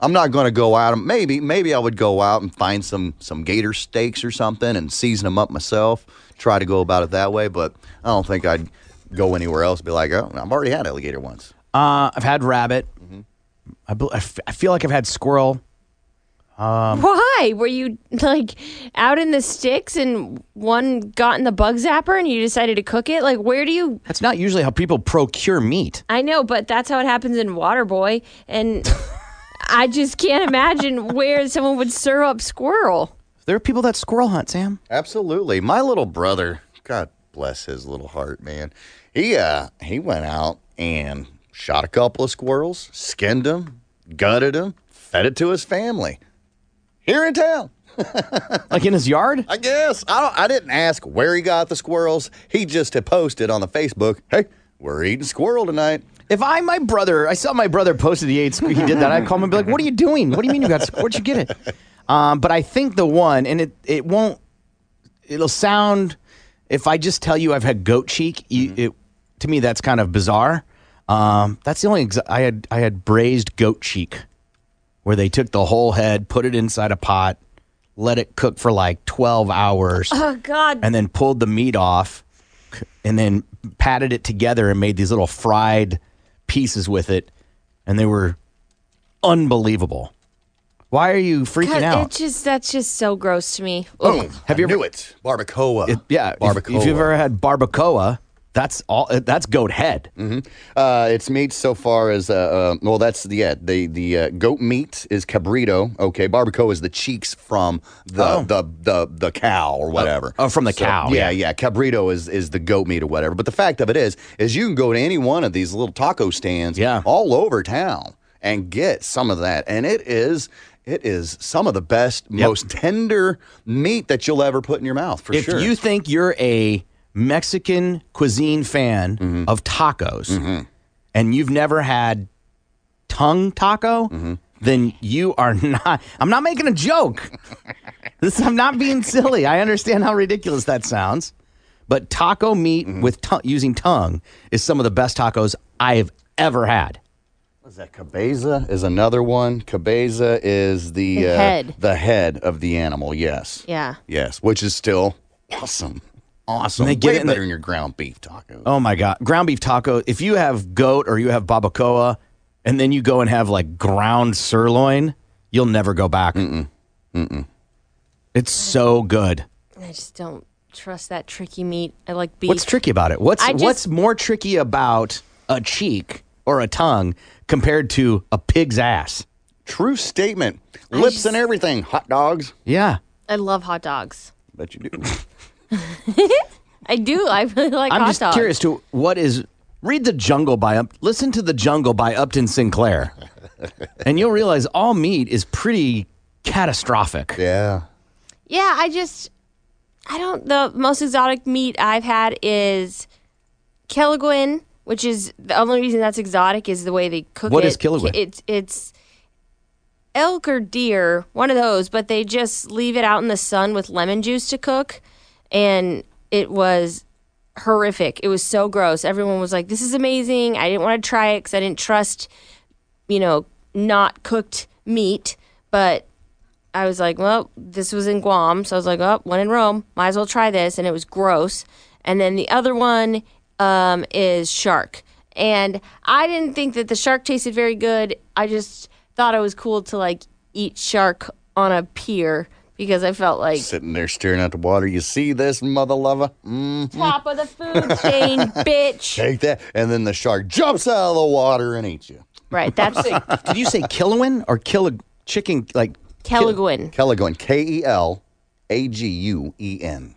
[SPEAKER 3] I'm not going to go out. and- Maybe, maybe I would go out and find some some gator steaks or something and season them up myself. Try to go about it that way, but I don't think I'd go anywhere else. and Be like, oh, I've already had alligator once.
[SPEAKER 8] Uh, I've had rabbit. I bel- I, f- I feel like I've had squirrel. Um,
[SPEAKER 10] Why? Were you like out in the sticks and one got in the bug zapper and you decided to cook it? Like, where do you?
[SPEAKER 8] That's not usually how people procure meat.
[SPEAKER 10] I know, but that's how it happens in Waterboy, and I just can't imagine where someone would serve up squirrel.
[SPEAKER 8] There are people that squirrel hunt, Sam.
[SPEAKER 3] Absolutely. My little brother, God bless his little heart, man. He uh he went out and shot a couple of squirrels, skinned them, gutted them, fed it to his family. Here in town.
[SPEAKER 8] like in his yard?
[SPEAKER 3] I guess. I don't I didn't ask where he got the squirrels. He just had posted on the Facebook, "Hey, we're eating squirrel tonight."
[SPEAKER 8] If I my brother, I saw my brother posted the eight squeak. He did that. I'd call him and be like, "What are you doing? What do you mean you got? Where'd you get it?" Um, but I think the one, and it it won't. It'll sound if I just tell you I've had goat cheek. You, it, to me, that's kind of bizarre. Um, that's the only ex- I had. I had braised goat cheek, where they took the whole head, put it inside a pot, let it cook for like twelve hours
[SPEAKER 10] Oh God!
[SPEAKER 8] and then pulled the meat off and then patted it together and made these little fried pieces with it and they were unbelievable why are you freaking
[SPEAKER 10] God,
[SPEAKER 8] out
[SPEAKER 10] It just that's just so gross to me. Ugh.
[SPEAKER 8] Oh, have you
[SPEAKER 3] ever knew it barbacoa
[SPEAKER 8] yeah if- if,
[SPEAKER 3] Barbacoa.
[SPEAKER 8] you've ever had barbacoa that's all uh, that's goat head
[SPEAKER 3] hmm Uh, its meat so far as uh, uh, well, that's yeah. The the uh, goat meat is cabrito. Okay, barbacoa is the cheeks from the the, the the cow or whatever.
[SPEAKER 8] oh, from the cow,
[SPEAKER 3] Yeah, yeah,
[SPEAKER 8] yeah.
[SPEAKER 3] Cabrito is is the goat meat or whatever. But the fact of it is, is you can go to any one of these little taco stands, yeah. all over town and get some of that, and it is. It is some of the best, most tender meat that you'll ever put in your mouth, for
[SPEAKER 8] if
[SPEAKER 3] sure.
[SPEAKER 8] you think you're a mexican cuisine fan
[SPEAKER 3] Mm-hmm.
[SPEAKER 8] of tacos and you've never had tongue taco
[SPEAKER 3] Mm-hmm.
[SPEAKER 8] then you are not i'm not making a joke this i'm not being silly i understand how ridiculous that sounds but taco meat
[SPEAKER 3] Mm-hmm.
[SPEAKER 8] with tongue using tongue is some of the best tacos i have ever had
[SPEAKER 3] What is that? Cabeza is another one. Cabeza is the uh,
[SPEAKER 10] The head.
[SPEAKER 3] the head of the animal. Yes,
[SPEAKER 10] Yeah.
[SPEAKER 3] yes, which is still awesome, awesome.
[SPEAKER 8] And they get
[SPEAKER 3] Way
[SPEAKER 8] it in the-
[SPEAKER 3] better than your ground beef taco.
[SPEAKER 8] Oh my god, ground beef taco. If you have goat or you have babacoa, and then you go and have like ground sirloin, you'll never go back. Mm-mm. Mm-mm. It's so good.
[SPEAKER 10] I just don't trust that tricky meat. I like beef.
[SPEAKER 8] What's tricky about it? What's
[SPEAKER 10] I just-
[SPEAKER 8] what's more tricky about a cheek or a tongue compared to a pig's ass?
[SPEAKER 3] True statement. Lips and everything. Hot dogs.
[SPEAKER 8] Yeah,
[SPEAKER 10] I love hot dogs.
[SPEAKER 3] bet you do.
[SPEAKER 10] I do. I really like
[SPEAKER 8] I'm
[SPEAKER 10] hot
[SPEAKER 8] just
[SPEAKER 10] dogs.
[SPEAKER 8] curious to what is. Read the Jungle by Up. Listen to the Jungle by Upton Sinclair, and you'll realize all meat is pretty catastrophic.
[SPEAKER 3] Yeah.
[SPEAKER 10] Yeah, I just I don't the most exotic meat I've had is killiguen, which is the only reason that's exotic is the way they cook
[SPEAKER 8] What
[SPEAKER 10] it.
[SPEAKER 8] is killiguen?
[SPEAKER 10] It's it's elk or deer, one of those, but they just leave it out in the sun with lemon juice to cook and it was horrific. It was so gross. Everyone was like, "This is amazing." I didn't want to try it cuz I didn't trust you know, not cooked meat, but I was like, well, this was in Guam, so I was like, oh, one in Rome, might as well try this, and it was gross. And then the other one um, is shark, and I didn't think that the shark tasted very good. I just thought it was cool to like eat shark on a pier because I felt like
[SPEAKER 3] Sitting there staring at the water. You see this, mother lover? Mhm.
[SPEAKER 10] top of the food chain, bitch.
[SPEAKER 3] Take that, and then the shark jumps out of the water and eats you.
[SPEAKER 10] Right. That's
[SPEAKER 8] Did you say Killiwin or Killig? Chicken, like.
[SPEAKER 10] Kelligwin.
[SPEAKER 3] Kelligwin. K E L A G U E N.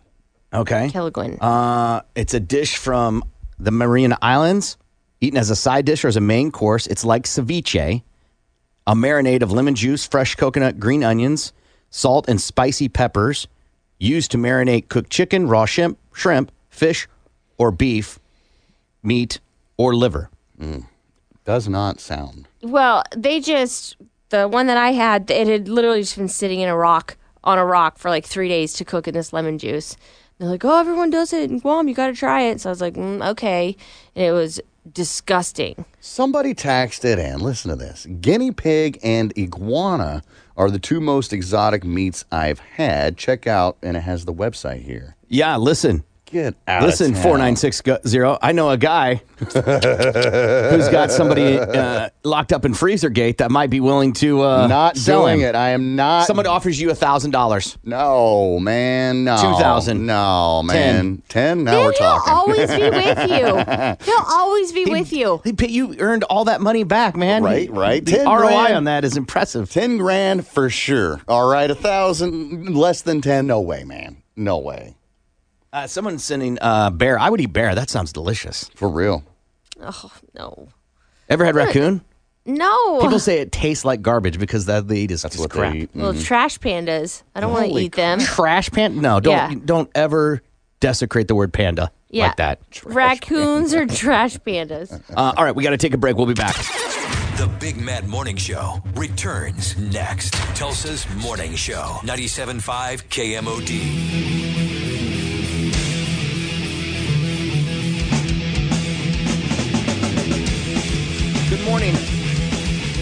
[SPEAKER 8] Okay.
[SPEAKER 10] Kelligwin.
[SPEAKER 8] Uh, it's a dish from the Marian Islands, eaten as a side dish or as a main course. It's like ceviche, a marinade of lemon juice, fresh coconut, green onions, salt, and spicy peppers used to marinate cooked chicken, raw shrimp, shrimp, fish, or beef, meat, or liver.
[SPEAKER 3] Does not sound.
[SPEAKER 10] Well, they just the one that I had, it had literally just been sitting in a rock on a rock for like three days to cook in this lemon juice. They're like, "Oh, everyone does it in Guam. You got to try it." So I was like, mm, "Okay," and it was disgusting.
[SPEAKER 3] Somebody taxed it in. Listen to this guinea pig and iguana are the two most exotic meats I've had. Check out, and it has the website here.
[SPEAKER 8] Yeah, listen.
[SPEAKER 3] Get out.
[SPEAKER 8] Listen,
[SPEAKER 3] of town.
[SPEAKER 8] four nine six zero. I know a guy who's got somebody uh, locked up in freezer gate that might be willing to uh,
[SPEAKER 3] Not
[SPEAKER 8] sell
[SPEAKER 3] doing
[SPEAKER 8] him.
[SPEAKER 3] it. I am not.
[SPEAKER 8] Someone offers you a thousand dollars.
[SPEAKER 3] No, man. No.
[SPEAKER 8] 2,000.
[SPEAKER 3] No, man. 10. Now
[SPEAKER 10] Then
[SPEAKER 3] we're
[SPEAKER 10] he'll
[SPEAKER 3] talking.
[SPEAKER 10] always be with you. He'll always be with you.
[SPEAKER 8] He, you earned all that money back, man.
[SPEAKER 3] Right, right.
[SPEAKER 8] The
[SPEAKER 3] 10
[SPEAKER 8] ROI
[SPEAKER 3] grand.
[SPEAKER 8] on that is impressive.
[SPEAKER 3] 10 grand for sure. All right. A thousand. Less than 10. No way, man. No way.
[SPEAKER 8] Uh, someone's sending uh, bear. I would eat bear. That sounds delicious.
[SPEAKER 3] For real.
[SPEAKER 10] Oh no,
[SPEAKER 8] Ever had raccoon?
[SPEAKER 10] no.
[SPEAKER 8] People say it tastes like garbage because that they eat is just
[SPEAKER 3] what they
[SPEAKER 8] crap.
[SPEAKER 3] eat.
[SPEAKER 10] Little trash pandas. I don't want to
[SPEAKER 8] mm-hmm. Holy
[SPEAKER 10] eat them.
[SPEAKER 8] Trash panda? No, don't
[SPEAKER 10] Yeah.
[SPEAKER 8] don't ever desecrate the word panda
[SPEAKER 10] Yeah.
[SPEAKER 8] like that.
[SPEAKER 10] Raccoons or trash pandas.
[SPEAKER 8] Uh, all right, we got to take a break. We'll be back.
[SPEAKER 13] The Big Mad Morning Show returns next. Tulsa's Morning Show, 97.5 KMOD.
[SPEAKER 8] Good morning.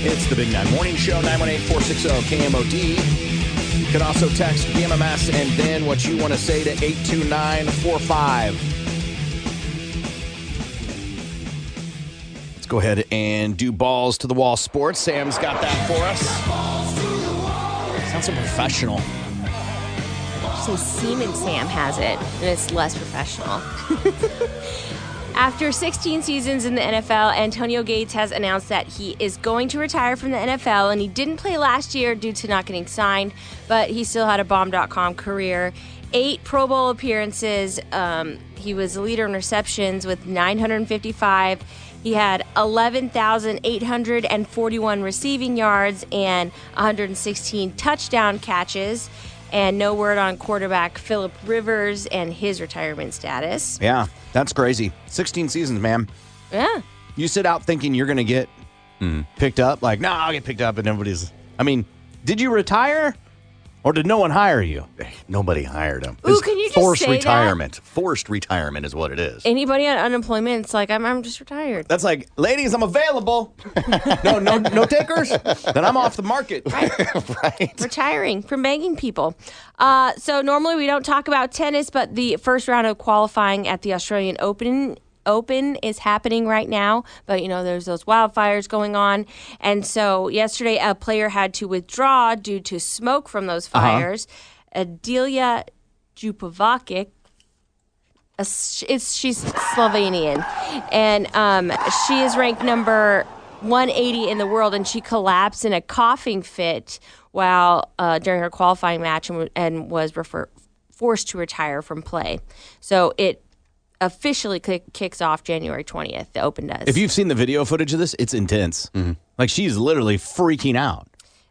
[SPEAKER 8] It's the Big Nine Morning Show, 918 460 KMOD. You can also text BMMS and then what you want to say to 82945. Let's go ahead and do balls to the wall sports. Sam's got that for us. Sounds so professional.
[SPEAKER 10] Some Seaman Sam has it, and it's less professional. After 16 seasons in the NFL, Antonio Gates has announced that he is going to retire from the NFL, and he didn't play last year due to not getting signed, but he still had a bomb.com career. Eight Pro Bowl appearances. Um, he was the leader in receptions with 955. He had 11,841 receiving yards and 116 touchdown catches, and no word on quarterback Philip Rivers and his retirement status.
[SPEAKER 8] Yeah, that's crazy. 16 seasons, man.
[SPEAKER 10] Yeah.
[SPEAKER 8] You sit out thinking you're going to get picked up. Like, no, I'll get picked up, and everybody's. I mean, did you retire, or did no one hire you?
[SPEAKER 3] Nobody hired him.
[SPEAKER 10] Ooh, can you just
[SPEAKER 3] forced
[SPEAKER 10] say that?
[SPEAKER 3] retirement. Forced retirement is what it is.
[SPEAKER 10] Anybody on unemployment, it's like I'm, I'm just retired.
[SPEAKER 8] That's like, ladies, I'm available. no, no, no takers. Then I'm off the market.
[SPEAKER 10] Retiring from banging people. Uh, so normally we don't talk about tennis, but the first round of qualifying at the Australian Open Open is happening right now. But you know, there's those wildfires going on, and so yesterday a player had to withdraw due to smoke from those fires. Adelia Jupovacic a s- it's she's Slovenian, and um, she is ranked number 180 in the world, and she collapsed in a coughing fit while uh, during her qualifying match and, w- and was refer- forced to retire from play. So it officially kick- kicks off January 20th. The Open does.
[SPEAKER 8] If you've seen the video footage of this, it's intense. Like she's literally freaking out,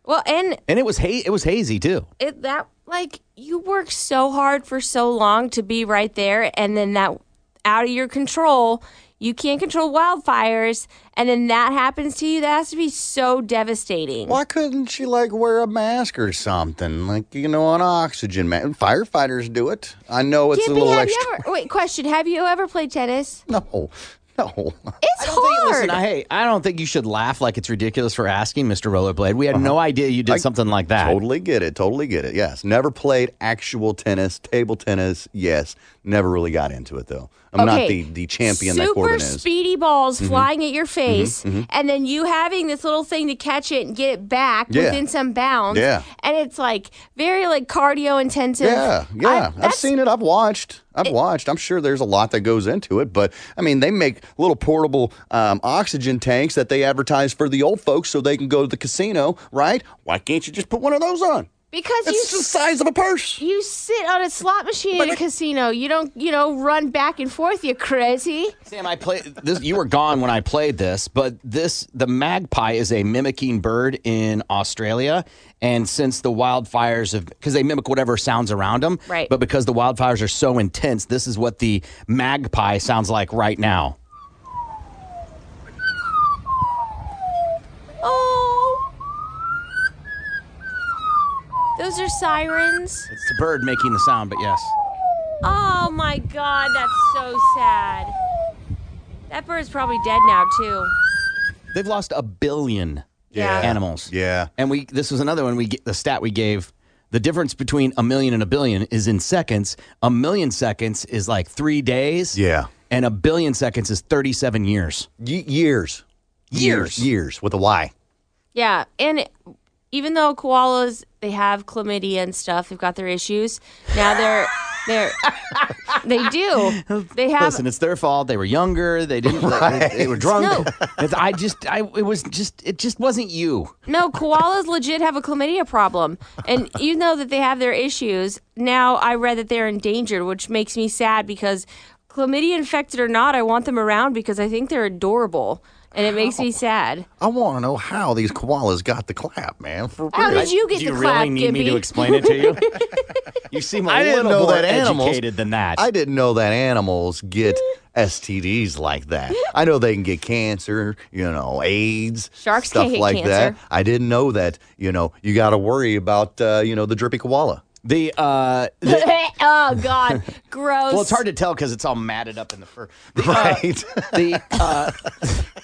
[SPEAKER 10] well, and
[SPEAKER 8] and it was ha- it was hazy too.
[SPEAKER 10] it that like you work so hard for so long to be right there and then that out of your control you can't control wildfires and then that happens to you that has to be so devastating
[SPEAKER 3] Why couldn't she like wear a mask or something? Like you know, an oxygen mask. Firefighters do it. I know it's
[SPEAKER 10] Dippy,
[SPEAKER 3] a little
[SPEAKER 10] have
[SPEAKER 3] extra.
[SPEAKER 10] you ever wait question have you ever played tennis
[SPEAKER 3] No, no.
[SPEAKER 10] it's hard
[SPEAKER 8] Listen, I, hey, I don't think you should laugh like it's ridiculous for asking, Mr. Rollerblade. We had no idea you did
[SPEAKER 3] I-
[SPEAKER 8] something like that.
[SPEAKER 3] Totally get it. Totally get it. Yes. Never played actual tennis, table tennis. Yes. Never really got into it though. I'm not
[SPEAKER 10] Okay.
[SPEAKER 3] the the champion that
[SPEAKER 10] super
[SPEAKER 3] Corbin is. Mm-hmm.
[SPEAKER 10] speedy balls flying at your face
[SPEAKER 3] mhm.
[SPEAKER 10] and then you having this little thing to catch it and get it back
[SPEAKER 3] Yeah.
[SPEAKER 10] within some bounds
[SPEAKER 3] Yeah.
[SPEAKER 10] and it's like very like cardio intensive
[SPEAKER 3] yeah,
[SPEAKER 10] I-
[SPEAKER 3] yeah. I, have
[SPEAKER 10] that's
[SPEAKER 3] seen it. I've watched. I've watched. I'm sure there's a lot that goes into it, but I mean, they make little portable um, oxygen tanks that they advertise for the old folks so they can go to the casino, right? Why can't you just put one of those on?
[SPEAKER 10] Because
[SPEAKER 3] it's
[SPEAKER 10] you
[SPEAKER 3] the size of a purse.
[SPEAKER 10] You sit on a slot machine in a casino. You don't, you know, run back and forth. You crazy?
[SPEAKER 8] Sam, I play this. You were gone when I played this, but this the magpie is a mimicking bird in Australia, and since the wildfires have because they mimic whatever sounds around them,
[SPEAKER 10] Right.
[SPEAKER 8] But because the wildfires are so intense, this is what the magpie sounds like right now.
[SPEAKER 10] Oh, those are sirens.
[SPEAKER 8] It's the bird making the sound, but yes,
[SPEAKER 10] Oh my God, that's so sad. That bird's probably dead now too.
[SPEAKER 8] they've lost a billion
[SPEAKER 10] Yeah.
[SPEAKER 8] animals.
[SPEAKER 3] Yeah,
[SPEAKER 8] and we this was another one. We ge- the stat we gave. The difference between a million and a billion is in seconds. A million seconds is like three days.
[SPEAKER 3] Yeah.
[SPEAKER 8] And a billion seconds is 37 years.
[SPEAKER 3] Y- years.
[SPEAKER 8] Years.
[SPEAKER 3] Years with a Y.
[SPEAKER 10] Yeah, and it- even though koalas they have chlamydia and stuff, they've got their issues. Now they're they're they do. They have
[SPEAKER 8] Listen, it's their fault. They were younger. They didn't. they- they, were drunk.
[SPEAKER 10] No.
[SPEAKER 8] It's- I just, I, it was just, it just wasn't you.
[SPEAKER 10] No, koalas legit have a chlamydia problem. And you know that they have their issues. Now I read that they're endangered, which makes me sad because chlamydia infected or not, I want them around because I think they're adorable. And it makes me sad.
[SPEAKER 3] I want to know how these koalas got the clap, man. For
[SPEAKER 10] How
[SPEAKER 3] real.
[SPEAKER 10] did you get
[SPEAKER 8] Do you
[SPEAKER 10] the
[SPEAKER 8] really
[SPEAKER 10] clap,
[SPEAKER 8] need me
[SPEAKER 10] Gimpy?
[SPEAKER 8] to explain it to you? You seem a
[SPEAKER 3] I didn't
[SPEAKER 8] little
[SPEAKER 3] know
[SPEAKER 8] more
[SPEAKER 3] that animals,
[SPEAKER 8] educated than that.
[SPEAKER 3] I didn't know that animals get STDs like that. I know they can get cancer, you know, AIDS,
[SPEAKER 10] Sharks
[SPEAKER 3] stuff
[SPEAKER 10] can't get
[SPEAKER 3] like that.
[SPEAKER 10] cancer.
[SPEAKER 3] I didn't know that. You know, you got to worry about uh, you know the drippy koala.
[SPEAKER 8] The uh,
[SPEAKER 10] oh God, gross.
[SPEAKER 8] well, it's hard to tell because it's all matted up in the fur. The, uh,
[SPEAKER 3] right.
[SPEAKER 8] the uh,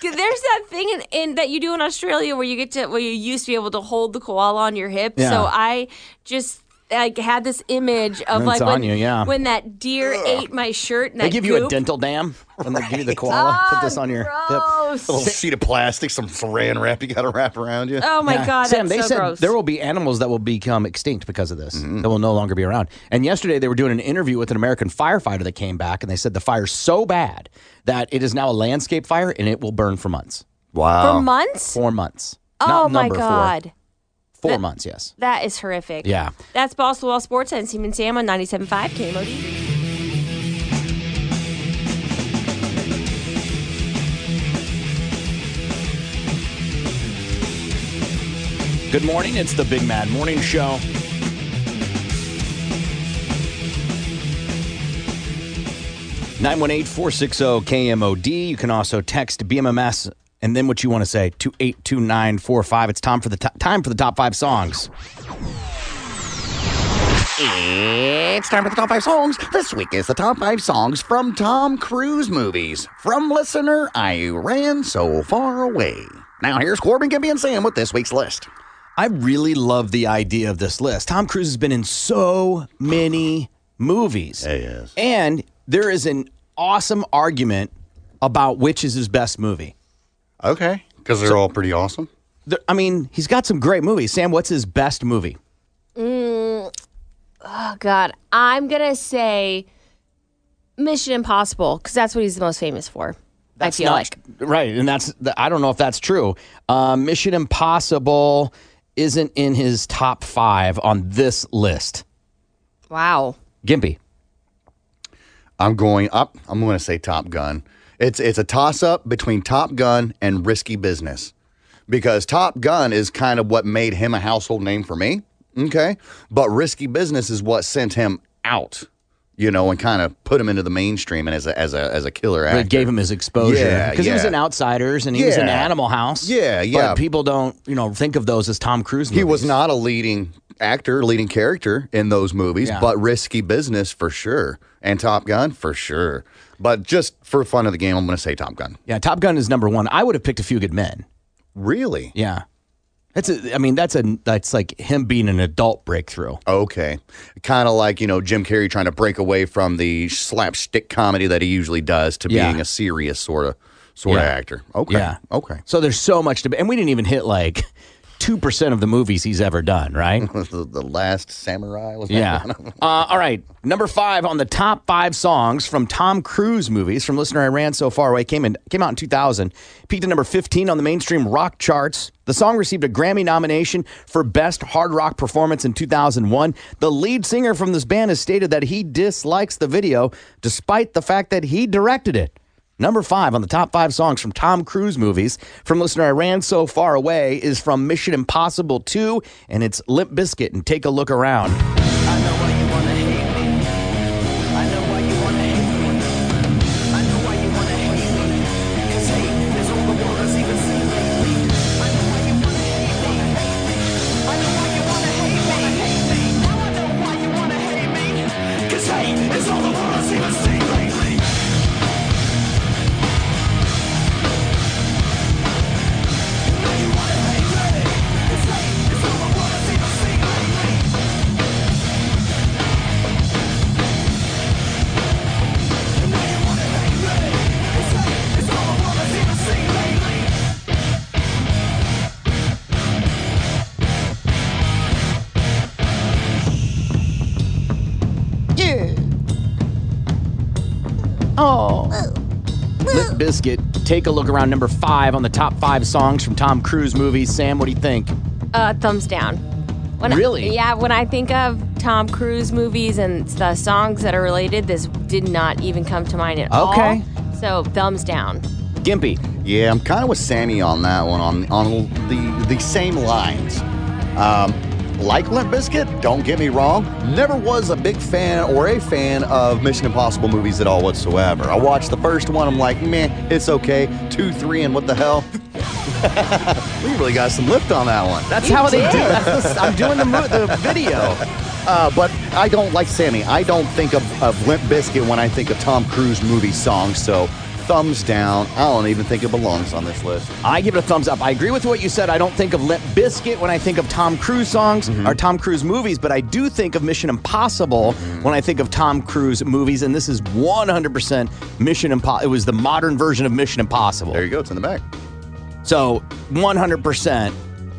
[SPEAKER 10] There's that thing in, in that you do in Australia where you get to where you used to be able to hold the koala on your hip.
[SPEAKER 8] Yeah.
[SPEAKER 10] So I just like had this image of
[SPEAKER 8] It's
[SPEAKER 10] like
[SPEAKER 8] on
[SPEAKER 10] when,
[SPEAKER 8] you, yeah.
[SPEAKER 10] when that deer ate my shirt. And
[SPEAKER 8] they
[SPEAKER 10] that
[SPEAKER 8] give you a
[SPEAKER 10] goop.
[SPEAKER 8] dental dam when they give you the koala. Put this on your
[SPEAKER 10] Ah, Gross.
[SPEAKER 3] A little sheet of plastic, some saran wrap you got to wrap around you.
[SPEAKER 10] Oh my
[SPEAKER 8] Yeah.
[SPEAKER 10] god,
[SPEAKER 8] Sam,
[SPEAKER 10] that's
[SPEAKER 8] they
[SPEAKER 10] so
[SPEAKER 8] said
[SPEAKER 10] gross.
[SPEAKER 8] there will be animals that will become extinct because of this. That will no longer be around. And yesterday they were doing an interview with an American firefighter that came back and they said the fire's so bad that it is now a landscape fire and it will burn for months.
[SPEAKER 3] Wow.
[SPEAKER 10] For months?
[SPEAKER 8] Four months.
[SPEAKER 10] oh
[SPEAKER 8] Not
[SPEAKER 10] my
[SPEAKER 8] number four.
[SPEAKER 10] god,
[SPEAKER 8] Four, months, yes.
[SPEAKER 10] that is horrific.
[SPEAKER 8] Yeah.
[SPEAKER 10] That's Boswell Sports and Seaman Sam on 97.5 KMOD.
[SPEAKER 8] Good morning. It's the Big Mad Morning Show. Nine one eight four six oh, zero KMOD. You can also text BMMS and then what you want to say to eight two nine four five. It's time for the to- time for the top five songs.
[SPEAKER 3] It's time for the top five songs. This week is the top five songs from Tom Cruise movies. From listener, I ran so far away. Now here's Corbin, Gimpy, and Sam with this week's list.
[SPEAKER 8] I really love the idea of this list. Tom Cruise has been in so many movies. And there is an awesome argument about which is his best movie.
[SPEAKER 3] Okay, because they're all pretty awesome.
[SPEAKER 8] There- I mean, he's got some great movies. Sam, what's his best movie?
[SPEAKER 10] Mm, oh god, I'm gonna say Mission Impossible because that's what he's the most famous for. I feel like
[SPEAKER 8] right, and that's the, I don't know if that's true. Uh, Mission Impossible isn't in his top five on this list.
[SPEAKER 10] wow.
[SPEAKER 8] Gimpy,
[SPEAKER 3] I'm going up. I'm going to say Top Gun. It's it's a toss up between Top Gun and Risky Business, because Top Gun is kind of what made him a household name for me. Okay, but Risky Business is what sent him out, you know, and kind of put him into the mainstream and as a as a as a killer actor.
[SPEAKER 8] it gave him his exposure
[SPEAKER 3] Yeah,
[SPEAKER 8] because he was
[SPEAKER 3] yeah.
[SPEAKER 8] in Outsiders and he was in
[SPEAKER 3] Yeah.
[SPEAKER 8] Animal House.
[SPEAKER 3] Yeah, yeah.
[SPEAKER 8] But people don't, you know, think of those as Tom Cruise. Movies.
[SPEAKER 3] He was not a leading actor, leading character in those movies,
[SPEAKER 8] Yeah.
[SPEAKER 3] but Risky Business for sure, and Top Gun for sure. But just for fun of the game, I'm going to say Top Gun.
[SPEAKER 8] Yeah, Top Gun is number one. I would have picked A Few Good Men.
[SPEAKER 3] Really?
[SPEAKER 8] Yeah, that's. A, I mean, that's a that's like him being an adult breakthrough.
[SPEAKER 3] Okay. Kind of like, you know, Jim Carrey trying to break away from the slapstick comedy that he usually does to
[SPEAKER 8] Yeah.
[SPEAKER 3] being a serious sort of sort
[SPEAKER 8] Yeah.
[SPEAKER 3] of actor. Okay.
[SPEAKER 8] Yeah.
[SPEAKER 3] Okay.
[SPEAKER 8] So there's so much to, and we didn't even hit like 2% of the movies he's ever done, right?
[SPEAKER 3] the, the Last Samurai was that
[SPEAKER 8] Yeah.
[SPEAKER 3] one of
[SPEAKER 8] Uh, all right. Number five on the top five songs from Tom Cruise movies from listener I ran so far away came in came out in 2000. Peaked at number 15 on the mainstream rock charts. The song received a Grammy nomination for best hard rock performance in 2001. The lead singer from this band has stated that he dislikes the video despite the fact that he directed it. Number five on the top five songs from Tom Cruise movies from listener I ran so far away is from Mission Impossible 2 and it's Limp Biscuit and Take a Look Around.
[SPEAKER 5] Yeah.
[SPEAKER 8] Oh. Limp Biscuit, take a look around number five on the top five songs from Tom Cruise movies. Sam, what do you think?
[SPEAKER 10] Uh, thumbs down. When I-
[SPEAKER 8] Really?
[SPEAKER 10] yeah. When I think of Tom Cruise movies and the songs that are related, this did not even come to mind at all.
[SPEAKER 3] Okay.
[SPEAKER 10] So thumbs down.
[SPEAKER 8] Gimpy.
[SPEAKER 3] Yeah, I'm kind of with Sammy on that one. On on the the same lines. Um, like Limp Bizkit, don't get me wrong. Never was a big fan or a fan of Mission Impossible movies at all whatsoever. I watched the first one. I'm like, man, it's okay. Two, three, and what the hell? we really got some lift on that one.
[SPEAKER 8] That's how they do. That's the, I'm doing the, mo- the video.
[SPEAKER 3] Uh, but I don't like Sammy. I don't think of, of Limp Bizkit when I think of Tom Cruise movie songs. So thumbs down. I don't even think it belongs on this list.
[SPEAKER 8] I give it a thumbs up. I agree with what you said. I don't think of Limp Biscuit when I think of Tom Cruise songs or Tom Cruise movies, but I do think of Mission Impossible when I think of Tom Cruise movies, and this is 100% Mission Impossible. It was the modern version of Mission Impossible. There
[SPEAKER 3] you go. It's in the back.
[SPEAKER 8] So 100%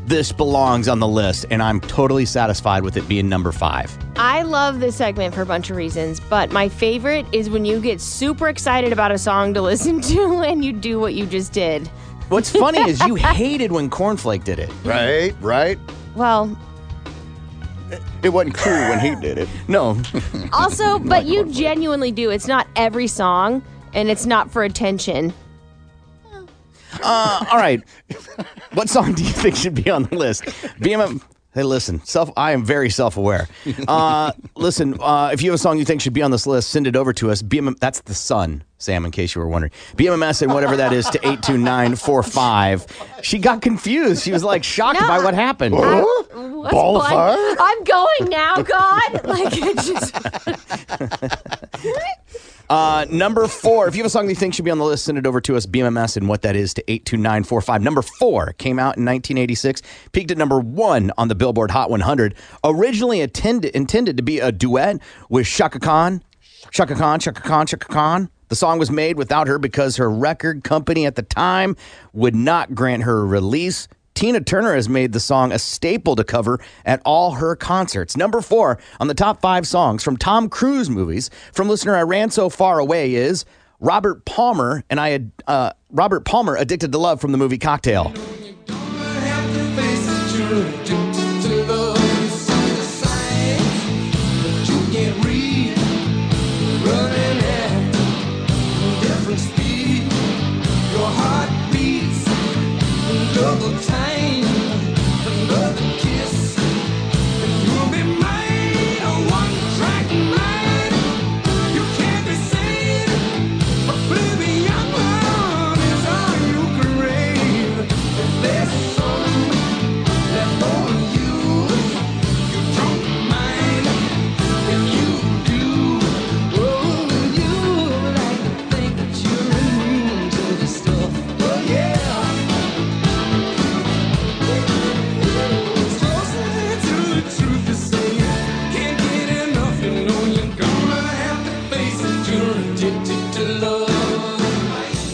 [SPEAKER 8] this belongs on the list, and I'm totally satisfied with it being number five.
[SPEAKER 10] I love this segment for a bunch of reasons, but my favorite is when you get super excited about a song to listen to and you do what you just did.
[SPEAKER 8] What's funny is you hated when Cornflake did it.
[SPEAKER 3] Right, right.
[SPEAKER 10] Well,
[SPEAKER 3] It wasn't cool when he did it.
[SPEAKER 8] No.
[SPEAKER 10] also, but you genuinely do. It's not every song and it's not for attention.
[SPEAKER 8] Uh, all right. What song do you think should be on the list? BMM. Hey, listen. Self. I am very self-aware. Uh, listen. Uh, if you have a song you think should be on this list, send it over to us. BMM. That's the sun, Sam. In case you were wondering, BMMS and whatever that is to eight two nine four five. She got confused. She was like shocked by what happened.
[SPEAKER 10] What's
[SPEAKER 8] Ball of
[SPEAKER 10] going-
[SPEAKER 8] fire?
[SPEAKER 10] I'm going now, God. Like it just
[SPEAKER 8] Uh, number four, if you have a song that you think should be on the list, send it over to us, BMMS, and what that is to 82945. Number four came out in 1986, peaked at number one on the Billboard Hot 100. Originally attended, intended to be a duet with Shaka Khan. Shaka Khan, Shaka Khan, Shaka Khan. The song was made without her because her record company at the time would not grant her a release. Tina Turner has made the song a staple to cover at all her concerts. Number four on the top five songs from Tom Cruise movies from listener I ran so far away is Robert Palmer and I had uh, Robert Palmer addicted to love from the movie Cocktail.
[SPEAKER 5] Double time, another kiss, and you'll be mine. A one-track mind. You can't be saved. Oblivion is all you crave.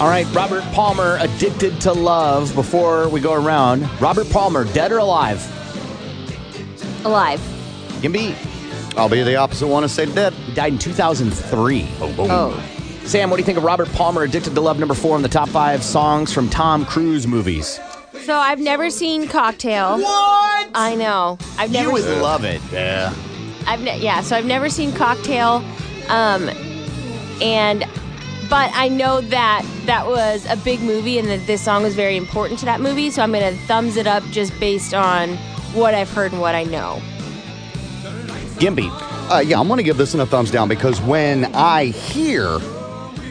[SPEAKER 8] All right, Robert Palmer, Addicted to Love. Before we go around, Robert Palmer, dead or alive?
[SPEAKER 10] Alive.
[SPEAKER 8] Gimby.
[SPEAKER 3] I'll be the opposite one and say dead.
[SPEAKER 8] He died in 2003.
[SPEAKER 10] Oh.
[SPEAKER 8] Sam, what do you think of Robert Palmer, Addicted to Love, number four in the top five songs from Tom Cruise movies?
[SPEAKER 10] So I've never seen Cocktail. What? I know. I've never.
[SPEAKER 8] You would
[SPEAKER 10] seen-
[SPEAKER 8] love it. Yeah.
[SPEAKER 10] I've ne- yeah, so I've never seen Cocktail, um, and but I know that that was a big movie and that this song was very important to that movie. So I'm gonna thumbs it up just based on what I've heard and what I know.
[SPEAKER 8] Gimby.
[SPEAKER 3] Uh, yeah, I'm going to give this one a thumbs down because when I hear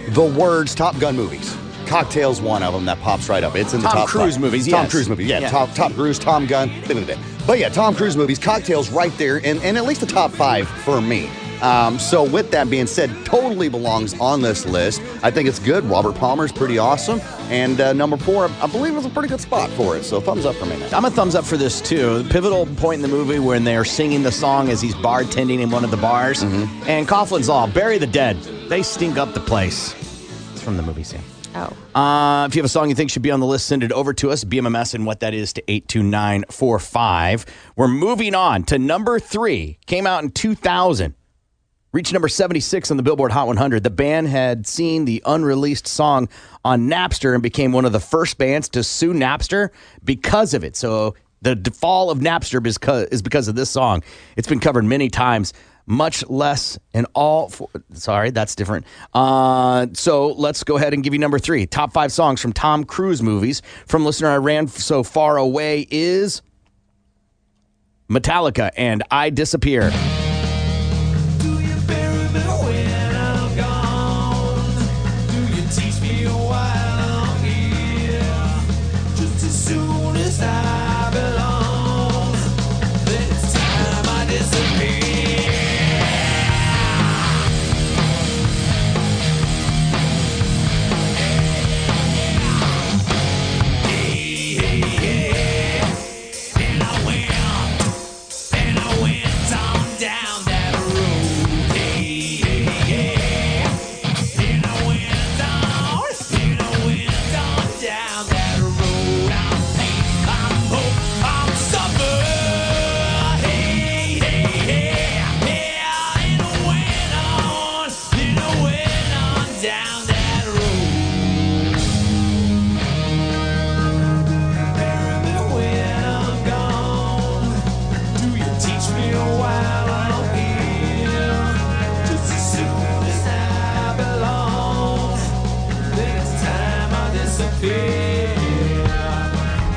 [SPEAKER 3] the words Top Gun movies, Cocktail's one of them that pops right up. It's in the
[SPEAKER 8] Tom
[SPEAKER 3] top
[SPEAKER 8] Cruise
[SPEAKER 3] five.
[SPEAKER 8] movies,
[SPEAKER 3] Tom
[SPEAKER 8] yes.
[SPEAKER 3] Cruise movies, yeah.
[SPEAKER 8] Yeah.
[SPEAKER 3] Tom, Tom Cruise, Tom Gun. da, da, da, da. But yeah, Tom Cruise movies, Cocktail's right there in, in at least the top five for me. Um, so with that being said, totally belongs on this list. I think it's good. Robert Palmer's pretty awesome. And uh, number four, I believe, was a pretty good spot for it. So thumbs up for me, man.
[SPEAKER 8] I'm a thumbs up for this too. The pivotal point in the movie when they're singing the song as he's bartending in one of the bars,
[SPEAKER 3] Mm-hmm.
[SPEAKER 8] and Coughlin's all bury the dead. They stink up the place. It's from the movie, Sam.
[SPEAKER 10] Oh.
[SPEAKER 8] Uh, if you have a song you think should be on the list, send it over to us, BMMS, and what that is to 82945. We're moving on to number three. Came out in 2000. Reached number 76 on the Billboard Hot 100. The band had seen the unreleased song on Napster and became one of the first bands to sue Napster because of it. So the d- fall of Napster is because, is because of this song. It's been covered many times, much less in all. For, sorry, that's different. Uh, so let's go ahead and give you number three. Top five songs from Tom Cruise movies. From listener I Ran So Far Away is Metallica and I Disappear.
[SPEAKER 5] Down that road, hey, hey, hey. Down that road. Bury me when I'm gone. Do you teach me while I'm here? Just as soon as I belong, then it's time I disappear.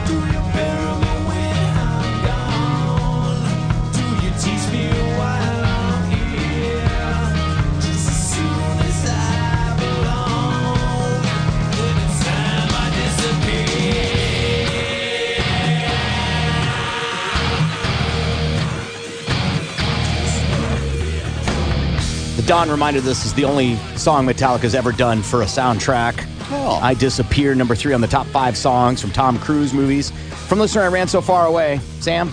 [SPEAKER 5] Do you bury me when I'm gone? Do you teach me while I'm here? Just as soon as I belong, then it's time I disappear.
[SPEAKER 8] The Don reminded us is the only song Metallica's ever done for a soundtrack.
[SPEAKER 3] Oh.
[SPEAKER 8] I Disappear, number three on the top five songs from Tom Cruise movies. From Listener I Ran So Far Away, Sam?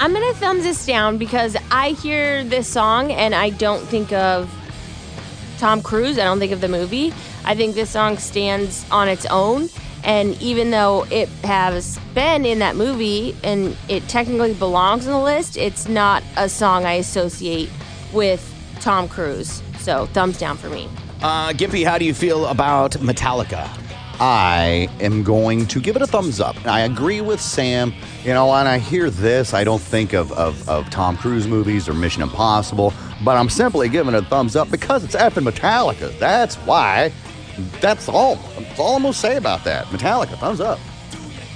[SPEAKER 10] I'm gonna thumbs this down because I hear this song and I don't think of Tom Cruise. I don't think of the movie. I think this song stands on its own. And even though it has been in that movie and it technically belongs on the list, it's not a song I associate with Tom Cruise. So thumbs down for me.
[SPEAKER 8] Uh, Gimpy, how do you feel about Metallica?
[SPEAKER 3] I am going to give it a thumbs up. I agree with Sam. You know, when I hear this, I don't think of, of, of Tom Cruise movies or Mission Impossible, but I'm simply giving it a thumbs up because it's effing Metallica. That's why. That's all. That's all I'm going to say about that. Metallica, thumbs up.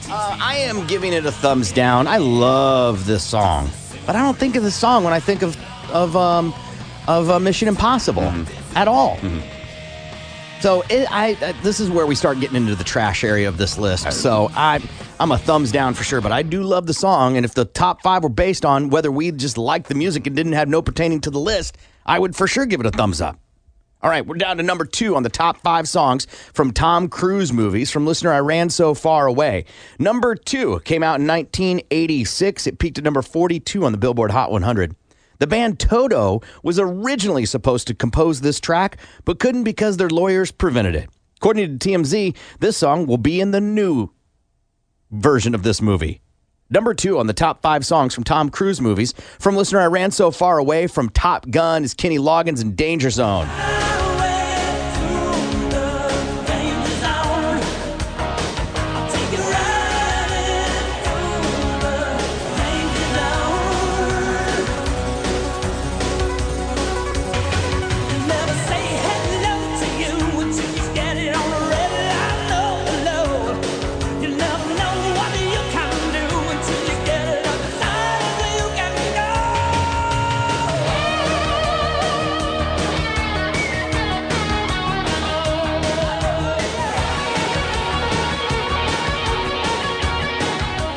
[SPEAKER 8] Uh, I am giving it a thumbs down. I love this song, but I don't think of the song when I think of of um, of uh, Mission Impossible at all. So it, I uh, this is where we start getting into the trash area of this list. So I I'm a thumbs down for sure, but I do love the song. And if the top five were based on whether we just liked the music and didn't have no pertaining to the list, I would for sure give it a thumbs up. All right, we're down to number two on the top five songs from Tom Cruise movies from listener I Ran So Far Away. Number two came out in 1986. It peaked at number 42 on the Billboard Hot 100. The band Toto was originally supposed to compose this track, but couldn't because their lawyers prevented it. According to TMZ, this song will be in the new version of this movie. Number two on the top five songs from Tom Cruise movies from listener I Ran So Far Away from Top Gun is Kenny Loggins and Danger Zone.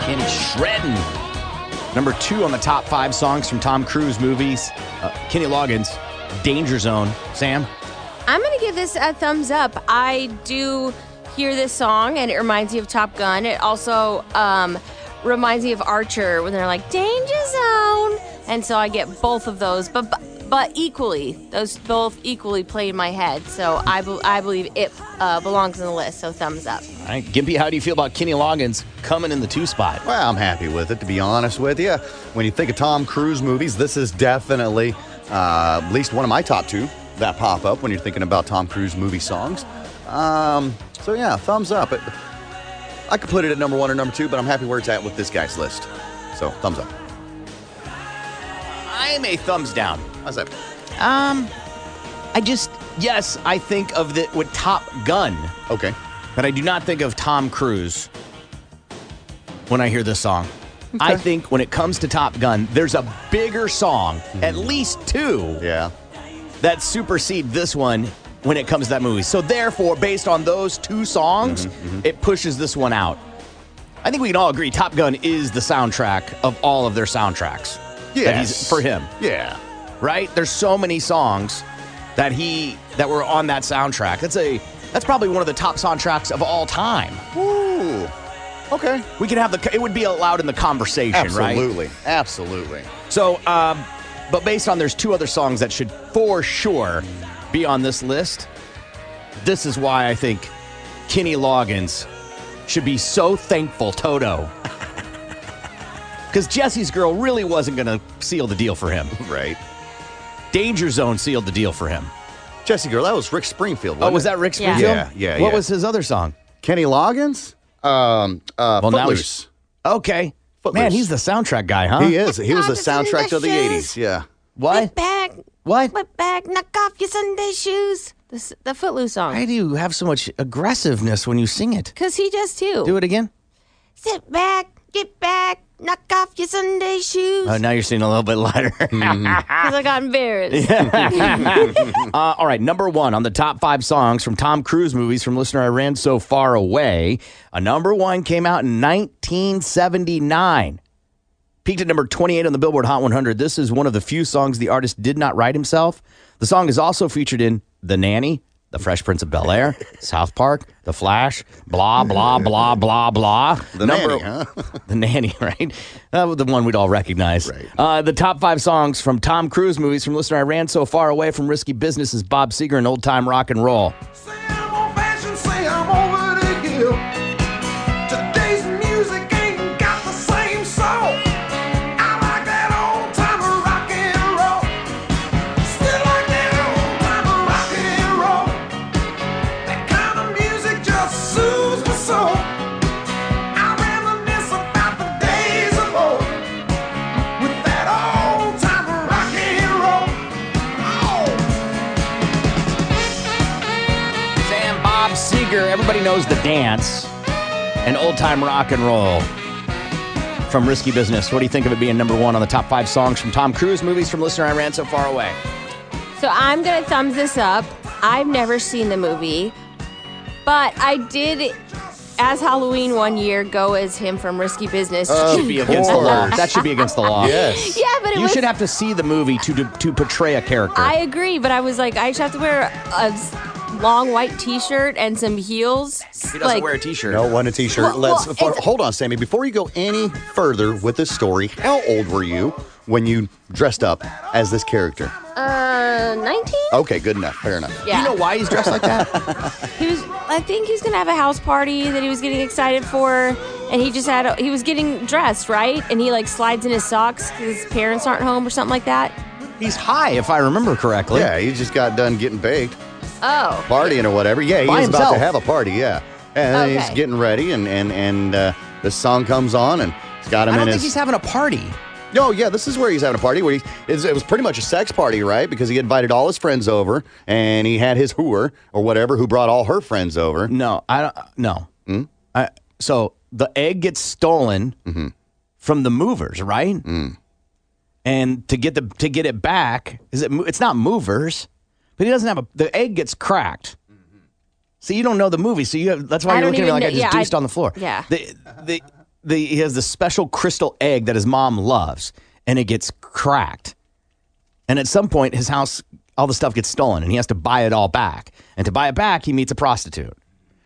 [SPEAKER 8] Kenny shredding. Number two on the top five songs from Tom Cruise movies, uh, Kenny Loggins, Danger Zone. Sam,
[SPEAKER 10] I'm going to give this a thumbs up. I do hear this song, and it reminds me of Top Gun. It also um, reminds me of Archer when they're like Danger Zone, and so I get both of those, but but, but equally, those both equally play in my head. So I bel I believe it uh, belongs in the list. So thumbs up.
[SPEAKER 8] all right, Gimpy, how do you feel about Kenny Loggins coming in the two spot?
[SPEAKER 3] Well, I'm happy with it, to be honest with you. When you think of Tom Cruise movies, this is definitely uh, at least one of my top two that pop up when you're thinking about Tom Cruise movie songs. Um, so, yeah, thumbs up. It, I could put it at number one or number two, but I'm happy where it's at with this guy's list. So, thumbs up.
[SPEAKER 8] I'm a thumbs down.
[SPEAKER 3] How's that?
[SPEAKER 8] Um, I just yes, I think of the with Top Gun.
[SPEAKER 3] Okay,
[SPEAKER 8] but I do not think of Tom Cruise when I hear this song. I think when it comes to Top Gun, there's a bigger song, at least two.
[SPEAKER 3] Yeah,
[SPEAKER 8] that supersede this one when it comes to that movie. So therefore, based on those two songs, it pushes this one out. I think we can all agree Top Gun is the soundtrack of all of their soundtracks. That he's-
[SPEAKER 3] Yes.
[SPEAKER 8] for him
[SPEAKER 3] Yeah.
[SPEAKER 8] right? There's so many songs that he that were on that soundtrack. That's a that's probably one of the top soundtracks of all time.
[SPEAKER 3] Ooh. Okay.
[SPEAKER 8] We could have the it would be allowed in the conversation, right?
[SPEAKER 3] Absolutely. Absolutely.
[SPEAKER 8] So, um, but based on there's two other songs that should for sure be on this list. This is why I think Kenny Loggins should be so thankful Toto. Because Jesse's Girl really wasn't going to seal the deal for him.
[SPEAKER 3] Right.
[SPEAKER 8] Danger Zone sealed the deal for him.
[SPEAKER 3] Jesse Girl, that was Rick Springfield.
[SPEAKER 8] Oh,
[SPEAKER 3] wasn't
[SPEAKER 8] was
[SPEAKER 3] it?
[SPEAKER 8] that Rick Springfield?
[SPEAKER 3] Yeah, yeah.
[SPEAKER 8] What
[SPEAKER 3] yeah.
[SPEAKER 8] was his other song?
[SPEAKER 3] Kenny Loggins? Um, uh,
[SPEAKER 8] Well, now
[SPEAKER 3] Footloose.
[SPEAKER 8] he's- Okay. Man, he's the soundtrack guy, huh?
[SPEAKER 3] He is. He was the soundtrack of the '80s. Yeah.
[SPEAKER 8] What?
[SPEAKER 10] Back.
[SPEAKER 8] What?
[SPEAKER 10] Whip back. Knock off your Sunday shoes. The, s- the Footloose song.
[SPEAKER 8] Why do you have so much aggressiveness when you sing it?
[SPEAKER 10] Cause he does too.
[SPEAKER 8] Do it again.
[SPEAKER 10] Sit back. Get back. Knock off your Sunday shoes.
[SPEAKER 8] Oh, now you're singing a little bit lighter.
[SPEAKER 10] Because I got embarrassed.
[SPEAKER 8] uh, all right, number one on the top five songs from Tom Cruise movies from listener I ran so far away. A number one came out in 1979. Peaked at number 28 on the Billboard Hot 100. This is one of the few songs the artist did not write himself. The song is also featured in The Nanny, The Fresh Prince of Bel Air, South Park, The Flash, blah, blah, blah, blah, blah.
[SPEAKER 3] The Nanny, huh?
[SPEAKER 8] the nanny, right? That was the one we'd all recognize. Uh, the top five songs from Tom Cruise movies from listener I ran so far away from Risky Business is Bob Seger and Old Time Rock and Roll.
[SPEAKER 7] Fashion say I'm over the hill. Today's music ain't got the same soul. I like that old time rock and roll. Still like that old time rock and roll. That kind of music just soothes my soul. I reminisce about the days of old with that old time rock and roll. Oh.
[SPEAKER 8] Sam Bob Seger, everybody knows the dance and Old Time Rock and Roll from Risky Business. What do you think of it being number one on the top five songs from Tom Cruise movies from listener I ran so far away?
[SPEAKER 10] So I'm going to thumbs this up. I've never seen the movie, but I did, as Halloween one year, go as him from Risky Business.
[SPEAKER 8] That should be against the law.
[SPEAKER 3] course.
[SPEAKER 8] That should be against the law.
[SPEAKER 3] Yes.
[SPEAKER 10] Yeah, but it
[SPEAKER 8] you
[SPEAKER 10] was-
[SPEAKER 8] should have to see the movie to to, to portray a character.
[SPEAKER 10] I agree, but I was like, I just have to wear a s- long white t shirt and some heels.
[SPEAKER 8] he doesn't
[SPEAKER 10] like,
[SPEAKER 8] wear a t-shirt.
[SPEAKER 3] No, one a T-shirt.
[SPEAKER 10] Well,
[SPEAKER 3] Let's
[SPEAKER 10] well,
[SPEAKER 3] for-
[SPEAKER 10] it's-
[SPEAKER 3] hold on, Sammy. Before you go any further with this story, how old were you when you dressed up as this character?
[SPEAKER 10] Uh, Uh, 19?
[SPEAKER 8] Oh.
[SPEAKER 3] Okay, good enough. Fair enough.
[SPEAKER 10] Yeah.
[SPEAKER 3] You know why he's dressed like that?
[SPEAKER 10] He was. I think he was gonna have a house party that he was getting excited for, and he just had. A, he was getting dressed, right? And he like slides in his socks because his parents aren't home or something like that.
[SPEAKER 8] He's high, if I remember correctly.
[SPEAKER 3] Yeah, he just got done getting baked,
[SPEAKER 10] Oh.
[SPEAKER 3] partying or whatever. Yeah, he
[SPEAKER 10] By
[SPEAKER 3] was about to
[SPEAKER 10] himself.
[SPEAKER 3] have a party. Yeah, and then he's
[SPEAKER 10] Okay.
[SPEAKER 3] getting ready, and and and uh, the song comes on, and it's got him
[SPEAKER 8] I
[SPEAKER 3] in
[SPEAKER 8] don't
[SPEAKER 3] his.
[SPEAKER 8] think he's having a party.
[SPEAKER 3] No, yeah, this is where he's having a party. Where he, it's- it was pretty much a sex party, right? Because he invited all his friends over, and he had his whore or whatever who brought all her friends over.
[SPEAKER 8] No, I don't. No. I, so the egg gets stolen from the movers, right? And to get the to get it back, is it? mo- It's not movers, but he doesn't have a. The egg gets cracked. So you don't know the movie, so you have. That's why
[SPEAKER 10] I
[SPEAKER 8] you're
[SPEAKER 10] don't
[SPEAKER 8] looking at me
[SPEAKER 10] even
[SPEAKER 8] like I
[SPEAKER 10] know-
[SPEAKER 8] just
[SPEAKER 10] yeah, I-
[SPEAKER 8] deuced on the floor.
[SPEAKER 10] yeah.
[SPEAKER 8] The, the the he has the special crystal egg that his mom loves, and it gets cracked. And at some point, his house, all the stuff gets stolen, and he has to buy it all back. And to buy it back, he meets a prostitute,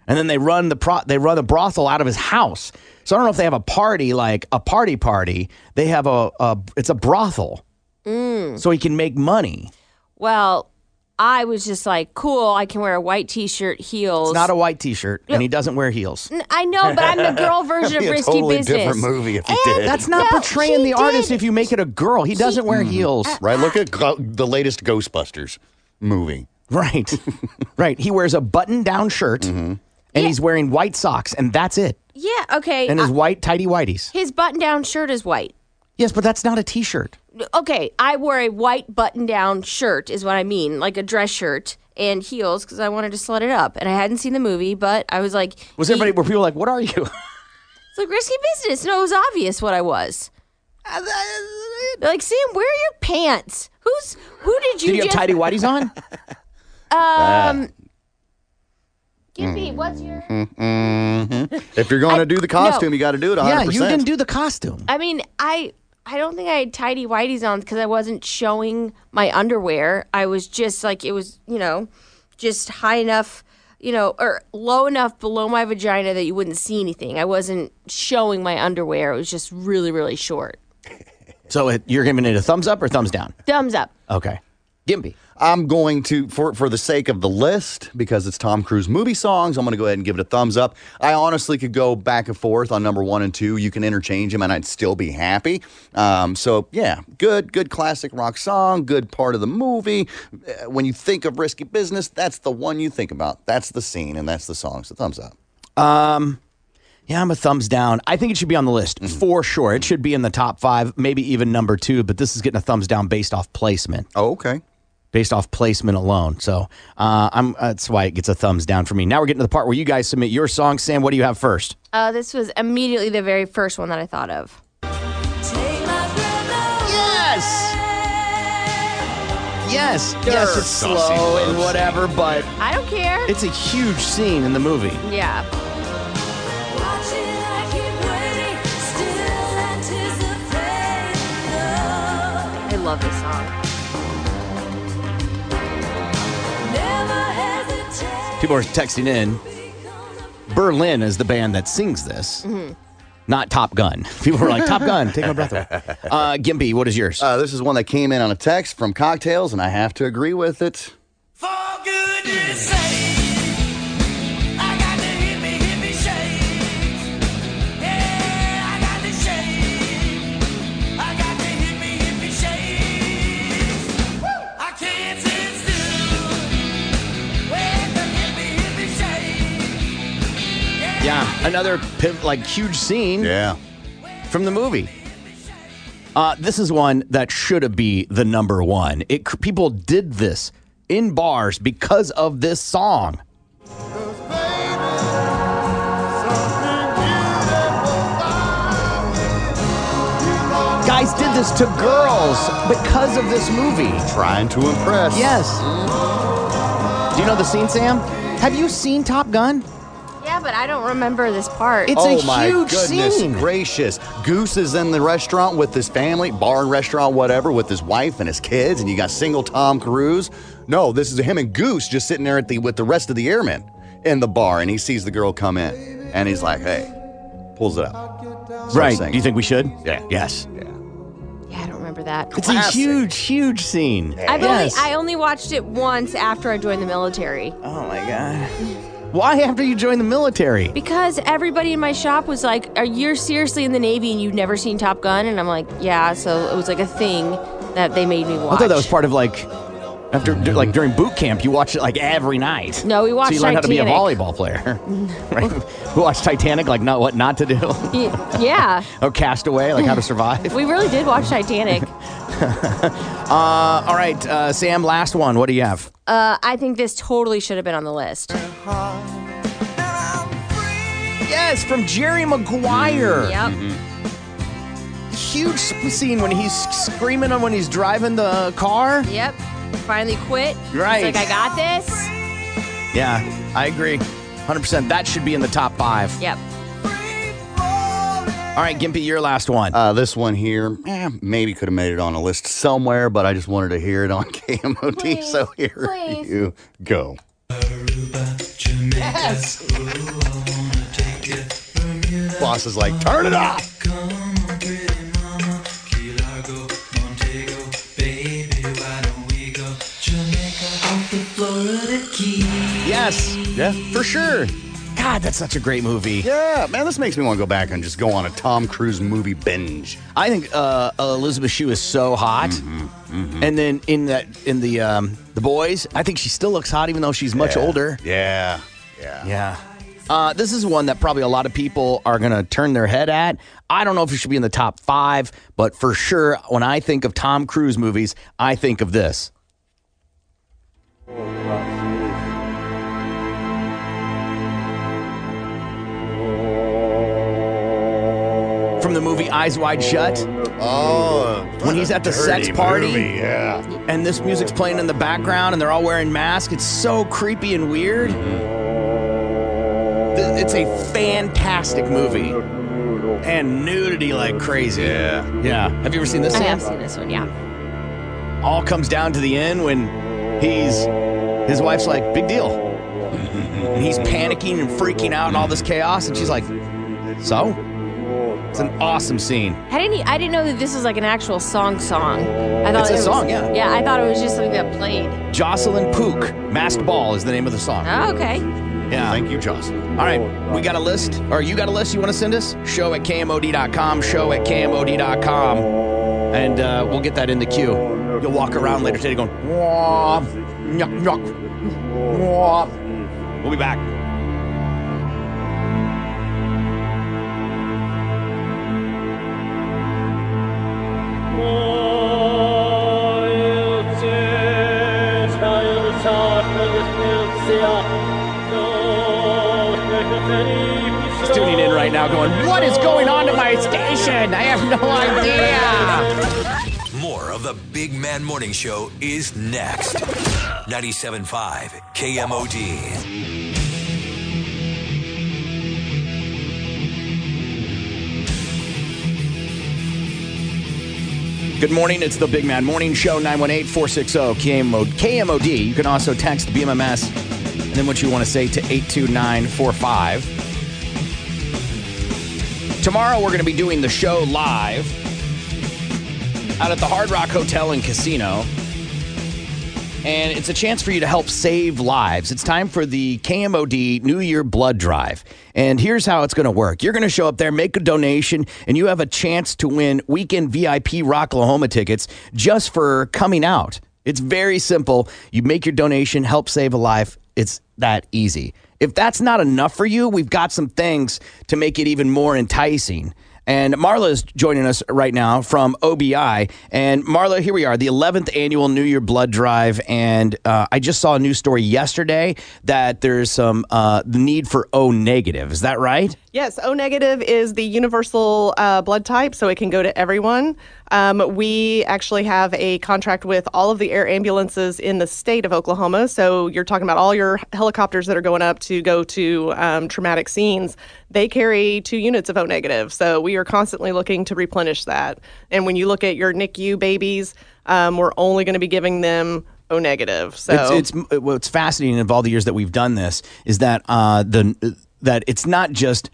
[SPEAKER 8] and then they run the pro- they run the brothel out of his house. So I don't know if they have a party like a party party. They have a, a it's a brothel,
[SPEAKER 10] Mm.
[SPEAKER 8] so he can make money.
[SPEAKER 10] Well, I was just like, cool. I can wear a white T-shirt, heels.
[SPEAKER 8] It's not a white T-shirt, and he doesn't wear heels.
[SPEAKER 10] N- I know, but I'm the girl version
[SPEAKER 8] It'd
[SPEAKER 10] of
[SPEAKER 8] be a
[SPEAKER 10] Risky
[SPEAKER 8] totally
[SPEAKER 10] Business.
[SPEAKER 8] different movie if he
[SPEAKER 10] And-
[SPEAKER 8] did. That's not portraying
[SPEAKER 10] he
[SPEAKER 8] the artist if you make it a girl. He doesn't wear heels.
[SPEAKER 3] right? Look at go- the latest Ghostbusters movie.
[SPEAKER 8] Right. right. He wears a button down shirt and he's wearing white socks and that's it.
[SPEAKER 10] Yeah. Okay.
[SPEAKER 8] And his
[SPEAKER 10] I-
[SPEAKER 8] white tidy whities.
[SPEAKER 10] his button-down shirt is white.
[SPEAKER 8] Yes, but that's not a t shirt.
[SPEAKER 10] okay, I wore a white button down shirt, is what I mean, like a dress shirt and heels because I wanted to slut it up. And I hadn't seen the movie, but I was like,
[SPEAKER 8] Was everybody were people like, What are you?
[SPEAKER 10] it's like risky business. No, it was obvious what I was. They're like, Sam, where are your pants? Who's who did you
[SPEAKER 8] Did you have
[SPEAKER 10] just
[SPEAKER 8] tidy whities on?
[SPEAKER 10] um give me what's your
[SPEAKER 3] Mm-hmm. If you're going to do the costume,
[SPEAKER 10] no.
[SPEAKER 3] you got to do it 100%.
[SPEAKER 8] Yeah, you didn't do the costume.
[SPEAKER 10] I mean, I I don't think I had tidy whities on because I wasn't showing my underwear. I was just like it was, you know, just high enough, you know, or low enough below my vagina that you wouldn't see anything. I wasn't showing my underwear. It was just really, really short.
[SPEAKER 8] So it, you're giving it a thumbs up or thumbs down?
[SPEAKER 10] Thumbs up.
[SPEAKER 8] Okay. Gimpy.
[SPEAKER 3] I'm going to, for, for the sake of the list, because it's Tom Cruise movie songs, I'm going to go ahead and give it a thumbs up. I honestly could go back and forth on number one and two. You can interchange them and I'd still be happy. Um, so, yeah, good, good classic rock song, good part of the movie. Uh, When you think of risky business, that's the one you think about. That's the scene and that's the song. So, thumbs up.
[SPEAKER 8] Um, yeah, I'm a thumbs down. I think it should be on the list for sure. It should be in the top five, maybe even number two. But this is getting a thumbs down based off placement.
[SPEAKER 3] Oh, okay.
[SPEAKER 8] Based off placement alone, so uh, I'm. That's why it gets a thumbs down for me. Now we're getting to the part where you guys submit your song. Sam, what do you have first?
[SPEAKER 10] Uh, this was immediately the very first one that I thought of.
[SPEAKER 8] Yes. Yes, yes, it's slow
[SPEAKER 28] Saucy love
[SPEAKER 8] and whatever, but
[SPEAKER 10] I don't care.
[SPEAKER 8] it's a huge scene in the movie.
[SPEAKER 10] yeah. I love this song.
[SPEAKER 8] People are texting in. Berlin is the band that sings this, not Top Gun. People are like, Top Gun, take my breath away. Uh, Gimpy, what is yours?
[SPEAKER 3] Uh, this is one that came in on a text from Cocktails, and I have to agree with it.
[SPEAKER 8] Yeah, another piv- like huge scene.
[SPEAKER 3] Yeah,
[SPEAKER 8] from the movie. Uh, this is one that should have be the number one. It cr- people did this in bars because of this song. Guys did this to girls because of this movie.
[SPEAKER 3] Trying to impress.
[SPEAKER 8] Yes. Do you know the scene, Sam? Have you seen Top Gun?
[SPEAKER 10] Yeah, but I don't remember this part.
[SPEAKER 3] oh my goodness gracious. Goose is in the restaurant with his family, bar and restaurant, whatever, with his wife and his kids, and you got single Tom Cruise. No, this is him and Goose just sitting there at the with the rest of the airmen in the bar, and he sees the girl come in, and he's like, "Hey," pulls it up.
[SPEAKER 8] Right. Do you think we should? Yeah. Yes.
[SPEAKER 10] Yeah, I don't remember. remember that.
[SPEAKER 8] It's a huge, huge scene.
[SPEAKER 10] I've
[SPEAKER 8] yes.
[SPEAKER 10] only I only watched it once after I joined the military.
[SPEAKER 8] Oh my god. Why after you joined the military?
[SPEAKER 10] Because everybody in my shop was like, "Are you seriously in the Navy and you've never seen Top Gun?" And I'm like, "Yeah." So it was like a thing that they made me watch.
[SPEAKER 8] I thought that was part of like after d- like during boot camp you watched it like every night.
[SPEAKER 10] No, we watched
[SPEAKER 8] So you learned
[SPEAKER 10] Titanic.
[SPEAKER 8] how to be a volleyball player. right? We watched Titanic like not what not to do.
[SPEAKER 10] Y- yeah,
[SPEAKER 8] or Castaway like how to survive.
[SPEAKER 10] we really did watch Titanic.
[SPEAKER 8] Uh, all right, uh, Sam, last one. What do you have?
[SPEAKER 10] Uh, I think this totally should have been on the list.
[SPEAKER 8] Yes, from Jerry Maguire.
[SPEAKER 10] Yep.
[SPEAKER 8] Mm-hmm. Huge scene when he's screaming on when he's driving the car.
[SPEAKER 10] Yep. Finally quit.
[SPEAKER 8] Right.
[SPEAKER 10] He's like, I got this.
[SPEAKER 8] Yeah, I agree. 100%. That should be in the top five.
[SPEAKER 10] Yep.
[SPEAKER 8] All right, Gimpy, your last one.
[SPEAKER 3] Uh, this one here, eh, maybe could have made it on a list somewhere, but I just wanted to hear it on KMOD. so here
[SPEAKER 29] please.
[SPEAKER 3] you go.
[SPEAKER 29] Yes.
[SPEAKER 3] Boss is like, turn it off.
[SPEAKER 8] Yes. Yeah. For sure. God, that's such a great movie.
[SPEAKER 3] Yeah, man, this makes me want to go back and just go on a Tom Cruise movie binge.
[SPEAKER 8] I think uh, Elizabeth Shue is so hot.
[SPEAKER 3] Mm-hmm,
[SPEAKER 8] And then in that in the um, the boys, I think she still looks hot even though she's much
[SPEAKER 3] Yeah.
[SPEAKER 8] older.
[SPEAKER 3] Yeah, yeah.
[SPEAKER 8] Yeah. Uh, this is one that probably a lot of people are going to turn their head at. I don't know if it should be in the top five, but for sure, when I think of Tom Cruise movies, I think of this. From the movie Eyes Wide Shut.
[SPEAKER 3] Oh,
[SPEAKER 8] when he's at the sex
[SPEAKER 3] dirty
[SPEAKER 8] party.
[SPEAKER 3] movie, yeah.
[SPEAKER 8] And this music's playing in the background and they're all wearing masks. It's so creepy and weird. Th- It's a fantastic movie. And nudity like crazy. Yeah. Yeah. Have you ever seen this?
[SPEAKER 10] I
[SPEAKER 8] Sam?
[SPEAKER 10] have seen this one, yeah.
[SPEAKER 8] all comes down to the end when he's his wife's like big deal and he's panicking and freaking out and all this chaos and she's like so it's an awesome scene
[SPEAKER 10] I didn't. I didn't know that this was like an actual song. Song. I thought
[SPEAKER 8] It's a
[SPEAKER 10] it was,
[SPEAKER 8] song, yeah.
[SPEAKER 10] Yeah, I thought it was just something that played.
[SPEAKER 8] jocelyn pook masked ball is the name of the song
[SPEAKER 10] Oh, okay.
[SPEAKER 8] yeah
[SPEAKER 3] thank you jocelyn
[SPEAKER 8] all right we got a list or you got a list you want to send us show at kmod.com show at kmod.com and uh, we'll get that in the queue you'll walk around later today going "Wah, nyuk, nyuk, wah." we'll be back He's tuning in right now going, What is going on to my station? I have no idea.
[SPEAKER 13] More of the Big Man Morning Show is next. 97.5 KMOD.
[SPEAKER 8] Good morning. It's the Big Man Morning Show, 918 460 KMOD. You can also text BMMS and then what you want to say to 82945. Tomorrow, we're going to be doing the show live out at the Hard Rock Hotel and Casino. and it's a chance for you to help save lives. It's time for the KMOD New Year Blood Drive. And here's how it's going to work you're going to show up there, make a donation, and you have a chance to win weekend VIP Rocklahoma tickets just for coming out. It's very simple. You make your donation, help save a life. It's that easy. If that's not enough for you, we've got some things to make it even more enticing. And Marla is joining us right now from OBI. And Marla, here we are, the 11th annual New Year Blood Drive. And uh, I just saw a news story yesterday that there's some uh, the need for O negative. Is that right?
[SPEAKER 30] Yes, O negative is the universal uh, blood type, so it can go to everyone. Um, we actually have a contract with all of the air ambulances in the state of Oklahoma. So you're talking about all your helicopters that are going up to go to um, traumatic scenes. They carry two units of O negative, so we are constantly looking to replenish that. And when you look at your NICU babies, um, we're only going to be giving them O negative. So
[SPEAKER 8] It's, it's what's uh, fascinating of all the years that we've done this is that uh, the that it's not just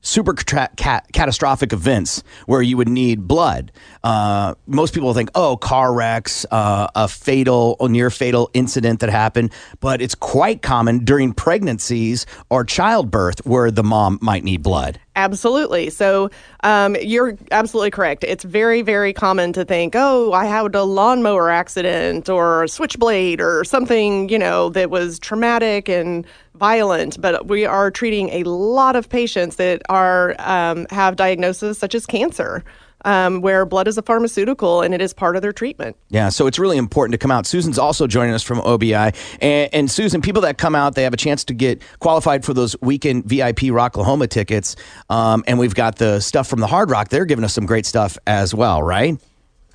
[SPEAKER 8] super catra- ca- catastrophic events where you would need blood. Uh, most people think, oh, car wrecks, uh, a fatal or near fatal incident that happened, but it's quite common during pregnancies or childbirth where the mom might need blood.
[SPEAKER 27] Absolutely. So um, you're absolutely correct. It's very, very common to think, oh, I had a lawnmower accident or a switchblade or something, you know, that was traumatic and violent. But we are treating a lot of patients that are um, have diagnoses such as cancer, um, where blood is a pharmaceutical and it is part of their treatment.
[SPEAKER 8] Yeah, so it's really important to come out. Susan's also joining us from OBI. And, and Susan, people that come out, they have a chance to get qualified for those weekend VIP Rocklahoma tickets. Um, and we've got the stuff from the Hard Rock. They're giving us some great stuff as well, right?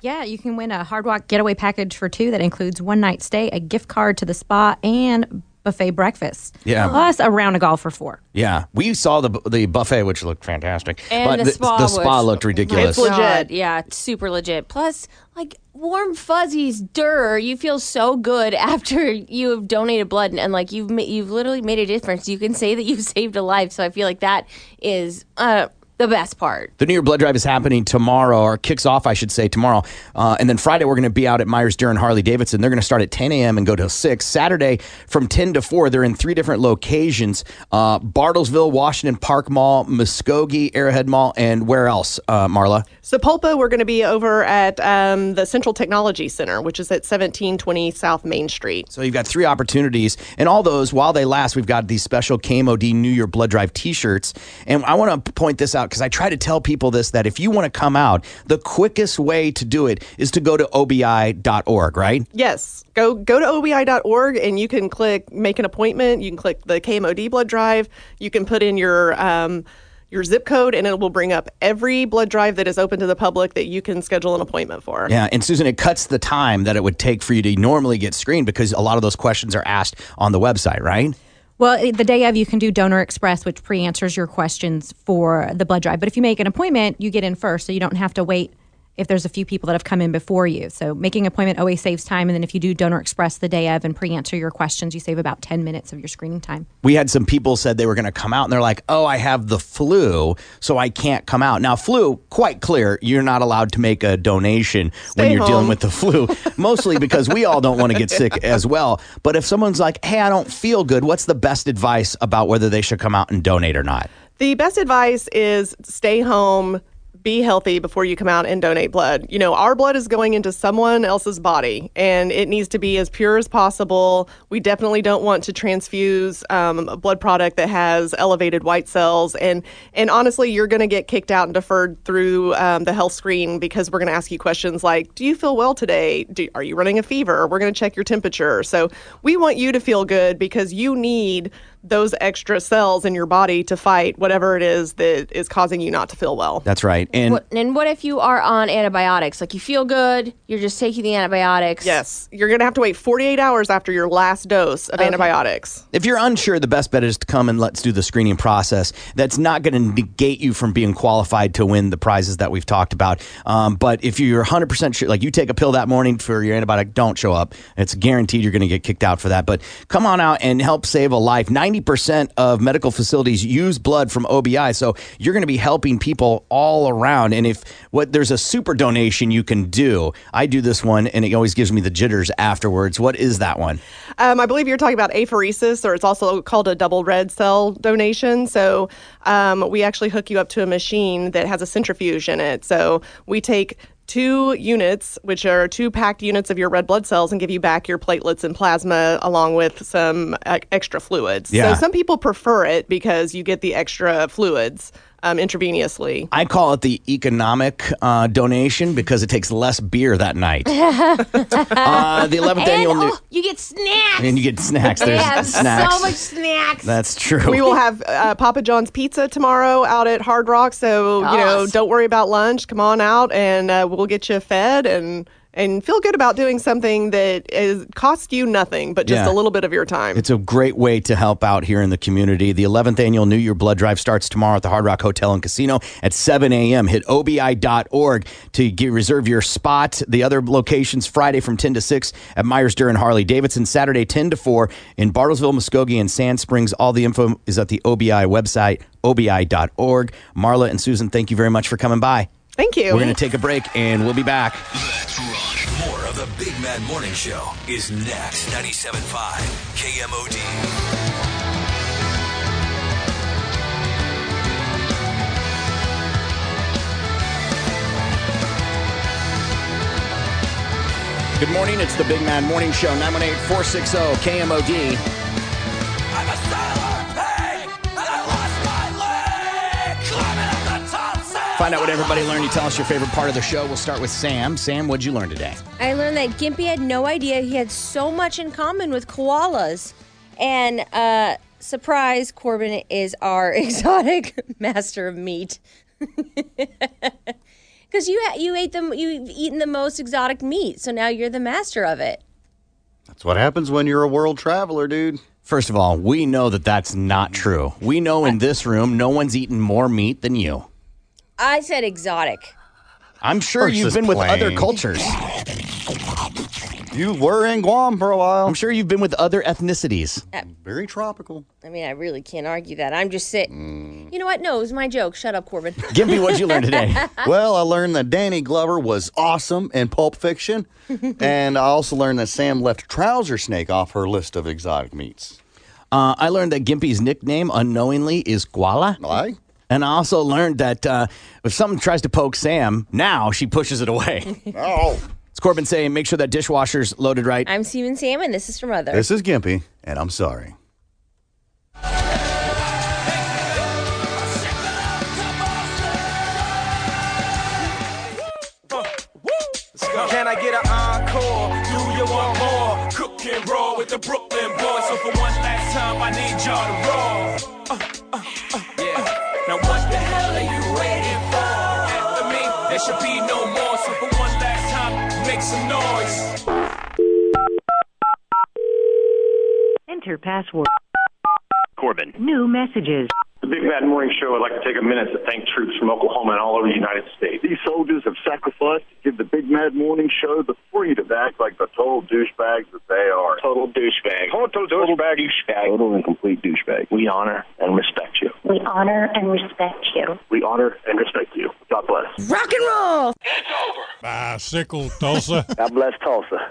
[SPEAKER 1] Yeah, you can win a Hard Rock getaway package for two that includes one night stay, a gift card to the spa, and buffet breakfast.
[SPEAKER 8] Yeah.
[SPEAKER 1] Plus a round of golf for four.
[SPEAKER 8] Yeah, we saw the the buffet, which looked fantastic,
[SPEAKER 10] And
[SPEAKER 8] but
[SPEAKER 10] the spa
[SPEAKER 8] the spa
[SPEAKER 10] was-
[SPEAKER 8] looked ridiculous.
[SPEAKER 10] My God, Yeah, it's super legit. Plus, like warm fuzzies, dir. You feel so good after you have donated blood, and, and, like you've ma- you've literally made a difference. You can say that you've saved a life. So I feel like that is uh, the best part.
[SPEAKER 8] The New Year Blood Drive is happening tomorrow, or kicks off, I should say, tomorrow. Uh, and then Friday, we're going to be out at Myers Durham Harley Davidson. They're going to start at 10 a.m. and go till 6. Saturday, from 10 to 4, they're in three different locations uh, Bartlesville, Washington Park Mall, Muskogee, Arrowhead Mall, and where else, uh, Marla?
[SPEAKER 27] Sepulpa, we're going to be over at um, the Central Technology Center, which is at 1720 South Main Street.
[SPEAKER 8] So you've got three opportunities, and all those while they last, we've got these special KMOD New Year Blood Drive T-shirts. And I want to point this out because I try to tell people this that if you want to come out, the quickest way to do it is to go to obi.org, right?
[SPEAKER 27] Yes, go go to obi.org and you can click make an appointment. You can click the KMOD blood drive. You can put in your um, your zip code and it will bring up every blood drive that is open to the public that you can schedule an appointment for.
[SPEAKER 8] Yeah, and Susan, it cuts the time that it would take for you to normally get screened because a lot of those questions are asked on the website, right?
[SPEAKER 1] Well, i- the day of, you can do Donor Express, which pre answers your questions for the blood drive. But if you make an appointment, you get in first, so you don't have to wait if there's a few people that have come in before you. So making an appointment always saves time. And then if you do Donor Express the day of and pre answer your questions, you save about 10 minutes of your screening time.
[SPEAKER 8] we had some people said they were going to come out and they're like, oh, I have the flu, so I can't come out. Now, flu, quite clear, you're not allowed to make a donation when
[SPEAKER 14] Stay
[SPEAKER 8] you're dealing
[SPEAKER 14] home.
[SPEAKER 8] with the flu, mostly because we all don't want to get sick as well. But if someone's like, hey, I don't feel good, what's the best advice about whether they should come out and donate or not?
[SPEAKER 27] The best advice is stay home, be healthy before you come out and donate blood. You know, our blood is going into someone else's body and it needs to be as pure as possible. We definitely don't want to transfuse um, a blood product that has elevated white cells. And, and honestly, you're going to get kicked out and deferred through um, the health screen because we're going to ask you questions like, Do you feel well today? Do, are you running a fever? We're going to check your temperature. So we want you to feel good because you need those extra cells in your body to fight whatever it is that is causing you not to feel well.
[SPEAKER 8] That's right. And
[SPEAKER 10] What, and what if you are on antibiotics? Like you feel good, you're just taking the antibiotics.
[SPEAKER 27] Yes, you're going to have to wait 48 hours after your last dose of antibiotics.
[SPEAKER 8] If you're unsure, the best bet is to come and let's do the screening process. That's not going to negate you from being qualified to win the prizes that we've talked about. Um, but if you're 100% sure, like you take a pill that morning for your antibiotic, don't show up. It's guaranteed you're going to get kicked out for that. But come on out and help save a life. 90% of medical facilities use blood from OBI. So you're going to be helping people all around. And if what there's a super donation you can do, I do this one and it always gives me the jitters afterwards. What is that one?
[SPEAKER 27] Um, I believe you're talking about apheresis, or it's also called a double red cell donation. So um, we actually hook you up to a machine that has a centrifuge in it. So we take two units, which are two packed units of your red blood cells, and give you back your platelets and plasma along with some uh, extra fluids.
[SPEAKER 8] Yeah.
[SPEAKER 27] So some people prefer it because you get the extra fluids um, intravenously.
[SPEAKER 8] I call it the economic uh, donation because it takes less beer that night.
[SPEAKER 10] uh,
[SPEAKER 8] the 11th annual
[SPEAKER 10] and,
[SPEAKER 8] New-
[SPEAKER 10] oh, you get snacks.
[SPEAKER 8] And you get snacks. There's
[SPEAKER 10] yeah,
[SPEAKER 8] snacks.
[SPEAKER 10] so much snacks.
[SPEAKER 8] That's true.
[SPEAKER 27] We will have uh, Papa John's Pizza tomorrow out at Hard Rock. So, you know,
[SPEAKER 10] Yes.
[SPEAKER 27] don't worry about lunch. Come on out and uh, we'll get you fed and
[SPEAKER 31] and feel good about doing something that is costs you nothing, but just
[SPEAKER 8] Yeah.
[SPEAKER 31] a little bit of your time.
[SPEAKER 8] It's a great way to help out here in the community. The 11th annual New Year Blood Drive starts tomorrow at the Hard Rock Hotel and Casino at 7 a.m. Hit obi.org to get, reserve your spot. The other locations Friday from 10 to 6 at Myers Durham Harley Davidson, Saturday 10 to 4 in Bartlesville, Muskogee, and Sand Springs. All the info is at the OBI website, obi.org. Marla and Susan, thank you very much for coming by.
[SPEAKER 31] Thank you.
[SPEAKER 8] We're going to take a break and we'll be back.
[SPEAKER 32] More of the Big Mad Morning Show is next. 97.5 KMOD.
[SPEAKER 8] Good morning. It's the Big Man Morning Show, 918 460 KMOD.
[SPEAKER 33] I'm a silent pig, and I lost my leg climbing up the top set.
[SPEAKER 8] Find out what everybody learned. You tell us your favorite part of the show. We'll start with Sam. Sam, what'd you learn today?
[SPEAKER 10] I learned that Gimpy had no idea he had so much in common with koalas. And uh, surprise, Corbin is our exotic master of meat. Because you ha- you ate them, you've eaten the most exotic meat, so now you're the master of it.
[SPEAKER 3] That's what happens when you're a world traveler, dude.
[SPEAKER 8] First of all, we know that that's not true. We know in this room, no one's eaten more meat than you.
[SPEAKER 10] I said exotic.
[SPEAKER 8] I'm sure
[SPEAKER 3] Versus
[SPEAKER 8] you've been with other
[SPEAKER 3] plain.
[SPEAKER 8] cultures.
[SPEAKER 3] You were in Guam for a while.
[SPEAKER 8] I'm sure you've been with other ethnicities.
[SPEAKER 3] Very tropical.
[SPEAKER 10] I mean, I really can't argue that. I'm just sick. You know what? No, it was my joke. Shut up, Corbin.
[SPEAKER 3] well, I learned that Danny Glover was awesome in Pulp Fiction, and I also learned that Sam left trouser snake off her list of exotic meats.
[SPEAKER 8] Uh, I learned that Gimpy's nickname unknowingly is Koala.
[SPEAKER 3] Why?
[SPEAKER 8] And I also learned that uh, if someone tries to poke Sam, now she pushes it away.
[SPEAKER 3] oh.
[SPEAKER 8] It's Corbin saying, make sure that dishwasher's loaded right.
[SPEAKER 10] I'm Steven Salmon. This is from Mother.
[SPEAKER 3] This is Gimpy, and I'm sorry.
[SPEAKER 7] Can I get an encore? Do you want more? Cook and roll with the Brooklyn boys. So for one last time, I need y'all to roll. Uh, uh, uh, yeah. Now what the hell are you waiting for? After me, there should be no more. So for one last time, make some noise.
[SPEAKER 34] Enter password.
[SPEAKER 2] Corbin.
[SPEAKER 34] New messages.
[SPEAKER 2] The Big Bad Morning Show would like to take a minute to thank troops from Oklahoma and all over the United States. These soldiers have sacrificed to give the Big Mad Morning Show the freedom to act like the total douchebags that they are. Total douchebag. Total douchebag. douchebag. Total and complete douchebag. We honor and respect you.
[SPEAKER 34] We honor and respect you.
[SPEAKER 2] We honor and respect you. God bless.
[SPEAKER 34] Rock and roll.
[SPEAKER 14] Bicycle Tulsa.
[SPEAKER 2] God bless Tulsa.